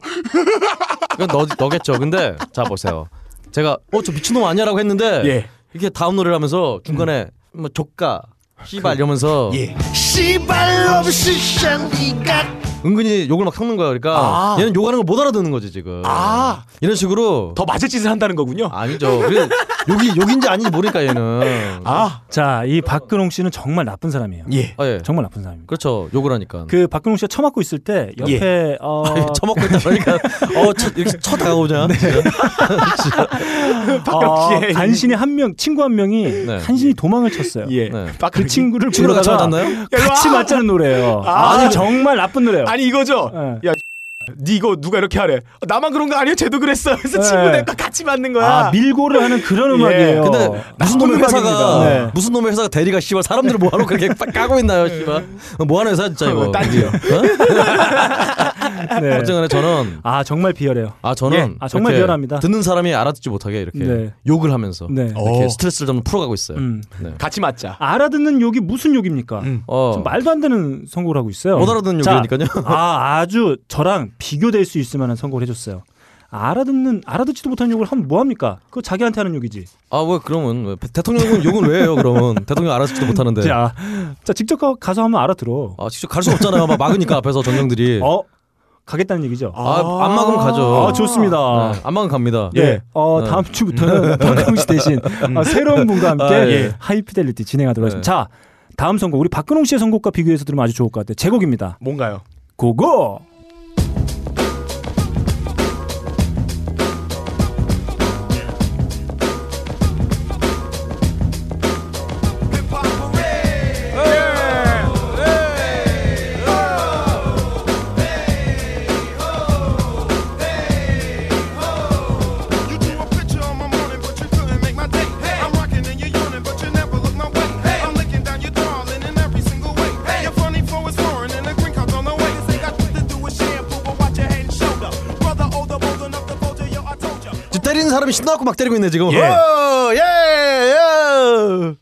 Speaker 3: 이건 너 너겠죠. 근데 자 보세요. 제가 어 저 미친놈 아니야라고 했는데 이게 다음 노래를 하면서 중간에 뭐 조까 씨발 이러면서
Speaker 2: 예.
Speaker 15: 시발 놈씨 샹디가.
Speaker 3: 은근히 욕을 막 섞는 거야. 그러니까
Speaker 2: 아.
Speaker 3: 얘는 욕하는 걸 못 알아듣는 거지 지금.
Speaker 2: 아
Speaker 3: 이런 식으로
Speaker 2: 더 맞을 짓을 한다는 거군요.
Speaker 3: 아니죠. 그게 욕이 욕인지 아닌지 모르니까 얘는.
Speaker 2: 아.
Speaker 1: 자, 이 박근홍 씨는 정말 나쁜 사람이에요.
Speaker 2: 예.
Speaker 1: 정말 나쁜 사람입니다.
Speaker 3: 아, 그렇죠. 욕을 하니까.
Speaker 1: 그 박근홍 씨가 처맞고 있을 때 옆에
Speaker 2: 예.
Speaker 1: 어
Speaker 2: 아,
Speaker 3: 처먹고 있다 그러니까 어 쳐, 이렇게 쳐 다가오냐.
Speaker 1: 어, 간신히 한 명 친구 한 명이
Speaker 2: 네.
Speaker 1: 간신히 도망을 쳤어요. 그 친구를
Speaker 2: 예. 아, 친구가
Speaker 1: 불러다가
Speaker 2: 쳐맞았나요?
Speaker 1: 같이
Speaker 2: 야, 와!
Speaker 1: 맞자는 노래예요.
Speaker 2: 아.
Speaker 1: 아, 니 정말 나쁜 노래예요.
Speaker 2: 그 아니 이거죠. 야, 니 이거 누가 이렇게 하래? 어, 나만 그런 거 아니야? 쟤도 그랬어. 그래서
Speaker 1: 네.
Speaker 2: 친구들과 같이 맞는 거야.
Speaker 1: 아, 밀고를 하는 그런
Speaker 2: 예.
Speaker 1: 음악이에요. 네.
Speaker 3: 근데 무슨 놈의 회사가 무슨 놈의 회사가 대리가 씨발 사람들을 뭐하러 그렇게 빡 까고 있나요 씨발 어, 뭐하는 회사 진짜 이거 어? 딴지요
Speaker 2: 아,
Speaker 1: 네.
Speaker 3: 어쨌거나 저는
Speaker 1: 아 정말 비열해요
Speaker 3: 아 저는
Speaker 1: 예. 아, 정말
Speaker 3: 이렇게
Speaker 1: 비열합니다.
Speaker 3: 듣는 사람이 알아듣지 못하게 이렇게
Speaker 1: 네.
Speaker 3: 욕을 하면서
Speaker 1: 네.
Speaker 3: 이렇게
Speaker 1: 어.
Speaker 3: 스트레스를 좀 풀어가고 있어요
Speaker 1: 음.
Speaker 3: 네.
Speaker 2: 같이 맞자.
Speaker 1: 알아듣는 욕이 무슨 욕입니까?
Speaker 2: 음.
Speaker 3: 어.
Speaker 1: 좀 말도 안 되는 선곡을 하고 있어요.
Speaker 3: 못 알아듣는
Speaker 1: 자,
Speaker 3: 욕이니까요.
Speaker 1: 아, 아주 저랑 비교될 수 있을 만한 선곡을 해줬어요. 알아듣는 알아듣지도 못하는 욕을 하면 뭐 합니까? 그거 자기한테 하는 욕이지.
Speaker 3: 아 왜 그러면 왜? 대통령은 욕은 왜 해요 그러면 대통령 알아듣지도 못하는데
Speaker 1: 자, 자 직접 가- 가서 한번 알아들어.
Speaker 3: 아 직접 갈 수 없잖아요 막 막으니까 앞에서 전령들이
Speaker 1: 어 가겠다는 얘기죠.
Speaker 3: 네. 아, 안 막으면 가죠
Speaker 1: 아, 좋습니다.
Speaker 3: 네, 안 막으면 갑니다
Speaker 1: 예. 어,
Speaker 3: 네. 음.
Speaker 1: 다음 주부터는 박광 씨 대신 어, 새로운 분과 함께
Speaker 3: 아, 예. 네.
Speaker 1: 하이피델리티 진행하도록 하겠습니다. 자, 다음 선곡. 우리 박근홍 씨의 선곡과 비교해서 들으면 아주 좋을 것 같아요. 제 곡입니다.
Speaker 2: 뭔가요?
Speaker 1: 고고!
Speaker 2: oh,
Speaker 3: 지금 때리는 사람이 신나갖고 막 때리고 있네 지금
Speaker 2: 예. 어, 예, 예.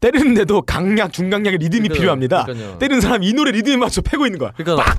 Speaker 2: 때리는데도 강약, 중강약의 리듬이
Speaker 3: 그러니까요,
Speaker 2: 필요합니다.
Speaker 3: 그러니까요.
Speaker 2: 때리는 사람 이 노래 리듬에 맞춰 패고 있는 거야.
Speaker 3: 그러니까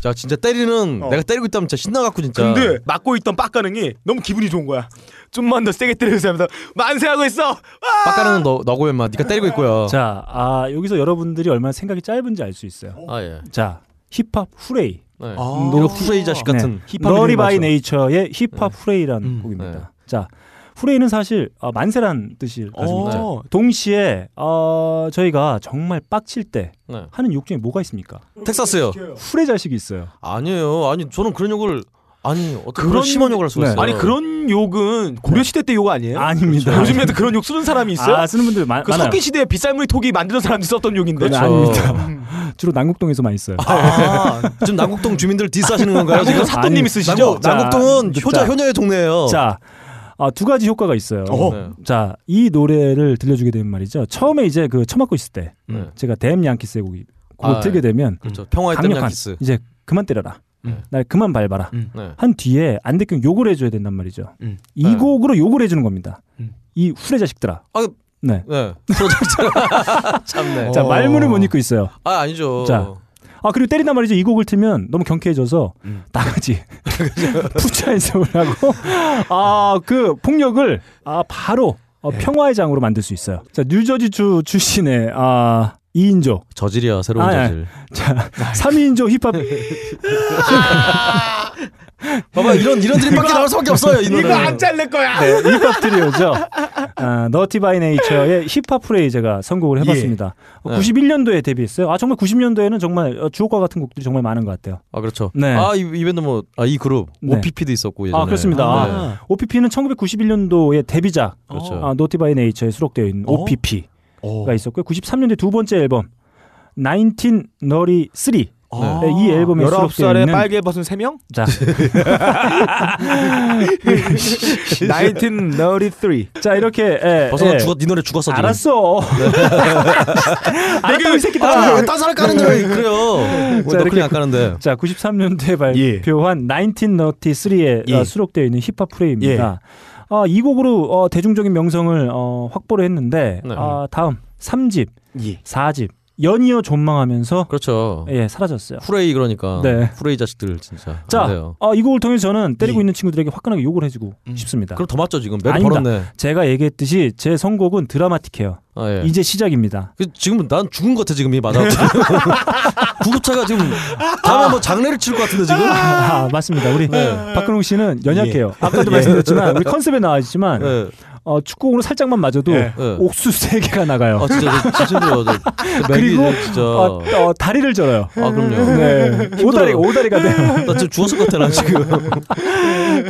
Speaker 3: 자 진짜 때리는
Speaker 1: 어.
Speaker 3: 내가 때리고 있다면 진짜 신나갖고 진짜
Speaker 2: 근데 맞고 있던 빡가능이 너무 기분이 좋은 거야. 좀만 더 세게 때려주세요 하면서 만세하고 있어.
Speaker 3: 빡가는 너 너고 임마 네가 때리고 있고요
Speaker 1: 자, 아, 여기서 여러분들이 얼마나 생각이 짧은지 알 수 있어요.
Speaker 3: 아예
Speaker 1: 자, 힙합 후레이.
Speaker 3: 네.
Speaker 1: 음,
Speaker 3: 이거 후레이 자식 같은 힙합
Speaker 1: 네. 너리
Speaker 3: 이름
Speaker 1: 바이
Speaker 3: 맞죠?
Speaker 1: 네이처의 힙합 후레이라는 곡입니다. 자, 후레이는 사실 어, 만세란 뜻이
Speaker 2: 오.
Speaker 1: 가지고 있죠. 동시에 어, 저희가 정말 빡칠 때
Speaker 3: 네.
Speaker 1: 하는 욕 중에 뭐가 있습니까?
Speaker 3: 텍사스요
Speaker 1: 후레 자식이 있어요.
Speaker 3: 아니에요 아니 저는 그런 욕을 아니 어떻게 그런
Speaker 2: 그런-
Speaker 3: 심한 욕을 할 수가
Speaker 1: 네.
Speaker 3: 있어요
Speaker 2: 아니 그런 욕은 고려 시대 때 욕 아니에요?
Speaker 1: 아닙니다.
Speaker 2: 네? 요즘에도 그런 욕 쓰는 사람이 있어요?
Speaker 1: 아, 쓰는 분들 많-
Speaker 2: 그
Speaker 1: 많아요. 그렇죠.
Speaker 2: 석기 시대에 빗살무늬 토기 만드는 사람들이 썼던 욕인데.
Speaker 1: 그건 아닙니다. 주로 남국동에서 많이 써요.
Speaker 3: 어. 아, 지금 남국동 주민들 디스하시는 건가요? 지금
Speaker 1: 남국동 사또님이
Speaker 3: 아니,
Speaker 1: 쓰시죠?
Speaker 3: 남국,
Speaker 1: 자,
Speaker 3: 남국동은 효자
Speaker 1: 자.
Speaker 3: 효녀의 동네예요.
Speaker 1: 자, 아, 두 가지 효과가 있어요.
Speaker 3: 어. 네.
Speaker 1: 자, 이 노래를 들려주게 되면 말이죠. 처음에 이제 그 처맞고 있을 때
Speaker 3: 네.
Speaker 1: 제가 댐 양키스의 곡이 곡을
Speaker 3: 아,
Speaker 1: 틀게 되면
Speaker 3: 그렇죠. 평화의 댐
Speaker 1: 강력한,
Speaker 3: 양키스.
Speaker 1: 이제 그만 때려라.
Speaker 3: 음.
Speaker 1: 날 그만 밟아라.
Speaker 3: 네.
Speaker 1: 한 뒤에 안 됐건 욕을 해줘야 된단 말이죠.
Speaker 3: 음.
Speaker 1: 이 곡으로 욕을 해주는 겁니다. 이 후레 자식들아.
Speaker 3: 아,
Speaker 1: 네.
Speaker 3: 네. 프로젝트가 참네.
Speaker 1: 자 말문을 못 읽고 있어요.
Speaker 3: 아 아니죠.
Speaker 1: 어. 자. 아 그리고 때린단 말이죠. 이 곡을 틀면 너무 경쾌해져서 나가지 푸차에서 오라고 아그 폭력을 아 바로 어, 평화의 장으로 만들 수 있어요. 자 뉴저지 주 출신의 아 이인조
Speaker 3: 저질이야 새로운
Speaker 1: 아, 예.
Speaker 3: 저질.
Speaker 1: 자 3인조 힙합 예,
Speaker 3: 봐봐 이런 이런 드림밖에 나올 수밖에 없어요. 이 노래.
Speaker 2: 이거 안 잘릴 거야.
Speaker 1: 네, 힙합 트리오죠. 아, 너티 바이 네이처의 힙합 프레이 제가 선곡을 해봤습니다. 어, 91년도에 데뷔했어요. 아 정말 90년도에는 정말 어, 주옥과 같은 곡들이 정말 많은 것 같아요.
Speaker 3: 아 그렇죠.
Speaker 1: 네.
Speaker 3: 아이 이 밴드 뭐아이 그룹
Speaker 1: 네.
Speaker 3: OPP도 있었고 예전에.
Speaker 1: 아 그렇습니다.
Speaker 3: 네.
Speaker 1: 아, OPP는 1991년도의 데뷔작
Speaker 3: 그렇죠.
Speaker 1: 아, 노티바이 네이처에 수록되어 있는
Speaker 3: 어?
Speaker 1: OPP가 있었고요. 93년대 두 번째 앨범 1933.
Speaker 2: 아.
Speaker 1: 네, 이 앨범에
Speaker 2: 19
Speaker 1: 수록되어
Speaker 2: 살에
Speaker 1: 있는
Speaker 2: 빨개 벗은 세 명?
Speaker 1: 자.
Speaker 2: 1933.
Speaker 1: 자 이렇게 예,
Speaker 3: 벗어나
Speaker 1: 예.
Speaker 3: 죽었- 네 노래 죽었어, 지금.
Speaker 1: 알았어. 알았다고 이 새끼들아.
Speaker 3: 아, 딴 사람 까는 노래 그래요. 왜 너클링 안 까는데.
Speaker 1: 자 93년도에 발표한 1933에
Speaker 3: 예.
Speaker 1: 수록되어 있는 힙합 프레임입니다. 아, 이 곡으로 어, 대중적인 명성을 어, 확보를 했는데
Speaker 3: 네.
Speaker 1: 아, 다음 3집, 4집 연이어 존망하면서
Speaker 3: 그렇죠.
Speaker 1: 예 사라졌어요.
Speaker 3: 후레이 그러니까.
Speaker 1: 네.
Speaker 3: 후레이 자식들 진짜. 안
Speaker 1: 자,
Speaker 3: 돼요. 음.
Speaker 1: 어, 이 곡을 통해서 저는 때리고 있는 친구들에게 화끈하게 욕을 해주고 싶습니다.
Speaker 3: 그럼 더 맞죠 지금. 매를
Speaker 1: 아닙니다.
Speaker 3: 벌었네.
Speaker 1: 제가 얘기했듯이 제 선곡은 드라마틱해요.
Speaker 3: 아, 예.
Speaker 1: 이제 시작입니다.
Speaker 3: 그, 지금 난 죽은 것 같아 지금 이 맞아. 구급차가 지금 다음에 뭐 장례를 칠 것 같은데 지금.
Speaker 1: 아, 맞습니다. 우리 박근홍 씨는 연약해요.
Speaker 3: 네. 예.
Speaker 1: 아까도
Speaker 3: 예.
Speaker 1: 말씀드렸지만 우리 컨셉에 나와 있지만 어, 축구공으로 살짝만 맞아도
Speaker 3: 예. 예.
Speaker 1: 옥수 세 개가 나가요.
Speaker 3: 아 진짜 저 진짜 힘들어요. 저, 저
Speaker 1: 그리고
Speaker 3: 맹기네, 진짜.
Speaker 1: 어, 어, 다리를 절어요.
Speaker 3: 아 그럼요.
Speaker 1: 네.
Speaker 3: 힘들어요.
Speaker 1: 오다리 오다리가 돼요.
Speaker 3: 나 지금 죽었을 것 같아 나 지금.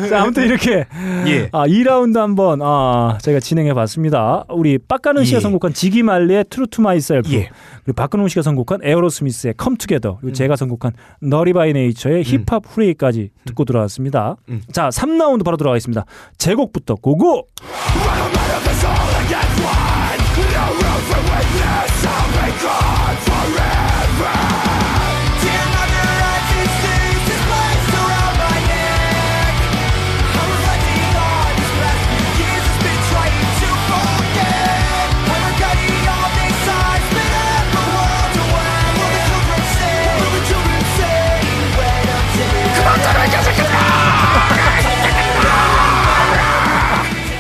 Speaker 1: 자, 아무튼 이렇게
Speaker 3: 예.
Speaker 1: 아, 2라운드 한번 아, 저희가 진행해 봤습니다. 우리 빡가는 씨가
Speaker 2: 예.
Speaker 1: 선곡한 지기 말리의 트루 투 마이셀프 그리고 박근홍 씨가 선곡한 에어로스미스의 컴 투게더 그리고 제가 선곡한 너리 바이 네이처의 힙합 후레이까지 듣고 들어왔습니다. 자, 3라운드 바로 들어가겠습니다. 제곡부터 고고.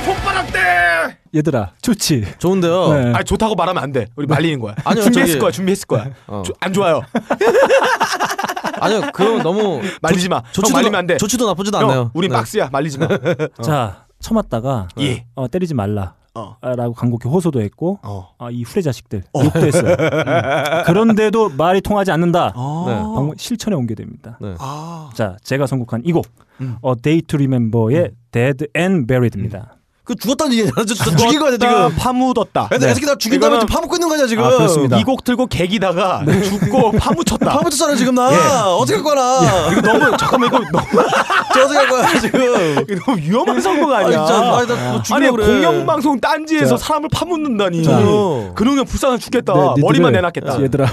Speaker 2: 폭발한대.
Speaker 1: 얘들아, 좋지.
Speaker 3: 좋은데요.
Speaker 1: 네.
Speaker 2: 아 좋다고 말하면 안 돼. 우리 말리는 거야.
Speaker 3: 아니요,
Speaker 2: 준비했을
Speaker 3: 저기-
Speaker 2: 거야. 준비했을 거야.
Speaker 3: 어.
Speaker 2: 조- 안 좋아요.
Speaker 3: 아니요 그럼 너무
Speaker 2: 말리지 마.
Speaker 3: 좋지도
Speaker 2: 형 말리면
Speaker 3: 나-
Speaker 2: 안 돼.
Speaker 3: 좋지도 나쁘지도
Speaker 2: 형,
Speaker 3: 않아요.
Speaker 2: 우린
Speaker 3: 네.
Speaker 2: 박스야. 말리지 마. 어.
Speaker 1: 자, 참았다가
Speaker 2: 예.
Speaker 1: 어, 때리지 말라.
Speaker 2: 어.
Speaker 1: 라고 간곡히 호소도 했고 아, 이 후레 자식들
Speaker 2: 어.
Speaker 1: 욕도 했어요. 음. 그런데도 말이 통하지 않는다.
Speaker 2: 네.
Speaker 1: 방금 실천에 옮겨됩니다.
Speaker 3: 네.
Speaker 1: 자, 제가 선곡한 이 곡,
Speaker 2: 음.
Speaker 1: 어, Day to Remember의 Dead and Buried입니다.
Speaker 3: 그 죽었다는 얘기잖아. 저, 저 죽인 거야 지금.
Speaker 2: 파묻었다.
Speaker 1: 네.
Speaker 3: 야, 내 새끼 나 죽인 다음에 지금 파묻고 있는 거냐 지금.
Speaker 2: 아,
Speaker 1: 아,
Speaker 2: 이 곡 들고 개기다가
Speaker 1: 네.
Speaker 2: 죽고 파묻혔다.
Speaker 3: 파묻혔잖아 지금 나. 어떻게 할 거야 나.
Speaker 2: 예. 이거 너무 잠깐만 이거 너무
Speaker 3: 저 어떻게 할 거야 지금.
Speaker 2: 이거 너무
Speaker 1: 네.
Speaker 2: 위험한 선거 아니야?
Speaker 3: 아니, 진짜, 아니, 나뭐 죽이려고
Speaker 2: 아니,
Speaker 3: 그래.
Speaker 2: 공영방송 딴지에서
Speaker 1: 자.
Speaker 2: 사람을 파묻는다니.
Speaker 1: 자.
Speaker 2: 그놈이 불쌍한 죽겠다.
Speaker 1: 네, 니들을-
Speaker 2: 어, 머리만 내놨겠다.
Speaker 1: 얘들아,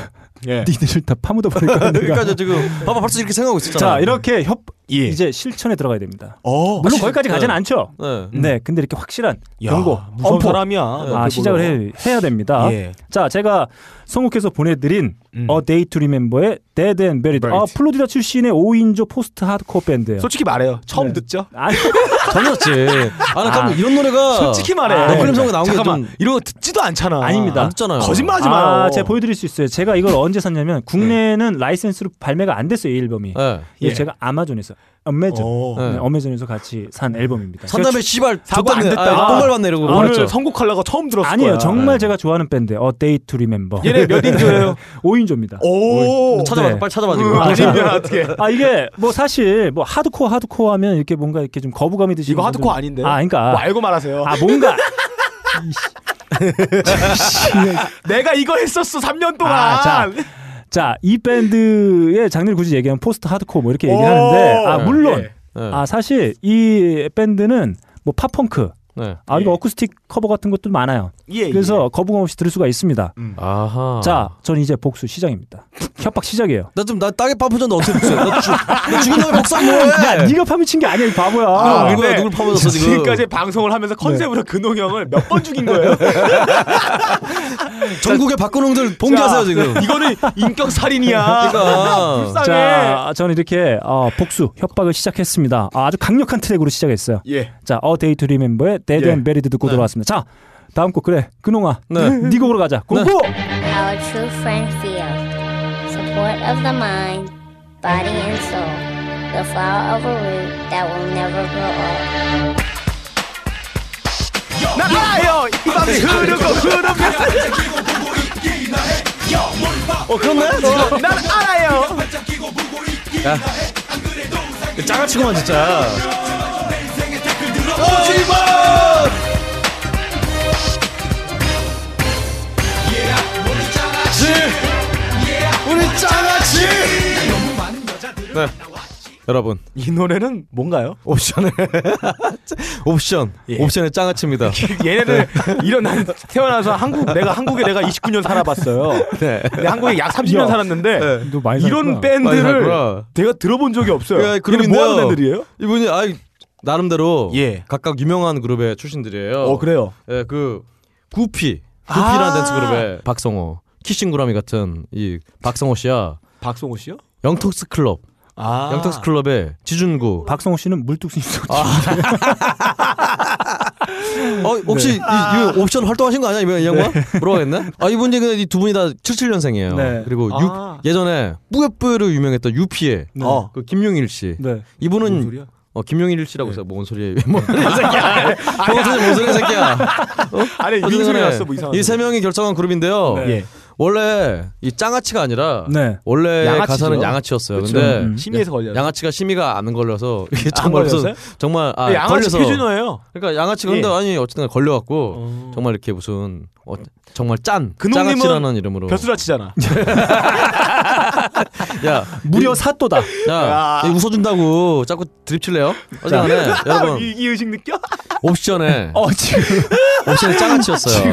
Speaker 2: 예.
Speaker 1: 니들을 다 파묻어 버릴 거야. 내가.
Speaker 3: 그러니까 지금 봐봐 벌써 이렇게 생각하고 있었잖아.
Speaker 1: 자, 이렇게 협
Speaker 2: 예.
Speaker 1: 이제 실천에 들어가야 됩니다. 물론 거기까지 가진
Speaker 3: 네.
Speaker 1: 않죠.
Speaker 3: 네.
Speaker 1: 네, 근데 이렇게 확실한
Speaker 2: 음. 야,
Speaker 1: 경고,
Speaker 2: 무서운
Speaker 1: 엄포.
Speaker 2: 사람이야. 뭐
Speaker 1: 아,
Speaker 2: 그걸로.
Speaker 1: 시작을 해, 해야 됩니다.
Speaker 2: 예. 음.
Speaker 1: 자, 제가 선곡해서 보내드린 A Day to Remember의 Dead and Buried. 아, 플로리다 출신의 5인조 포스트 하드코어 밴드예요.
Speaker 2: 솔직히 말해요. 처음
Speaker 1: 네.
Speaker 2: 듣죠?
Speaker 1: 아니,
Speaker 3: 전혀지. 아, 나 깜- 이런 노래가
Speaker 2: 솔직히 말해.
Speaker 1: 아,
Speaker 3: 너클림 성에 나온 게
Speaker 2: 잠깐만.
Speaker 3: 좀.
Speaker 2: 이런 거 듣지도 않잖아.
Speaker 1: 아닙니다.
Speaker 3: 안 듣잖아요.
Speaker 2: 거짓말하지
Speaker 1: 아,
Speaker 2: 마요.
Speaker 1: 제가 보여드릴 수 있어요. 제가 이걸 언제 샀냐면 국내에는 라이센스로 발매가 안 됐어요 이 앨범이.
Speaker 3: 예.
Speaker 1: 예,
Speaker 2: 예.
Speaker 1: 제가 아마존에서 아마존,
Speaker 2: 오. 음.
Speaker 1: 네,
Speaker 3: 예.
Speaker 1: 아마존에서 같이 산 앨범입니다. 그러니까
Speaker 3: 산남의 씨발
Speaker 2: 사고 안 됐다.
Speaker 3: 똥발 받네 이러고
Speaker 2: 오늘
Speaker 3: 말했죠.
Speaker 2: 선곡하려고 처음 들었을
Speaker 1: 아니에요.
Speaker 2: 거야. 예.
Speaker 1: 정말 제가 좋아하는 밴드. 어 데이 투 리멤버.
Speaker 2: 얘네 몇 인조예요?
Speaker 1: 5인조입니다.
Speaker 2: 오.
Speaker 3: 찾아봐,
Speaker 1: 네.
Speaker 3: 빨리 찾아봐 지금.
Speaker 2: 안 되면 어떻게?
Speaker 1: 아 이게 뭐 사실 뭐 하드코어 하드코어 하면 이렇게 뭔가 이렇게 좀 거부감이 드시는
Speaker 2: 이거 하드코어
Speaker 1: 분들-
Speaker 2: 아닌데.
Speaker 1: 아 그러니까
Speaker 2: 뭐 알고 말하세요.
Speaker 1: 아 뭔가
Speaker 2: 내가 이거 했었어 3년 동안.
Speaker 1: 아, 자. 자, 이 밴드의 장르를 굳이 얘기하면 포스트 하드코어 뭐 이렇게 얘기하는데 아,
Speaker 3: 네.
Speaker 1: 물론
Speaker 2: 예.
Speaker 3: 네.
Speaker 1: 아, 사실 이 밴드는 뭐 팝펑크
Speaker 3: 네.
Speaker 1: 아, 그리고 어쿠스틱 커버 같은 것도 많아요.
Speaker 2: 예, 음.
Speaker 1: 그래서 거부감 없이 들을 수가 있습니다.
Speaker 3: 아하.
Speaker 1: 자, 전 이제 복수 시작입니다. 협박 시작이에요.
Speaker 3: 나 지금 나 땅에 파묻혔는데 어떻게 복수해? 나, 죽, 나 죽은 다음에 복수한 거야.
Speaker 1: 야, 네가 파묻힌 게 아니야, 이 바보야.
Speaker 2: 예. 아,
Speaker 3: 누구야,
Speaker 2: 근데
Speaker 3: 누굴 파묻었어, 지금?
Speaker 2: 지금까지 방송을
Speaker 1: 네.
Speaker 2: 하면서 컨셉으로 근홍 형을 몇 번 죽인 거예요?
Speaker 3: 전국의 박근홍들 봉기하세요
Speaker 2: 자,
Speaker 3: 지금.
Speaker 2: 이거는 인격 살인이야.
Speaker 3: 그러니까.
Speaker 2: 불쌍해.
Speaker 1: 자,
Speaker 2: 예.
Speaker 1: 저는 이렇게 어, 복수 협박을 시작했습니다. 아, 주 강력한 트랙으로 시작했어요.
Speaker 2: 예.
Speaker 1: 자, 어 데이 투 리멤버의 데드
Speaker 2: 예.
Speaker 1: 앤 베리드 듣고 들어왔습니다. 자, 다음 곡 그래. 근홍아.
Speaker 3: 네.
Speaker 1: 네. 네 곡으로 가자. 고고.
Speaker 16: Our true friend feel. Support of the mind, body, and soul. The flower of a root that will never grow old.
Speaker 2: 나가요. 이 밤이 흐르고 흐르면서.
Speaker 3: 어 그렇네.
Speaker 2: 어, 난 알아요.
Speaker 3: 짜가치고만 진짜.
Speaker 4: 예 우리 짜같이
Speaker 3: 네. 여러분
Speaker 2: 이 노래는 뭔가요? 어,
Speaker 3: 옵션을 옵션 옵션의 짱아치입니다.
Speaker 2: 얘네들 이런 난 태어나서 한국 내가 한국에 내가 29년 살아봤어요.
Speaker 3: 네.
Speaker 2: 근데 한국에 약 30년
Speaker 3: 야.
Speaker 2: 살았는데
Speaker 1: 너 많이 살았구나.
Speaker 2: 이런
Speaker 3: 많이
Speaker 2: 밴드를
Speaker 3: 살았구나.
Speaker 2: 내가 들어본 적이 없어요.
Speaker 3: 예,
Speaker 2: 얘네 뭐 하는 밴드들이에요?
Speaker 3: 이분이 아 나름대로 각각 유명한 그룹의 출신들이에요.
Speaker 2: 어, 그래요?
Speaker 3: 예, 그 구피 구피라는
Speaker 2: 아.
Speaker 3: 댄스 그룹의 박성호 키싱구라미 같은 이 박성호 씨야.
Speaker 2: 박성호 씨요?
Speaker 3: 영턱스 클럽.
Speaker 2: 아.
Speaker 3: 영턱스 클럽의 지준구.
Speaker 1: 박성호 씨는 물뚝심
Speaker 3: 아. 어, 혹시 이, 이 옵션 활동하신 거 아니야 이번 이 양반? 물어봐야겠네. 아 이분이 근데 이두 분이 다 77년생이에요.
Speaker 17: 네.
Speaker 3: 그리고 유-
Speaker 17: 아.
Speaker 3: 예전에 뿌요뿌요로 유명했던 유피의
Speaker 17: 네.
Speaker 3: 어, 그 김용일 씨.
Speaker 1: 네.
Speaker 2: 음.
Speaker 17: 뭔
Speaker 3: 이분은
Speaker 17: 소리야?
Speaker 3: 어, 김용일
Speaker 2: 예.
Speaker 3: 씨라고 해서 뭔 소리야? 뭔 소리야, 이 새끼야? 저거 도대체 뭔 소리야, 이 새끼야? 어?
Speaker 2: 아니,
Speaker 3: 어쨌든
Speaker 2: 민소리
Speaker 3: 간에
Speaker 2: 났어, 뭐 아, 이상한
Speaker 3: 이세 명이 결성한 그룹인데요.
Speaker 2: 네. 예.
Speaker 3: 원래 이 짱아치가 아니라
Speaker 1: 네.
Speaker 3: 원래
Speaker 2: 양아치죠.
Speaker 3: 가사는 양아치였어요.
Speaker 2: 그쵸.
Speaker 3: 근데
Speaker 2: 음. 심의에서 걸려요.
Speaker 3: 양아치가 심의가 안 걸려서 이게
Speaker 2: 안
Speaker 3: 정말 무슨-
Speaker 2: 걸렸어요?
Speaker 3: 정말 아,
Speaker 2: 근데 양아치
Speaker 3: 걸려서
Speaker 2: 표준어예요.
Speaker 3: 그러니까 양아치 근데
Speaker 2: 예.
Speaker 3: 아니 어쨌든 걸려갖고 정말 이렇게 무슨 어, 정말 짠
Speaker 2: 근홍님은
Speaker 3: 짱아치라는 이름으로
Speaker 2: 벼슬아 치잖아.
Speaker 3: 야
Speaker 1: 무려 사또다.
Speaker 3: 야,
Speaker 2: 야.
Speaker 3: 이 웃어준다고 자꾸 드립칠래요? 어제간에 네, 여러분
Speaker 2: 위기 의식 느껴?
Speaker 3: 옵션에
Speaker 1: 어 지금
Speaker 3: 옵션에 짱아치였어요.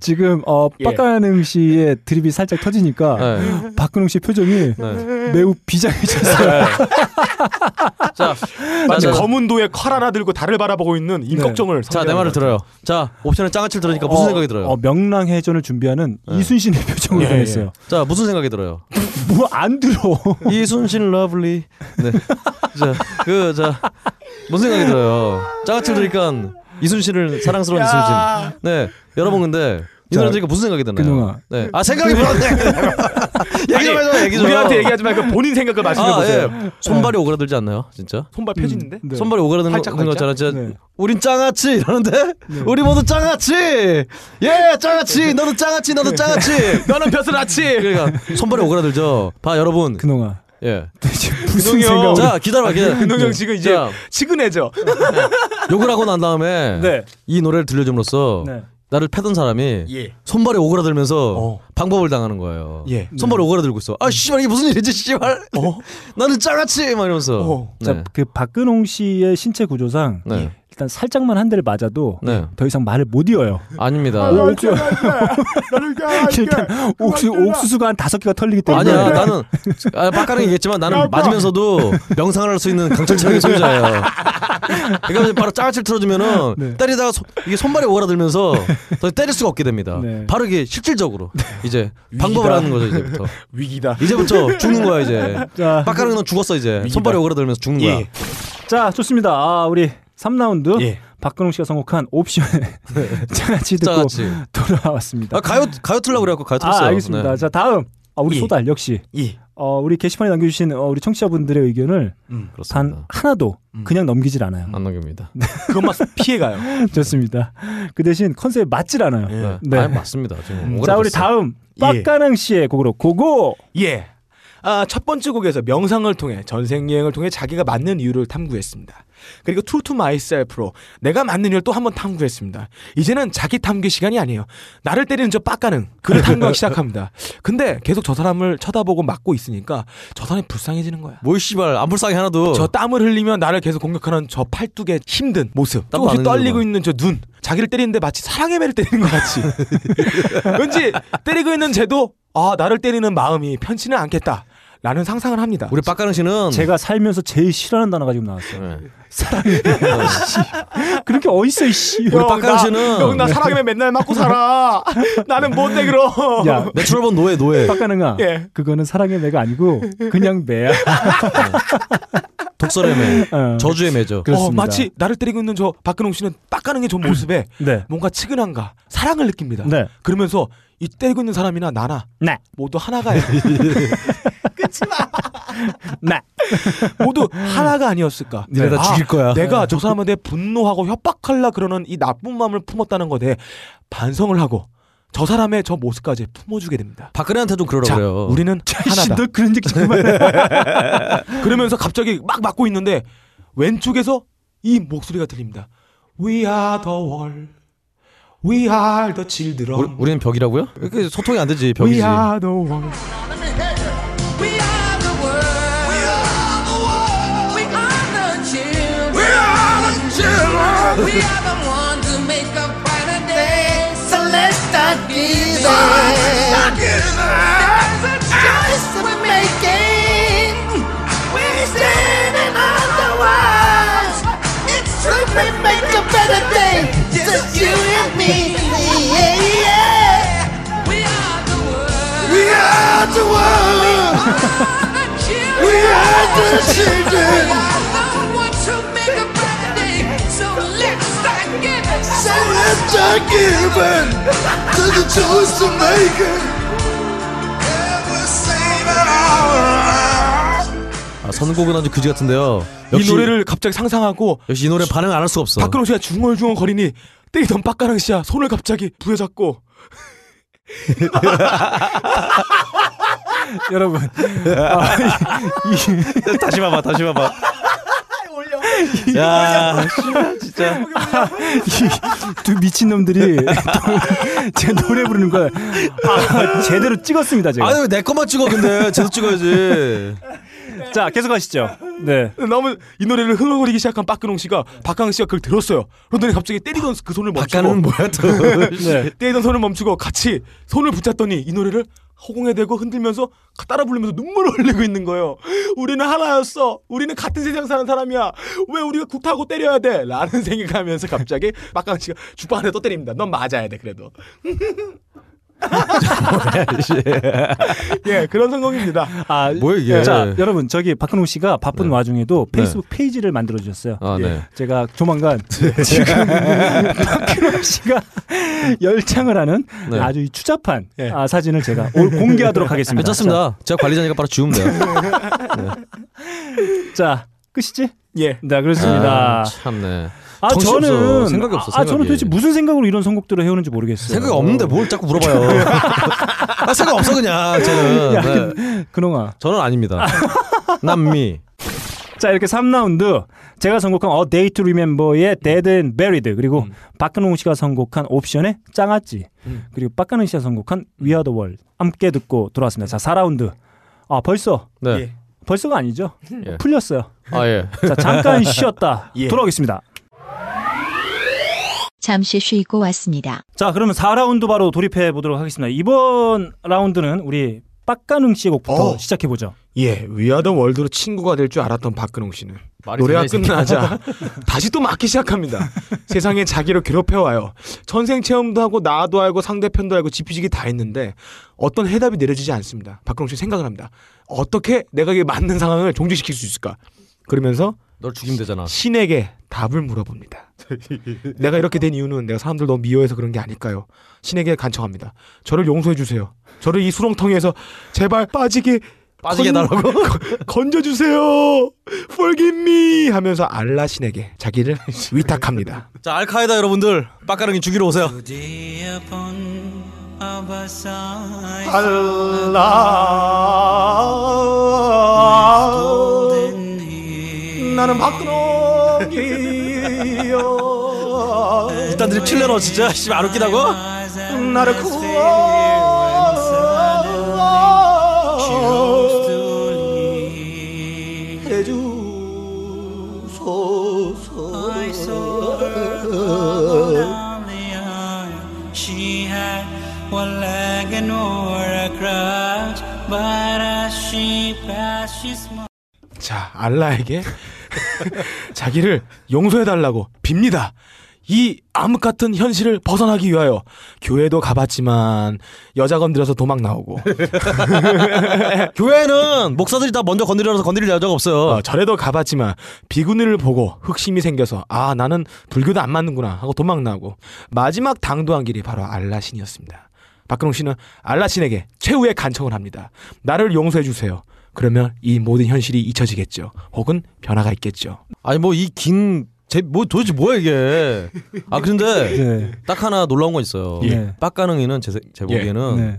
Speaker 1: 지금 어
Speaker 3: 예.
Speaker 1: 빡가능 씨의 드립이 살짝 터지니까
Speaker 3: 네.
Speaker 1: 박근홍 씨 표정이 매우 비장해졌어요.
Speaker 3: 자,
Speaker 2: 마치
Speaker 3: 자, 자.
Speaker 2: 검은 도에 칼 하나 들고 달을 바라보고 있는 임꺽정을.
Speaker 3: 자 내 말을 들어요. 자 옵션에 짱아치를 들으니까 무슨
Speaker 1: 어,
Speaker 3: 생각이 들어요? 네.
Speaker 1: 어, 명랑해전을 준비하는 이순신의 표정을
Speaker 3: 예,
Speaker 1: 보냈어요.
Speaker 3: 예. 자 무슨 생각이 들어요?
Speaker 1: 뭐 안 들어.
Speaker 3: 이순신 러블리. 네. 자, 그, 자, 무슨 생각이 들어요? 짜같이 들으니까 이순신을 사랑스러운
Speaker 17: 야.
Speaker 3: 이순신. 네. 여러분 근데 이 노래
Speaker 17: 자,
Speaker 3: 들으니까 무슨 생각이 드나요?
Speaker 17: 그동안.
Speaker 3: 네. 아 생각이 불었네. 얘기 좀 해줘. 얘기 좀.
Speaker 2: 우리한테 얘기하지 말고 본인 생각을 말씀해 보세요.
Speaker 3: 예. 음. 손발이 오그라들지 않나요? 진짜?
Speaker 2: 손발 펴지는데? 네.
Speaker 3: 손발이 오그라드는
Speaker 2: 살짝, 네.
Speaker 3: 거- 거
Speaker 2: 살짝?
Speaker 3: 같잖아.
Speaker 1: 네.
Speaker 3: 진짜 우린 짱아치 이러는데
Speaker 2: 네.
Speaker 3: 우리 모두 짱아치. 예, 짱아치. 너도 짱아치.
Speaker 2: 네.
Speaker 3: 너도 짱아치.
Speaker 2: 너는 벼슬아치.
Speaker 3: 그러니까 손발이 오그라들죠. 봐 여러분.
Speaker 1: 그놈아.
Speaker 3: 예.
Speaker 2: 근홍이 형.
Speaker 3: 자 기다려봐 기다려.
Speaker 2: 근홍이 형 지금 이제
Speaker 3: 자,
Speaker 2: 치근해져.
Speaker 3: 음. 욕을 하고 난 다음에 이 노래를 들려줌으로써
Speaker 2: 네.
Speaker 3: 나를 패던 사람이
Speaker 2: 예. 어.
Speaker 3: 손발이 오그라들면서 방법을 당하는 거예요.
Speaker 2: 예. 어?
Speaker 3: 손발이 오그라들고 있어. 아 씨발 이게 무슨 일이지 씨발. 나는 짱아치 막 이러면서.
Speaker 1: 자,
Speaker 3: 네.
Speaker 1: 그 박근홍 씨의 신체 구조상
Speaker 3: 네.
Speaker 1: 일단 살짝만 한 대를 맞아도
Speaker 3: 네.
Speaker 1: 더 이상 말을 못 이어요.
Speaker 3: 아닙니다.
Speaker 1: 옥수, 일단 옥수, 옥수수가 한 다섯 개가 털리기 때문에 네.
Speaker 3: 아니야 나는 아, 빡가는 얘기했지만 나는 맞으면서도 명상을 할 수 있는 강철철의 소유자예요. 그러니까 바로 짱아치를 틀어주면은
Speaker 1: 네.
Speaker 3: 때리다가 손- 이게 손발이 오그라들면서 더 때릴 수가 없게 됩니다.
Speaker 1: 네.
Speaker 3: 바로 이게 실질적으로 이제 방법을 하는 거죠 이제부터.
Speaker 2: 위기다.
Speaker 3: 이제부터 죽는 거야 이제.
Speaker 1: 자.
Speaker 3: 빡가는 건 죽었어 이제.
Speaker 1: 위기다.
Speaker 3: 손발이 오그라들면서 죽는 거야.
Speaker 1: 예. 자, 좋습니다. 아, 우리 3라운드 박근홍 씨가 선곡한 옵션에 짱아치 듣고
Speaker 3: 짱아치.
Speaker 1: 돌아왔습니다.
Speaker 3: 아 가요 가요 틀라 그래갖고 가요 틀었어요.
Speaker 1: 아, 알겠습니다.
Speaker 3: 네.
Speaker 1: 자, 다음. 아, 우리 소달 역시. 어, 우리 게시판에 남겨주신 어, 우리 청취자분들의 의견을 단 네. 하나도 그냥 넘기질 음. 않아요. 네.
Speaker 3: 안 넘깁니다.
Speaker 2: 그것만 피해가요.
Speaker 1: 좋습니다. 그 대신 컨셉에 맞질 않아요.
Speaker 3: 네.
Speaker 1: 네.
Speaker 3: 아, 맞습니다. 지금
Speaker 1: 자,
Speaker 3: 오그라들었어요.
Speaker 1: 우리 다음 빡가능 씨의 곡으로 고고.
Speaker 2: 예. 아, 첫 번째 곡에서 명상을 통해 전생 여행을 통해 자기가 맞는 이유를 탐구했습니다. 그리고 True to Myself로 내가 맞는 이유를 또 한번 탐구했습니다. 이제는 자기 탐구 시간이 아니에요. 나를 때리는 저 빡가는 그를 탐구하기 시작합니다. 근데 계속 저 사람을 쳐다보고 막고 있으니까 저 사람이 불쌍해지는 거야.
Speaker 3: 뭘 씨발 안 불쌍해 하나도.
Speaker 2: 저 땀을 흘리며 나를 계속 공격하는 저 팔뚝의 힘든 모습
Speaker 3: 땀도
Speaker 2: 조금씩
Speaker 3: 안
Speaker 2: 떨리고
Speaker 3: 흘리더만.
Speaker 2: 있는 저 눈 자기를 때리는데 마치 사랑의 매를 때리는 것 같이 왠지 때리고 있는 쟤도 아 나를 때리는 마음이 편치는 않겠다 라는 상상을 합니다
Speaker 3: 우리 빡가는 씨는 네.
Speaker 1: 제가 살면서 제일 싫어하는 단어가 지금 나왔어요. 사랑해. 씨. 그렇게 어딨어, 이 씨.
Speaker 2: 형, 나- 형, 나 사랑이면 맨날 맞고 살아 나는 뭔데 그럼 어,
Speaker 1: 야,
Speaker 3: 내추럴본 노예 노예.
Speaker 1: 빡가능아.
Speaker 2: 예.
Speaker 1: 그거는 사랑의 매가 아니고 그냥 매야.
Speaker 3: 독설의 매,
Speaker 1: 어.
Speaker 3: 저주의 매죠.
Speaker 2: 어, 마치 나를 때리고 있는 저 박근홍 씨는 빡가능의
Speaker 3: 음.
Speaker 2: 저 모습에 뭔가 측은한가 사랑을 느낍니다.
Speaker 3: 네.
Speaker 2: 그러면서 이 때리고 있는 사람이나 나나
Speaker 1: 네.
Speaker 2: 모두 하나가요.
Speaker 1: 나
Speaker 2: 모두 하나가 아니었을까?
Speaker 3: 니네 다 죽일 거야.
Speaker 2: 내가 저 사람한테 분노하고 협박할라 그러는 이 나쁜 마음을 품었다는 것에 반성을 하고 저 사람의 저 모습까지 품어주게 됩니다.
Speaker 3: 박근혜한테 좀 그러라
Speaker 2: 자,
Speaker 3: 그래요.
Speaker 2: 우리는 하나다.
Speaker 1: 너 그런 얘기 정말.
Speaker 2: 그러면서 갑자기 막 맞고 있는데 왼쪽에서 이 목소리가 들립니다. We are the world. We are the children.
Speaker 3: 우리는 벽이라고요? 이렇게 소통이 안 되지
Speaker 2: We
Speaker 3: 벽이지.
Speaker 2: are the world.
Speaker 4: We are the ones who make a brighter day. So let's start giving. So let's start giving. There's a choice we're making. We're standing on the walls. It's true we make a better day. Just you and me. Yeah, yeah. We are the world. We are the children. We are the ones who make a brighter day. So let's start giving. So let's start giving. To the choice to make it. Yeah, we're saving our lives.
Speaker 3: 아, 선곡은 아주 그지 같은데요.
Speaker 2: 이 노래를 갑자기 상상하고
Speaker 3: 역시 이 노래 반응 안 할 수가 없어.
Speaker 2: 박근홍 씨가 중얼중얼 거리니 때리던 빡가랑 씨야 손을 갑자기 부여잡고
Speaker 1: 여러분 아,
Speaker 3: 다시 봐봐, 다시 봐봐.
Speaker 1: 야, 진짜 두 미친 놈들이 제 노래 부르는 걸 아, 제대로 찍었습니다 제가.
Speaker 3: 아니 네, 왜내 것만 찍어 근데 제도 찍어야지.
Speaker 1: 자 계속 하시죠. 네.
Speaker 2: 너무 이 노래를 흥얼거리기 시작한 박근홍 씨가 박강은 씨가 그걸 들었어요. 그러더니 갑자기 때리던 그 손을 멈추고
Speaker 3: 네. 박가는 뭐야, 또.
Speaker 2: 네. 때리던 손을 멈추고 같이 손을 붙잡더니 이 노래를 허공에 대고 흔들면서 따라 부르면서 눈물을 흘리고 있는 거예요. 우리는 하나였어. 우리는 같은 세상 사는 사람이야. 왜 우리가 굿하고 때려야 돼? 라는 생각하면서 갑자기 박강은 씨가 주방 안에 또 때립니다. 넌 맞아야 돼 그래도. 예, 그런 성공입니다.
Speaker 1: 아,
Speaker 3: 뭐야 이게?
Speaker 1: 자 여러분 저기 박근홍 씨가 바쁜 와중에도 페이스북 페이지를 만들어 주셨어요.
Speaker 3: 아, 네.
Speaker 1: 제가 조만간 지금 박근홍 씨가 열창을 하는
Speaker 3: 네. 예.
Speaker 1: 아주 이 추잡한 아, 사진을 제가 올 공개하도록 하겠습니다.
Speaker 3: 괜찮습니다. 제가 관리자니까 바로 지우면 돼요.
Speaker 1: 자, 자, 끝이지?
Speaker 2: 예.
Speaker 1: 네 그렇습니다.
Speaker 3: 아, 참네.
Speaker 1: 아,
Speaker 3: 정신 없어.
Speaker 1: 저는
Speaker 3: 생각이 없어.
Speaker 1: 아,
Speaker 3: 생각이. 예.
Speaker 1: 저는 도대체 무슨 생각으로 이런 선곡들을 해오는지 모르겠어요.
Speaker 3: 생각이 없는데 뭘 자꾸 물어봐요. 아, 생각 없어 그냥 저는.
Speaker 1: 야,
Speaker 3: 네.
Speaker 1: 근홍아.
Speaker 3: 저는 아닙니다. 남미.
Speaker 1: 자 이렇게 3라운드 제가 선곡한 A Day to Remember의 Dead and Buried 그리고
Speaker 3: 음.
Speaker 1: 박근홍 씨가 선곡한 옵션의 짱아찌 그리고 박근홍 씨가 선곡한 We Are the World 함께 듣고 돌아왔습니다. 자 4라운드 아 벌써
Speaker 3: 네.
Speaker 1: 벌써가 아니죠
Speaker 3: 예.
Speaker 1: 풀렸어요.
Speaker 3: 아 예.
Speaker 1: 자 잠깐 쉬었다
Speaker 3: 예.
Speaker 1: 돌아오겠습니다.
Speaker 18: 잠시 쉬고 왔습니다.
Speaker 1: 자 그러면 4라운드 바로 돌입해 보도록 하겠습니다. 이번 라운드는 우리 박가능 씨의 곡부터 시작해 보죠.
Speaker 2: 예, 위아더 월드로 친구가 될 줄 알았던 박근홍 씨는
Speaker 1: 말이
Speaker 2: 노래가
Speaker 1: 되네, 이
Speaker 2: 끝나자 다시 또 막기 시작합니다. 세상에 자기를 괴롭혀 와요. 전생 체험도 하고 나도 알고 상대편도 알고 지피지기 다 했는데 어떤 해답이 내려지지 않습니다. 박근홍 씨 생각을 합니다. 어떻게 내가 이게 맞는 상황을 종식시킬 수 있을까? 그러면서
Speaker 3: 널 죽이면 되잖아.
Speaker 2: 신에게 답을 물어봅니다. 내가 이렇게 된 이유는 내가 사람들 너무 미워해서 그런 게 아닐까요? 신에게 간청합니다. 저를 용서해 주세요. 저를 이 수렁텅이에서 제발 빠지게
Speaker 3: 빠지게 해달라고?
Speaker 2: 건져 주세요. Forgive me 하면서 알라 신에게 자기를 위탁합니다.
Speaker 3: 자 알카에다 여러분들 빡가릉이 죽이러 오세요.
Speaker 2: 알라 나는 박근홍이요
Speaker 3: 일단 드립 칠레로 진짜 씨발 안 웃기다고?
Speaker 2: 나를 구원해
Speaker 4: 주소서 She had one leg and wore a crutch, but as she passed, she smiled.
Speaker 2: 자 알라에게 자기를 용서해달라고 빕니다. 이 암흑 같은 현실을 벗어나기 위하여 교회도 가봤지만 여자 건드려서 도망 나오고
Speaker 3: 교회는 목사들이 다 먼저 건드려서 건드릴 여자가 없어요.
Speaker 2: 어, 절에도 가봤지만 비구니를 보고 흑심이 생겨서 아 나는 불교도 안 맞는구나 하고 도망 나오고 마지막 당도한 길이 바로 알라신이었습니다. 박근홍 씨는 알라신에게 최후의 간청을 합니다. 나를 용서해 주세요. 그러면 이 모든 현실이 잊혀지겠죠. 혹은 변화가 있겠죠.
Speaker 3: 아니 뭐 이 긴 제 뭐 도대체 뭐야 이게? 아 근데
Speaker 1: 네.
Speaker 3: 딱 하나 놀라운 건 있어요.
Speaker 1: 예.
Speaker 3: 빡가능이는 제, 제 보기에는
Speaker 1: 예. 네.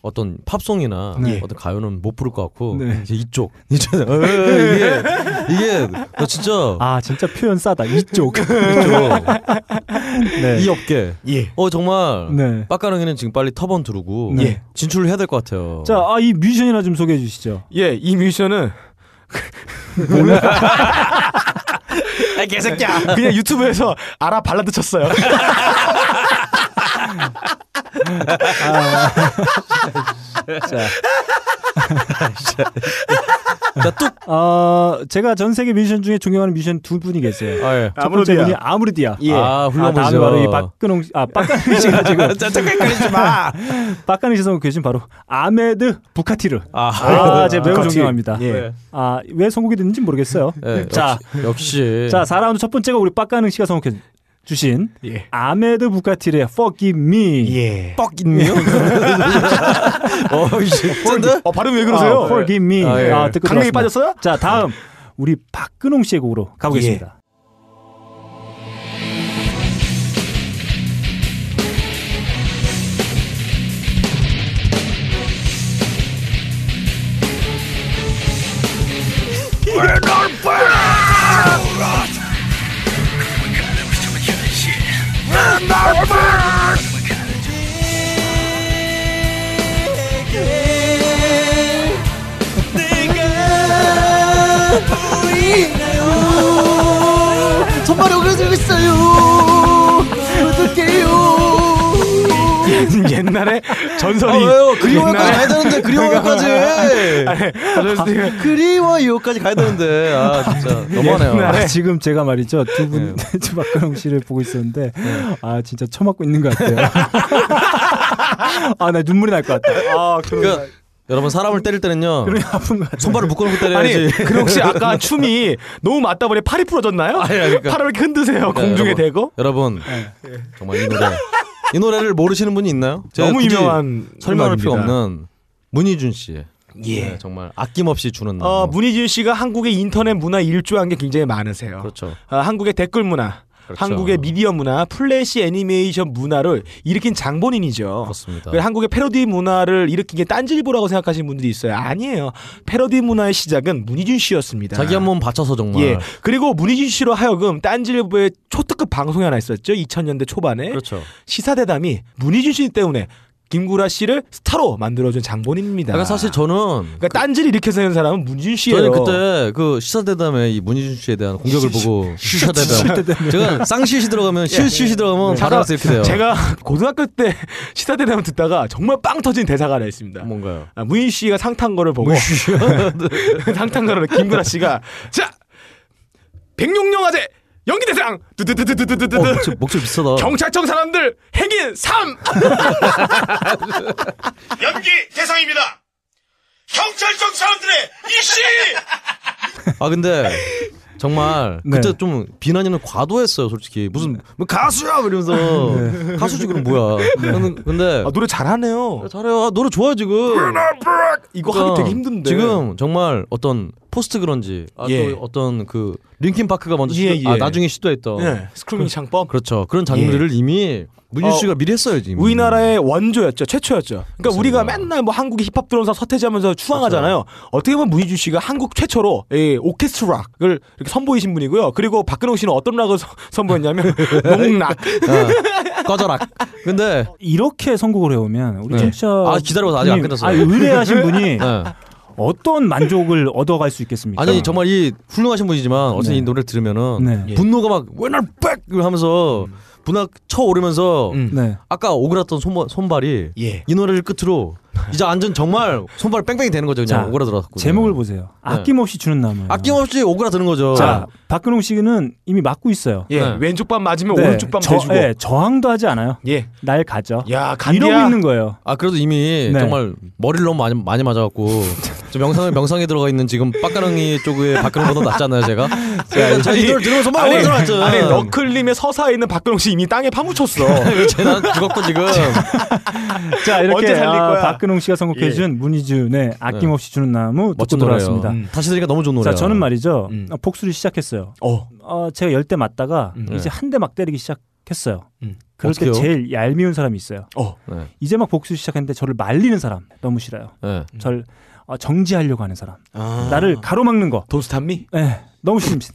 Speaker 3: 어떤 팝송이나
Speaker 1: 네.
Speaker 3: 어떤 가요는 못 부를 것 같고
Speaker 1: 네.
Speaker 3: 이제 이쪽 이제 어, 이게 이게 나 진짜
Speaker 1: 아 진짜 표현 싸다 이쪽 네.
Speaker 3: 이 업계
Speaker 2: 예.
Speaker 3: 어 정말
Speaker 1: 네.
Speaker 3: 빡가능이는 지금 빨리 터번 두르고
Speaker 1: 네.
Speaker 3: 진출을 해야 될 것 같아요.
Speaker 1: 자, 아, 이 뮤지션이나 좀 소개해 주시죠.
Speaker 2: 예, 이 뮤지션은 아, 개새끼야. 그냥 유튜브에서 알아 발라드 쳤어요.
Speaker 1: 자, 뚝. 어, 제가 전 세계 뮤지션 중에 존경하는 뮤지션 두 분이 계세요.
Speaker 3: 아, 예.
Speaker 2: 아,
Speaker 1: 첫 번째 분이 아, 아무르디아.
Speaker 2: 예. 아, 훌륭한
Speaker 1: 다음에
Speaker 2: 분이죠.
Speaker 1: 바로 이 박근홍 씨, 아, 빡가능씨 가지고.
Speaker 2: 저, 저 헷갈리지 마.
Speaker 1: 빡가능씨서 계신 바로 아메드 부카티르. 아,
Speaker 3: 아,
Speaker 1: 제가 매우
Speaker 3: 부카티.
Speaker 1: 존경합니다.
Speaker 3: 예.
Speaker 1: 아, 왜 선곡이 됐는지 모르겠어요.
Speaker 2: 네,
Speaker 3: 예,
Speaker 1: 자,
Speaker 3: 역시.
Speaker 1: 자, 4라운드 첫 번째가 우리 빡가능 씨가 선곡해 주신
Speaker 2: 예.
Speaker 1: 아메드 부카티르의 Fuck Me. 예.
Speaker 2: Fuck Me.
Speaker 1: 어,
Speaker 2: 짠데? 어, 발음 왜
Speaker 1: 아,
Speaker 2: 그러세요?
Speaker 1: Forgive Me.
Speaker 2: 아,
Speaker 1: 아,
Speaker 2: 예.
Speaker 1: 듣고
Speaker 2: 강냉이
Speaker 1: 들어왔습니다.
Speaker 2: 빠졌어요? 예.
Speaker 1: 자, 다음 우리 박근홍 씨의 곡으로 가보겠습니다.
Speaker 4: We're not burned. We're not burned.
Speaker 14: 보이나요? 손발이 오그라들고 있어요. 어떡해요?
Speaker 2: 옛날에 전설이
Speaker 3: 아, 왜요? 그리워요까지 가야 되는데, 그리워요까지.
Speaker 2: 아니,
Speaker 3: 그리워요까지 가야 되는데. 아, 진짜. 너무하네요.
Speaker 2: 예.
Speaker 3: 네.
Speaker 1: 아, 지금 제가 말이죠 두 분 박근홍 씨를 보고 있었는데 아 진짜 처맞고 있는 것 같아요. 아 나 눈물이 날 것 같아. 아
Speaker 3: 그러니까 여러분 사람을 때릴 때는요.
Speaker 1: 그래, 아픈 것 같아.
Speaker 3: 손발을 묶어놓고 때려야지.
Speaker 2: 그러니까.
Speaker 3: 네,
Speaker 2: 아니, 그 혹시 아까 춤이 너무 맞다 보니 팔이 부러졌나요?
Speaker 3: 아니, 그러니까.
Speaker 2: 팔을 이렇게 흔드세요.
Speaker 3: 네,
Speaker 2: 공중에
Speaker 3: 여러분,
Speaker 2: 대고. 네.
Speaker 3: 여러분 정말 이 노래 이 노래를 모르시는 분이 있나요? 제가
Speaker 2: 너무
Speaker 3: 굳이
Speaker 2: 유명한
Speaker 3: 설명할 필요
Speaker 2: 음악입니다.
Speaker 3: 없는 문희준 씨의
Speaker 2: 예.
Speaker 3: 네, 정말 아낌없이 주는
Speaker 2: 어, 문희준 씨가 한국의 인터넷 문화 일조한 게 굉장히 많으세요.
Speaker 3: 그렇죠.
Speaker 2: 어, 한국의 댓글 문화,
Speaker 3: 그렇죠.
Speaker 2: 한국의 미디어 문화, 플래시 애니메이션 문화를 일으킨 장본인이죠.
Speaker 3: 그렇습니다.
Speaker 2: 그래서 한국의 패러디 문화를 일으킨 게 딴질보라고 생각하시는 분들이 있어요. 아니에요. 패러디 문화의 시작은 문희준 씨였습니다.
Speaker 3: 자기 한 몸 바쳐서 정말
Speaker 2: 예. 그리고 문희준 씨로 하여금 딴질보의 초특급 방송이 하나 있었죠. 2000년대 초반에.
Speaker 3: 그렇죠.
Speaker 2: 시사대담이 문희준 씨 때문에 김구라 씨를 스타로 만들어준 장본인입니다.
Speaker 3: 그러니까 사실 저는
Speaker 2: 그러니까 딴질 일으켜 세는 사람은 문준 씨예요.
Speaker 3: 저는 그때 그 시사대담에 이 문희준 씨에 대한 공격을 보고 시사대담 제가 쌍시시 들어가면 시시 들어가면
Speaker 2: 제가-
Speaker 3: 바닥에서 이렇게 돼요.
Speaker 2: 예. 네. 제가 고등학교 때 시사대담 듣다가 정말 빵 터진 대사가 하나 있습니다. 뭔가요? 아, 문희 씨가 상탄 거를 보고 상탄 거를 김구라 씨가 자 백룡영화제 연기 대상 두두두두두두두
Speaker 3: 어, 목소리- 목소리 비싸다.
Speaker 2: 경찰청 사람들 행인 3
Speaker 11: 연기 대상입니다. 경찰청 사람들의 이씨.
Speaker 3: 아 근데 정말
Speaker 2: 네.
Speaker 3: 그때 좀 비난이는 과도했어요 솔직히 무슨 뭐 가수야 이러면서
Speaker 2: 네.
Speaker 3: 가수지 그럼 뭐야 저는 근데
Speaker 2: 아, 노래 잘하네요
Speaker 3: 잘해요 아, 노래 좋아요 지금
Speaker 2: 이거
Speaker 3: 그러니까
Speaker 2: 하기 되게 힘든데
Speaker 3: 지금 정말 어떤 포스트 그런지 아,
Speaker 2: 예.
Speaker 3: 또 어떤 그 링킨 파크가 먼저 시도,
Speaker 2: 예, 예.
Speaker 3: 아, 나중에 시도했던
Speaker 2: 예, 스크루밍 창법
Speaker 3: 그렇죠 그런 장르를
Speaker 1: 예.
Speaker 3: 이미 문유
Speaker 2: 어,
Speaker 3: 씨가 미리 했어요 지금
Speaker 2: 우리나라의 원조였죠, 최초였죠. 그러니까 우리가 맨날 뭐 한국의 힙합 들어온 사람 서태지하면서 추앙하잖아요.
Speaker 1: 그렇죠.
Speaker 2: 어떻게 보면 문희준 씨가 한국 최초로 이 오케스트라 락을 이렇게 선보이신 분이고요. 그리고 박근홍 씨는 어떤 락을 선- 선보였냐면 농락.
Speaker 3: 꺼져락. 근데
Speaker 1: 이렇게 선곡을 해오면 우리
Speaker 3: 네.
Speaker 1: 청취자
Speaker 3: 아, 기다려봐. 아직 안 끝났어요.
Speaker 1: 아니, 의뢰하신 분이
Speaker 3: 네.
Speaker 1: 어떤 만족을 얻어갈 수 있겠습니까?
Speaker 3: 아니 정말 이 훌륭하신 분이지만 어쨌든
Speaker 1: 그러니까. 네.
Speaker 3: 이 노래를 들으면은
Speaker 1: 네. 음. 예.
Speaker 3: 분노가 막 When I'm back 하면서 분화 쳐오르면서
Speaker 1: 네.
Speaker 3: 아까 오그랐던 손발, 손발이
Speaker 1: 예.
Speaker 3: 이 노래를 끝으로 이제 완전 정말 손발 뺑뺑이 되는 거죠 그냥
Speaker 1: 자,
Speaker 3: 오그라들었고
Speaker 1: 제목을 보세요. 아낌없이 주는 나무.
Speaker 3: 아낌없이 오그라드는 거죠
Speaker 1: 자, 박근홍 씨는 이미 맞고 있어요.
Speaker 2: 예, 왼쪽 반 맞으면 오른쪽 반
Speaker 1: 저,
Speaker 2: 대주고.
Speaker 1: 예, 저항도 하지 않아요.
Speaker 2: 예.
Speaker 1: 날 가죠.
Speaker 2: 야,
Speaker 1: 이러고 있는 거예요.
Speaker 3: 아 그래도 이미
Speaker 1: 네.
Speaker 3: 정말 머리를 너무 많이 많이 맞아갖고 저 명상에 명상에 들어가 있는 지금 빡가릉이 쪽에 박근홍보다 낫잖아요 제가. 제가 자, 이 노래 들으면서 막
Speaker 2: 네, 아니,
Speaker 3: 오그라들었죠.
Speaker 2: 아니 너클림의 서사에 있는 박근홍 씨 이미 땅에 파묻혔어.
Speaker 3: 쟤는 죽었고 지금.
Speaker 1: 자, 이렇게
Speaker 2: 언제 살릴
Speaker 1: 아,
Speaker 2: 거야?
Speaker 1: 박근홍 씨가
Speaker 2: 예.
Speaker 1: 선곡해준 문희준의 아낌없이 주는 나무 듣고
Speaker 3: 멋진
Speaker 1: 돌아왔습니다.
Speaker 3: 노래예요. 음. 다시 들으니까 너무 좋은
Speaker 1: 자,
Speaker 3: 노래야.
Speaker 1: 저는 말이죠. 아, 복수를 시작했어요.
Speaker 2: 어.
Speaker 1: 제가 열 대 맞다가
Speaker 3: 음.
Speaker 1: 이제
Speaker 3: 네.
Speaker 1: 한 대 막 때리기 시작했어요.
Speaker 2: 음.
Speaker 1: 그럴 때
Speaker 3: 어떡해요?
Speaker 1: 제일 얄미운 사람이 있어요.
Speaker 3: 네.
Speaker 1: 이제 막 복수 시작했는데 저를 말리는 사람 너무 싫어요.
Speaker 3: 네.
Speaker 1: 절 어, 정지하려고 하는 사람. 나를 가로막는 거.
Speaker 2: 돈스탄미?
Speaker 1: 네. 너무 싫습니다.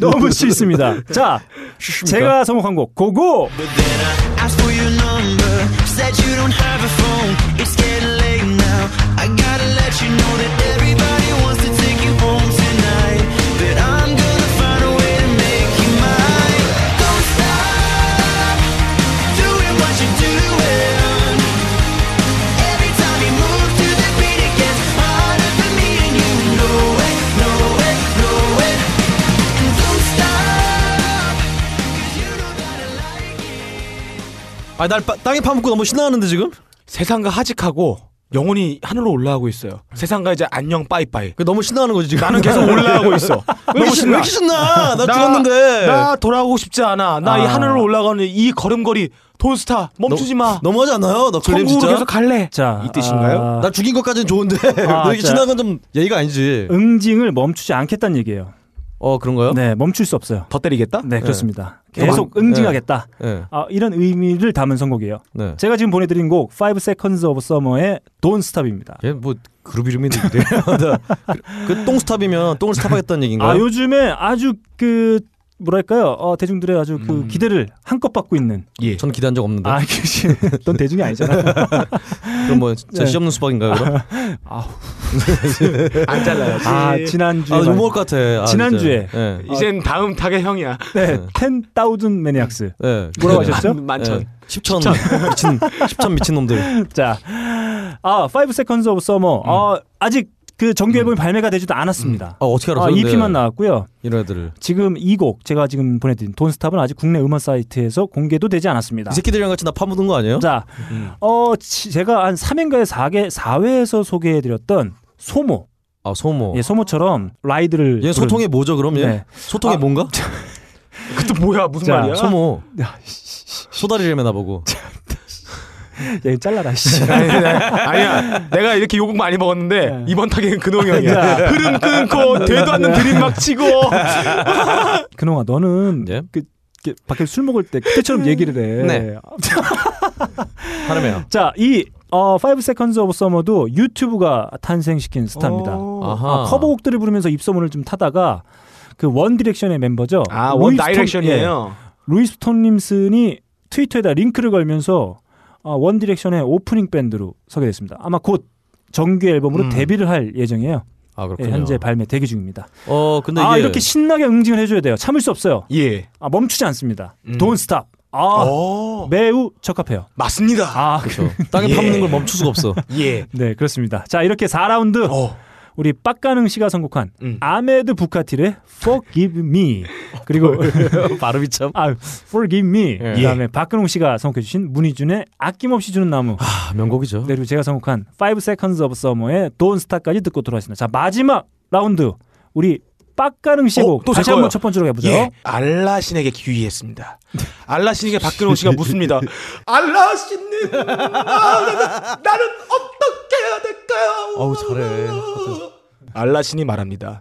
Speaker 1: 너무 싫습니다. 자, 제가 선곡한 곡 고고.
Speaker 4: Asked for your number, said you don't have a phone. It's getting late now. I gotta let you know that everybody wants to take you home tonight. But I'm gonna find a way to
Speaker 3: 아날 땅에 파묻고 너무 신나하는데 지금?
Speaker 2: 세상과 하직하고 영혼이 하늘로 올라가고 있어요. 세상과 이제 안녕 빠이빠이.
Speaker 3: 너무 신나는 거지 지금.
Speaker 2: 나는 계속 올라가고 있어.
Speaker 3: 왜
Speaker 2: 너무
Speaker 3: 이렇게 신- 왜 이렇게 신나? 나 죽었는데.
Speaker 2: 나 돌아오고 싶지 않아. 나 이
Speaker 3: 아.
Speaker 2: 하늘로 올라가는 이 걸음걸이 돈스타 멈추지 마.
Speaker 3: 너무하지 않나요?
Speaker 2: 천국으로
Speaker 3: 너클림 진짜.
Speaker 2: 계속 갈래.
Speaker 1: 자,
Speaker 3: 이 뜻인가요?
Speaker 1: 아.
Speaker 3: 나 죽인 것까지는 좋은데
Speaker 1: 아,
Speaker 3: 너 이렇게
Speaker 1: 자.
Speaker 3: 신나는 건 좀 예의가 아니지.
Speaker 2: 음.
Speaker 1: 응징을 멈추지 않겠다는 얘기예요.
Speaker 3: 네. 어 그런가요?
Speaker 1: 네, 멈출 수 없어요.
Speaker 2: 더 때리겠다?
Speaker 1: 네, 그렇습니다.
Speaker 3: 네.
Speaker 1: 계속
Speaker 3: 네.
Speaker 1: 응징하겠다.
Speaker 3: 네.
Speaker 1: 아, 이런 의미를 담은 선곡이에요.
Speaker 3: 네.
Speaker 1: 제가 지금 보내드린 곡 Five Seconds of Summer의 Don't Stop입니다.
Speaker 3: 예, 얘뭐 그룹 이름이 있는데 그 똥스탑이면 똥을 스탑하겠다는 얘기인가요?
Speaker 1: 아 요즘에 아주 그 뭐랄까요 어, 대중들의 아주 그 기대를 한껏 받고 있는
Speaker 3: 예. 전 기대한 적 없는데.
Speaker 1: 아 그씨 넌 대중이 아니잖아
Speaker 3: 그럼 뭐 진짜
Speaker 1: 네.
Speaker 3: 씨 없는 수박인가요? 그럼?
Speaker 1: 아우
Speaker 2: 안 잘라야지.
Speaker 1: 아 지난주에
Speaker 3: 아, 욕
Speaker 1: 말-
Speaker 3: 먹을 것 같아. 아,
Speaker 1: 지난주에
Speaker 3: 진짜. 예.
Speaker 2: 이젠 다음 타겟 형이야.
Speaker 1: 네, 음. 10,000 매니악스.
Speaker 3: 예.
Speaker 1: 뭐라고 하셨죠?
Speaker 2: 만- 만천.
Speaker 3: 10천 미친 10천 미친 놈들.
Speaker 1: 자, 아, 5 Seconds of
Speaker 3: 음.
Speaker 1: Summer. 아, 아직 그 정규 앨범이 발매가 되지도 않았습니다.
Speaker 3: 아 음. 어떻게 알았어?
Speaker 1: 아, EP만 나왔고요.
Speaker 3: 이런 애들을
Speaker 1: 지금 이 곡 제가 지금 보내드린 돈스탑은 아직 국내 음원 사이트에서 공개도 되지 않았습니다.
Speaker 3: 이 새끼들이랑 같이 나 파묻은 거 아니에요?
Speaker 1: 아.
Speaker 3: 음.
Speaker 1: 자, 어, 지- 제가 한 3회인가에 4개, 4회에서 소개해드렸던 소모.
Speaker 3: 아 소모.
Speaker 1: 예, 소모처럼 라이드를.
Speaker 3: 얘 소통의 뭐죠 그럼 얘?
Speaker 1: 네.
Speaker 3: 소통의 뭔가? 아,
Speaker 2: 그것도 뭐야 무슨
Speaker 1: 자,
Speaker 2: 말이야?
Speaker 3: 소모. 소다리를 매나보고.
Speaker 1: 얘 네, 잘라라, 씨.
Speaker 3: 네.
Speaker 2: 네. 아니야. 내가 이렇게 욕 많이 먹었는데 이번 타겟은 근홍 형이야.
Speaker 1: 자.
Speaker 2: 흐름 끊고 되도 않는 드림 막 치고.
Speaker 1: 그놈아, 너는 그, 그 밖에 술 먹을 때 그때처럼 얘기를 해.
Speaker 3: 네. 하르메요.
Speaker 1: 자, 이 어, 5 Seconds of Summer도 유튜브가 탄생시킨 스타입니다.
Speaker 3: 아하.
Speaker 1: 아, 커버곡들을 부르면서 입소문을 좀 타다가 그 원 디렉션의 멤버죠. 예.
Speaker 2: 아, 원 다이렉션이에요.
Speaker 1: 루이스 톤 림슨이 트위터에다 링크를 걸면서 어, 원 디렉션의 오프닝 밴드로 서게 됐습니다. 아마 곧 정규 앨범으로
Speaker 3: 음.
Speaker 1: 데뷔를 할 예정이에요.
Speaker 3: 아 그렇군요.
Speaker 1: 예, 현재 발매 대기 중입니다.
Speaker 3: 어 근데
Speaker 1: 아
Speaker 3: 이게
Speaker 1: 이렇게 신나게 응징을 해줘야 돼요. 참을 수 없어요.
Speaker 2: 예.
Speaker 1: 아 멈추지 않습니다.
Speaker 3: 음.
Speaker 1: Don't stop. 아
Speaker 3: 어.
Speaker 1: 매우 적합해요.
Speaker 2: 어, 맞습니다.
Speaker 1: 아 그렇죠.
Speaker 3: 땅에 파묻는 걸 멈출 수가 없어.
Speaker 2: 예.
Speaker 1: 네 그렇습니다. 자 이렇게 4라운드
Speaker 3: 어.
Speaker 2: 어.
Speaker 1: 우리 빡가능 씨가 선곡한
Speaker 2: 음.
Speaker 1: 아메드 부카티르의 Forgive Me
Speaker 2: 어,
Speaker 1: 그리고
Speaker 3: 발음이 참
Speaker 1: 아, Forgive Me
Speaker 3: 예.
Speaker 1: 그다음에 박근홍 씨가 선곡해주신 문희준의 아낌없이 주는 나무
Speaker 3: 명곡이죠.
Speaker 1: 그리고 제가 선곡한 5 Seconds of Summer의 Don't Stop까지 듣고 돌아왔습니다. 자 마지막 라운드 우리 빡가능 씨의 곡
Speaker 2: 어, 또제
Speaker 1: 다시
Speaker 2: 거예요.
Speaker 1: 한번 첫 번째로 해보죠.
Speaker 2: 예. 알라신에게 귀의했습니다. 알라신에게 박근홍 씨가 묻습니다. 알라신님 아, 나는 어떻게 해야 될까요?
Speaker 3: 어우 잘해.
Speaker 2: 알라신이 말합니다.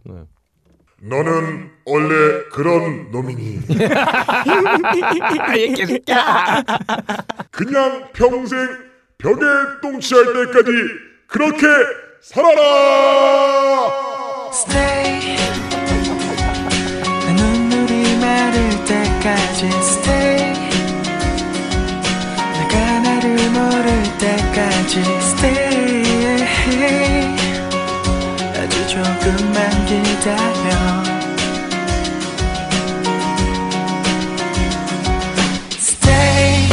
Speaker 10: 너는 원래 그런 놈이니. 그냥 평생 벽에 똥치할 때까지 그렇게 살아라.
Speaker 4: Stay. 내 눈물이 마를 때까지 Stay. 내가 나를 모를 때까지 Stay. 아주 조금만 기다려. Stay.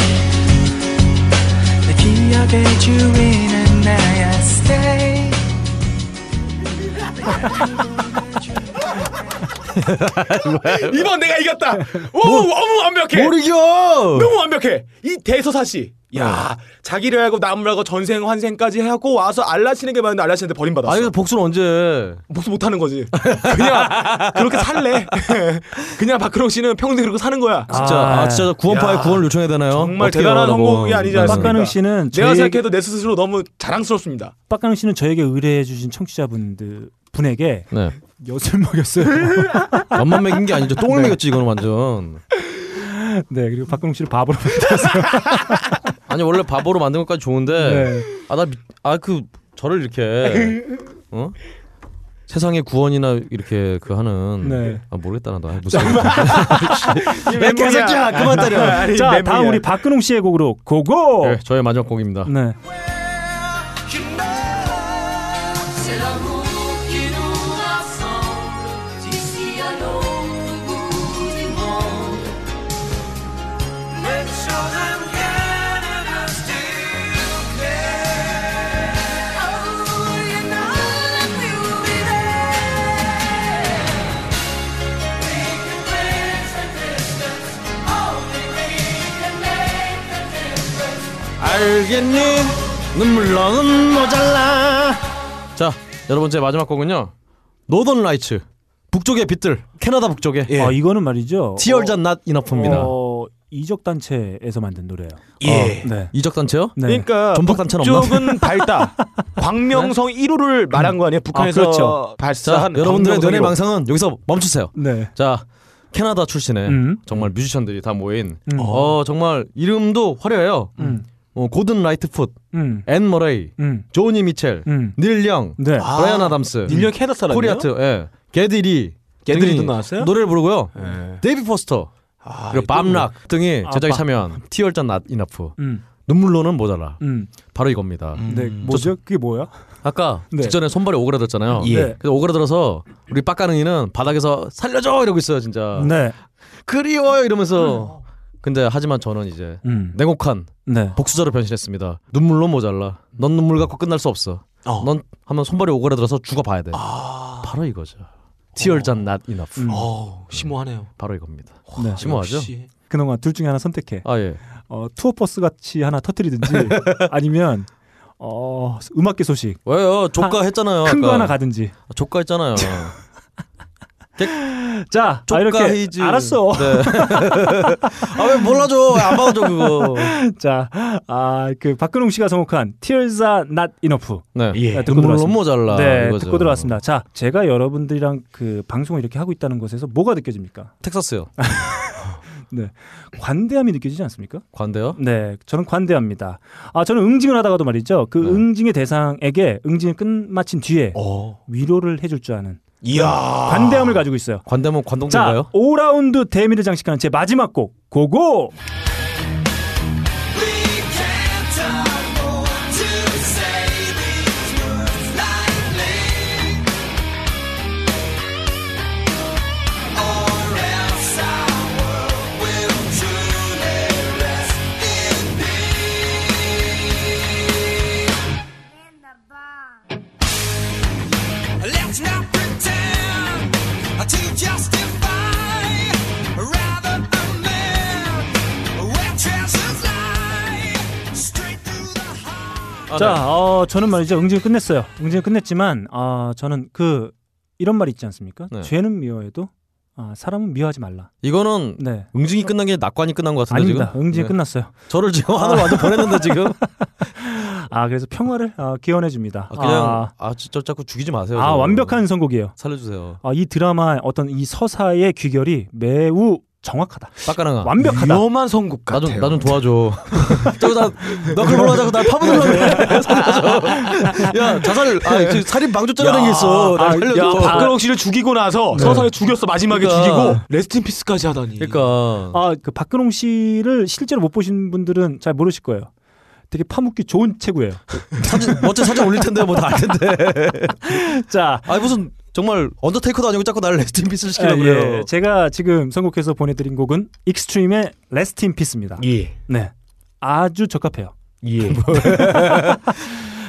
Speaker 4: 내 기억의 주인은 나야. Stay.
Speaker 2: 이번 내가 이겼다. 오, 너무 완벽해.
Speaker 3: 모르겨.
Speaker 2: 너무 완벽해. 이 대서사시. 야, 자기를 알고 남을 알고 전생 환생까지 하고 와서 알라신에게 받는데 알라신한테 버림받았어.
Speaker 3: 아니 근데 복수는 언제?
Speaker 2: 복수 못 하는 거지. 그냥 그렇게 살래. 그냥 박근홍 씨는 평생 그렇고 사는 거야.
Speaker 3: 진짜 아, 진짜 구원파의
Speaker 2: 야,
Speaker 3: 구원을 요청해야 네. 되나요?
Speaker 2: 정말 대단한 성공이 아니지 않습니까?
Speaker 1: 박근홍 씨는
Speaker 2: 내가
Speaker 1: 저희에게-
Speaker 2: 생각해도 내 스스로 너무 자랑스럽습니다.
Speaker 1: 빡가능 씨는 저에게 의뢰해주신 청취자분들 분에게
Speaker 3: 네.
Speaker 1: 엿을 먹였어요.
Speaker 2: 네.
Speaker 3: 엄만 먹인 게 아니죠. 똥을 먹였지 이거는 완전.
Speaker 1: 네 그리고 박근홍 씨를 바보로 만들었어요.
Speaker 3: 아니 원래 바보로 만든 것까지
Speaker 2: 네.
Speaker 1: 네.
Speaker 3: 좋은데 아나아그 저를 이렇게 어 세상의 구원이나 이렇게 그 하는
Speaker 1: 네.
Speaker 3: 아 모르겠다 나나 무슨
Speaker 1: 야, 개새끼야, 그만 때려. 자 다음 우리 박근홍 씨의 곡으로 고고.
Speaker 3: 아, 네, 저의 마지막 곡입니다.
Speaker 1: 네.
Speaker 4: C'est l'amour qui nous rassemble d'ici à l'autre bout du monde. Make sure them cannon are still clear. Oh, you know that we'll be there. We can raise the distance, only we can make the difference.
Speaker 3: 알겠니? 눈물로는 모자라. 자, 여러 번째 마지막 곡은요. 노던 라이츠. 북쪽의 빛들. 캐나다 북쪽의.
Speaker 1: 아 이거는 말이죠.
Speaker 3: Tears Are Not Enough입니다.
Speaker 1: 어, 이적 단체에서 만든 노래예요. 어,
Speaker 3: 예.
Speaker 1: 네.
Speaker 3: 이적 단체요?
Speaker 1: 네.
Speaker 2: 그러니까
Speaker 3: 전북 단체는 없나?
Speaker 2: 북쪽은 밝다. 광명성 1호를 말한 거 아니에요? 북한에서 발사한
Speaker 3: 자, 여러분들의
Speaker 2: 광명성
Speaker 3: 눈의
Speaker 2: 1호.
Speaker 3: 망상은 여기서 멈추세요.
Speaker 1: 네.
Speaker 3: 자 캐나다 출신의
Speaker 1: 음.
Speaker 3: 정말 뮤지션들이 다 모인
Speaker 1: 음.
Speaker 3: 어 정말 이름도 화려해요.
Speaker 1: 음.
Speaker 3: 어, 고든 라이트풋,
Speaker 1: 음.
Speaker 3: 앤 머레이,
Speaker 1: 음.
Speaker 3: 조니 미첼,
Speaker 1: 음.
Speaker 3: 닐 영,
Speaker 1: 네.
Speaker 3: 브라이언 아담스,
Speaker 2: 닐 영 캐나다 사람이에요?
Speaker 3: 코리아트, 예, 게드리,
Speaker 2: 게드리도
Speaker 3: 등이
Speaker 2: 나왔어요?
Speaker 3: 노래를 부르고요. 데이비 포스터 그리고 밤락 등이
Speaker 1: 아,
Speaker 3: 제작에
Speaker 1: 밤-
Speaker 3: 참여한 티얼잔 낫 이나프
Speaker 1: 음.
Speaker 3: 눈물로는 모자라
Speaker 1: 음.
Speaker 3: 바로 이겁니다.
Speaker 1: 네. 뭐죠? 그게 뭐야?
Speaker 3: 아까
Speaker 1: 네.
Speaker 3: 직전에 손발이 오그라들었잖아요.
Speaker 1: 예. 네.
Speaker 3: 그래서 오그라들어서 우리 빡가능이는 바닥에서 살려줘 이러고 있어요 진짜.
Speaker 1: 네.
Speaker 3: 그리워요 이러면서. 근데 하지만 저는 이제
Speaker 1: 음.
Speaker 3: 냉혹한
Speaker 1: 네.
Speaker 3: 복수자로 변신했습니다. 눈물로 모자라. 넌 눈물 갖고 끝날 수 없어. 넌 한번 손발이 오그라들어서 죽어봐야 돼.
Speaker 1: 아.
Speaker 3: 바로 이거죠. 티얼잔 낫
Speaker 1: 음.
Speaker 3: 이나프.
Speaker 1: 어,
Speaker 17: 심오하네요.
Speaker 3: 바로 이겁니다.
Speaker 1: 네.
Speaker 3: 심오하죠?
Speaker 1: 그놈아 둘 중에 하나 선택해.
Speaker 3: 아 예.
Speaker 1: 어, 투어버스 같이 하나 터뜨리든지 아니면 어, 음악계 소식.
Speaker 3: 왜요? 조카
Speaker 1: 하-
Speaker 3: 했잖아요.
Speaker 1: 큰 거
Speaker 3: 아까.
Speaker 1: 하나 가든지.
Speaker 3: 아, 조카 했잖아요.
Speaker 1: 자, 아, 이렇게
Speaker 3: 조카 헤이즈.
Speaker 1: 알았어.
Speaker 3: 네. 아왜 몰라줘? 왜안 받아줘 그거.
Speaker 1: 자, 아, 그 박근홍 씨가 선곡한 Tears Are Not Enough.
Speaker 3: 네.
Speaker 1: 자, 예, 듣고
Speaker 3: 눈물로
Speaker 1: 들어왔습니다.
Speaker 3: 모자라
Speaker 1: 네,
Speaker 3: 이거죠.
Speaker 1: 듣고 들어왔습니다. 자, 제가 여러분들이랑 그 방송을 이렇게 하고 있다는 것에서 뭐가 느껴집니까?
Speaker 3: 텍사스요.
Speaker 1: 네, 관대함이 느껴지지 않습니까?
Speaker 3: 관대요?
Speaker 1: 네, 저는 관대합니다. 아, 저는 응징을 하다가도 말이죠.
Speaker 3: 네.
Speaker 1: 그 응징의 대상에게 응징을 끝마친 뒤에
Speaker 3: 어.
Speaker 1: 위로를 해줄 줄 아는 관대함을 가지고 있어요.
Speaker 3: 관대면
Speaker 1: 자,
Speaker 3: 관동인가요?
Speaker 1: 5라운드 대미를 장식하는 제 마지막 곡 고고.
Speaker 4: Let's not pretend to justify rather amend where treasures lie straight through the
Speaker 3: 아,
Speaker 4: heart.
Speaker 3: 네.
Speaker 1: 자, 어, 저는 말이죠. 응징을 끝냈어요. 응징을 끝냈지만, 아, 저는 그, 이런 말 있지 않습니까?
Speaker 3: 네.
Speaker 1: 죄는 미워해도, 아, 사람은 미워하지 말라.
Speaker 3: 이거는
Speaker 1: 네.
Speaker 3: 응징이 끝난 게 낙관이 끝난 것 같은데
Speaker 1: 아닙니다.
Speaker 3: 지금.
Speaker 1: 응징이
Speaker 3: 네.
Speaker 1: 끝났어요.
Speaker 3: 저를 지금 하늘 완전 보냈는데 지금.
Speaker 1: 아, 그래서 평화를 아, 기원해 줍니다.
Speaker 3: 아, 그냥
Speaker 1: 아,
Speaker 3: 아, 진짜 자꾸 죽이지 마세요.
Speaker 1: 아,
Speaker 3: 저를.
Speaker 1: 완벽한 선곡이에요.
Speaker 3: 살려주세요.
Speaker 1: 아, 이 드라마 어떤 이 서사의 귀결이 매우 정확하다.
Speaker 3: 빡가랑아.
Speaker 1: 완벽하다.
Speaker 2: 위험한 선곡 같아요.
Speaker 3: 나 좀 도와줘. 저거 나너 그걸로 하자고 나 파묻으려고
Speaker 1: 네.
Speaker 3: 그래. 살려줘. 야 자살 아 지금 살인 방조죄가 된게 있어.
Speaker 1: 아,
Speaker 3: 나 살려줘. 아.
Speaker 2: 야, 박근홍 씨를 죽이고 나서
Speaker 3: 네.
Speaker 2: 서서히 죽였어 마지막에
Speaker 3: 그러니까.
Speaker 2: 죽이고 레스트 인 피스까지 하다니.
Speaker 3: 그러니까
Speaker 1: 아, 그 박근홍 씨를 실제로 못 보신 분들은 잘 모르실 거예요. 되게 파묻기 좋은 체구예요.
Speaker 3: 그러니까 사진 멋진 사진 올릴 텐데 뭐 다 알 텐데.
Speaker 1: 자,
Speaker 3: 아 무슨 정말 언더테이커도 아니고 자꾸 나를 레스팅 피스 시키려
Speaker 1: 아,
Speaker 3: 그래요.
Speaker 1: 예. 제가 지금 선곡해서 보내드린 곡은 익스트림의 레스트 인 피스입니다.
Speaker 2: 예.
Speaker 1: 네. 아주 적합해요.
Speaker 2: 예.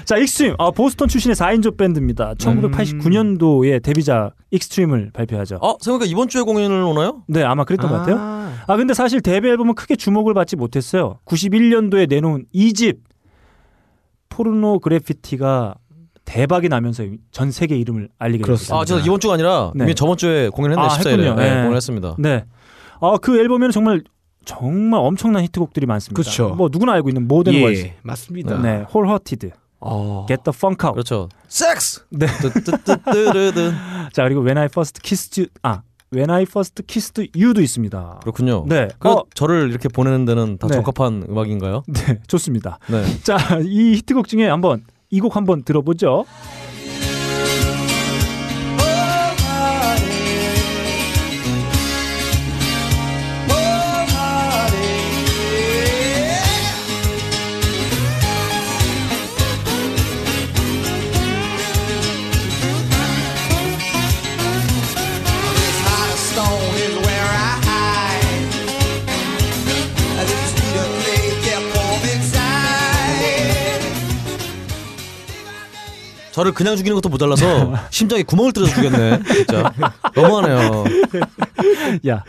Speaker 1: 자, 익스트림. 아, 보스턴 출신의 4인조 밴드입니다. 1989년도에 데뷔작 익스트림을 발표하죠.
Speaker 3: 어 생각보다 이번 주에 공연을 오나요?
Speaker 1: 네, 아마 그랬던 것 같아요. 아, 근데 사실 데뷔 앨범은 크게 주목을 받지 못했어요. 91년도에 내놓은 2집 포르노 그래피티가 대박이 나면서 전 세계 이름을 알리게 됐습니다.
Speaker 3: 아, 저 이번 주가 아니라
Speaker 1: 네.
Speaker 3: 이미 저번 주에 공연했네
Speaker 1: 아,
Speaker 3: 14일에
Speaker 1: 했군요.
Speaker 3: 네,
Speaker 1: 네.
Speaker 3: 공연했습니다.
Speaker 1: 네. 아, 그 앨범에는 정말 정말 엄청난 히트곡들이 많습니다.
Speaker 3: 그렇죠.
Speaker 2: 그쵸.
Speaker 1: 뭐 누구나 알고 있는 모든
Speaker 2: 예,
Speaker 1: 월스.
Speaker 2: 맞습니다.
Speaker 1: 네. 홀 허티드. Get the funk out.
Speaker 3: 아. 그렇죠. 섹스.
Speaker 1: 네.
Speaker 3: 뜨뜨뜨뜨르든.
Speaker 1: 자, 그리고 When I first kissed you 아, When I first kissed you도 있습니다.
Speaker 3: 그렇군요.
Speaker 1: 네.
Speaker 3: 그
Speaker 1: 어.
Speaker 3: 저를 이렇게 보내는 데는 다
Speaker 1: 네.
Speaker 3: 적합한 음악인가요?
Speaker 1: 네, 좋습니다.
Speaker 3: 네.
Speaker 1: 자, 이 히트곡 중에 한번 이 곡 한번 들어보죠.
Speaker 4: This heart of stone is where I hide. These feet of clay kept warm inside.
Speaker 3: 저를 그냥 죽이는 것도 모자라서 심장에 구멍을 뚫어서 죽였네. 진짜 너무하네요.
Speaker 1: 야,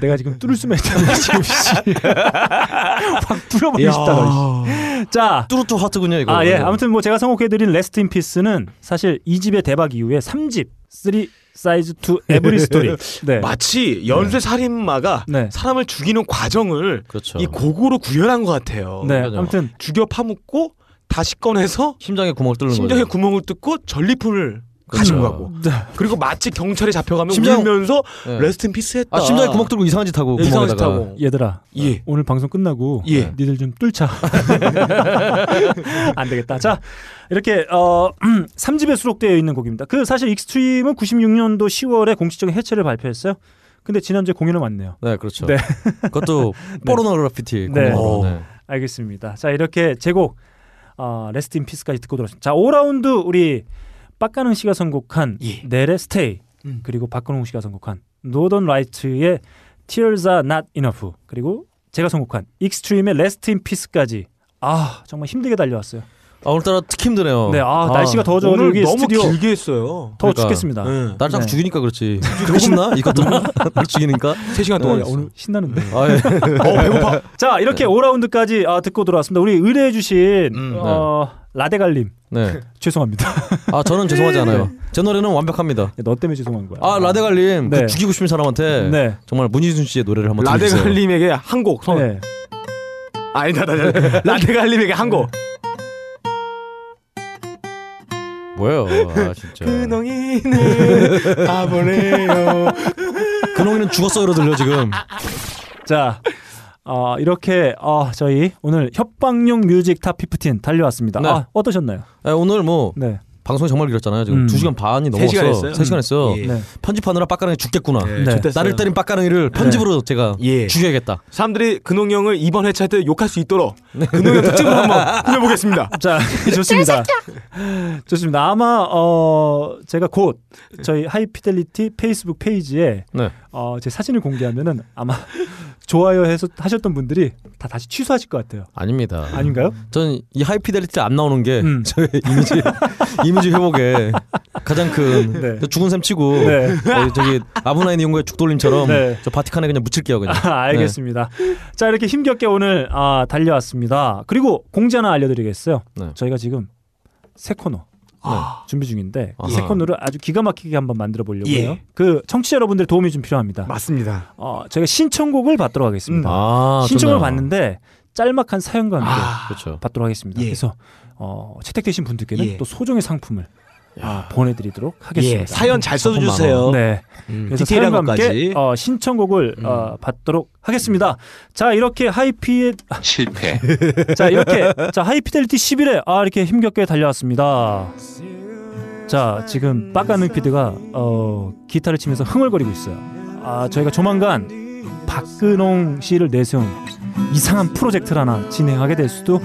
Speaker 1: 내가 지금 뚫을 수만 있다면 지금 씨. 확 뚫어버리고
Speaker 3: 야.
Speaker 1: 싶다 너. 씨. 자
Speaker 3: 뚜루뚜 하트군요 이거.
Speaker 1: 아 예. 아무튼 뭐 제가 선곡해드린 레스트 인 피스는 사실 2집의 대박 이후에 3집 3 사이즈 투 에브리 스토리. 네.
Speaker 2: 마치 연쇄 살인마가 사람을 죽이는 과정을 이 곡으로 구현한 것 같아요. 그러니까
Speaker 1: 네, 그럼요. 아무튼
Speaker 2: 죽여 파묻고 다시 꺼내서
Speaker 3: 심장에 구멍을 뚫는 그렇죠.
Speaker 2: 심장에
Speaker 3: 거죠.
Speaker 2: 구멍을 뚫고 전리품을
Speaker 1: 그렇죠.
Speaker 2: 가지고 가고 그리고 마치 경찰에 잡혀가면
Speaker 3: 심장-
Speaker 2: 울면서
Speaker 3: 네.
Speaker 2: 레스트 인 피스 했다.
Speaker 3: 아, 심장에 구멍 뚫고 이상한 짓 하고
Speaker 2: 네, 이상한 짓
Speaker 3: 구멍에다가.
Speaker 2: 하고. 예.
Speaker 1: 얘들아 어, 오늘 방송 끝나고 니들 좀 뚫자 안 되겠다 자 이렇게 어, 3집에 수록되어 있는 곡입니다 그 사실 익스트림은 96년도 10월에 공식적인 해체를 발표했어요 근데 지난주에 공연을 왔네요
Speaker 3: 네, 그렇죠.
Speaker 1: 네.
Speaker 3: 그것도 포르노 그래피티
Speaker 1: 네.
Speaker 3: 공연으로. 네.
Speaker 1: 알겠습니다 자 이렇게 제곡 어, 레스트 인 피스까지 듣고 돌아왔습니다 자 5라운드 우리 빡가능 씨가 선곡한 넬의 스테이 그리고 박근홍 씨가 선곡한 노던 라이트의 Tears Are Not Enough 그리고 제가 선곡한 익스트림의 Rest in Peace까지 아 정말 힘들게 달려왔어요.
Speaker 3: 아 오늘따라 특히 힘드네요.
Speaker 1: 네, 아, 날씨가 더워져
Speaker 2: 오늘
Speaker 1: 여기
Speaker 2: 너무
Speaker 1: 스튜디오
Speaker 2: 길게 했어요.
Speaker 1: 더워 죽겠습니다.
Speaker 3: 날 자꾸
Speaker 1: 그러니까. 네.
Speaker 3: 죽이니까 그렇지. 죽으신나? 이것도 날 죽이니까.
Speaker 2: 세 시간
Speaker 3: 네,
Speaker 1: 동안 어, 오늘 신나는데. 어,
Speaker 3: 아, 예.
Speaker 1: 배고파. 자 이렇게 5라운드까지 듣고 돌아왔습니다. 우리 의뢰해주신 어, 라데갈님
Speaker 3: 네.
Speaker 1: 죄송합니다.
Speaker 3: 아 저는
Speaker 1: 네.
Speaker 3: 죄송하지 않아요. 제 노래는 완벽합니다.
Speaker 1: 너 때문에 죄송한 거야.
Speaker 3: 아 라데갈님
Speaker 1: 네.
Speaker 3: 그 죽이고 싶은 사람한테
Speaker 1: 네.
Speaker 3: 정말 문희준 씨의 노래를 한번 들려주세요.
Speaker 2: 라데갈님에게 한 곡. 선.
Speaker 1: 네.
Speaker 2: 아니다, 나, 나, 나, 라데갈님에게 한 곡.
Speaker 3: 뭐예요? 아 진짜.
Speaker 2: 그농이는 바보래요.
Speaker 3: 근홍이는 죽었어요로 들려 지금.
Speaker 1: 자, 어, 이렇게 어, 저희 오늘 협박용 뮤직 탑 15 달려왔습니다.
Speaker 3: 네.
Speaker 1: 아, 어떠셨나요?
Speaker 3: 아, 오늘 뭐
Speaker 1: 네.
Speaker 3: 방송이 정말 길었잖아요. 지금
Speaker 1: 음.
Speaker 3: 두 2시간 반이
Speaker 1: 세
Speaker 3: 넘었어.
Speaker 1: 시간 했어요?
Speaker 3: 3시간 했어요.
Speaker 1: 음. 네.
Speaker 3: 편집하느라 빡가능이 죽겠구나.
Speaker 1: 네, 좋댔어요. 네. 예.
Speaker 3: 나를 때린 빡가능이를 편집으로 제가 죽여야겠다.
Speaker 2: 사람들이 근홍 형을 이번 회차 때 욕할 수 있도록
Speaker 3: 네.
Speaker 2: 근홍 형 특집을 한번 꾸며보겠습니다.
Speaker 1: 자, 좋습니다. 좋습니다. 아마 어, 제가 곧 저희 하이피델리티 페이스북 페이지에
Speaker 3: 네.
Speaker 1: 어, 제 사진을 공개하면은 아마 좋아요 해서 하셨던 분들이 다 다시 취소하실 것 같아요.
Speaker 3: 아닙니다.
Speaker 1: 아닌가요?
Speaker 3: 저는 이 하이피델리티 안 나오는 게
Speaker 1: 음.
Speaker 3: 저의 이미지 이미지 회복에 가장 큰
Speaker 1: 네.
Speaker 3: 저 죽은 셈 치고
Speaker 1: 네.
Speaker 3: 어, 저기 아브나인 이용구의 죽돌림처럼
Speaker 1: 네.
Speaker 3: 저 바티칸에 그냥 묻힐게요 그냥.
Speaker 1: 아, 알겠습니다.
Speaker 2: 네.
Speaker 1: 자 이렇게 힘겹게 오늘 아, 달려왔습니다. 그리고 공지 하나 알려드리겠어요.
Speaker 2: 네.
Speaker 1: 저희가 지금 새 코너 네, 준비 중인데
Speaker 2: 아. 아하.
Speaker 1: 새 코너를 아주 기가 막히게 한번 만들어 보려고
Speaker 2: 예.
Speaker 1: 해요. 그 청취자 여러분들 도움이 좀 필요합니다.
Speaker 2: 맞습니다.
Speaker 1: 어, 저희가 신청곡을 받도록 하겠습니다.
Speaker 3: 음. 아,
Speaker 1: 신청을
Speaker 3: 좋네요.
Speaker 1: 받는데 짤막한 사연과 함께
Speaker 3: 그렇죠.
Speaker 1: 받도록 하겠습니다. 그래서 어, 채택되신 분들께는
Speaker 2: 아. 예.
Speaker 1: 또 소정의 상품을 아, 보내드리도록 하겠습니다.
Speaker 2: 예, 사연 잘 써주세요.
Speaker 1: 네.
Speaker 2: 음,
Speaker 1: 그래서
Speaker 2: 디테일한
Speaker 1: 사연과 함께
Speaker 2: 것까지.
Speaker 1: 어, 신청곡을 어, 받도록 하겠습니다. 자 이렇게 하이피의 실패. 자 이렇게 자 하이피델리티 10일에 아 이렇게 힘겹게 달려왔습니다. 자 지금 빡가는 피드가 어, 기타를 치면서 흥얼거리고 있어요. 아 저희가 조만간 박근홍 씨를 내세운 이상한 프로젝트를 하나 진행하게 될 수도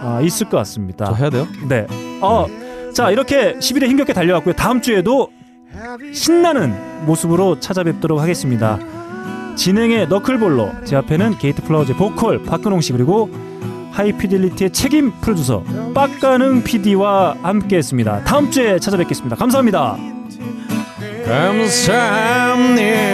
Speaker 1: 아, 있을 것 같습니다.
Speaker 3: 해야 돼요?
Speaker 1: 네. 어, 자 이렇게 10일에 힘겹게 달려왔고요. 다음 주에도 신나는 모습으로 찾아뵙도록 하겠습니다. 진행의 너클볼로 제 앞에는 게이트 플라워즈의 보컬 박근홍 씨 그리고 하이피델리티의 책임 프로듀서 빡가능 PD와 함께했습니다. 다음 주에 찾아뵙겠습니다. 감사합니다.
Speaker 3: 감사합니다.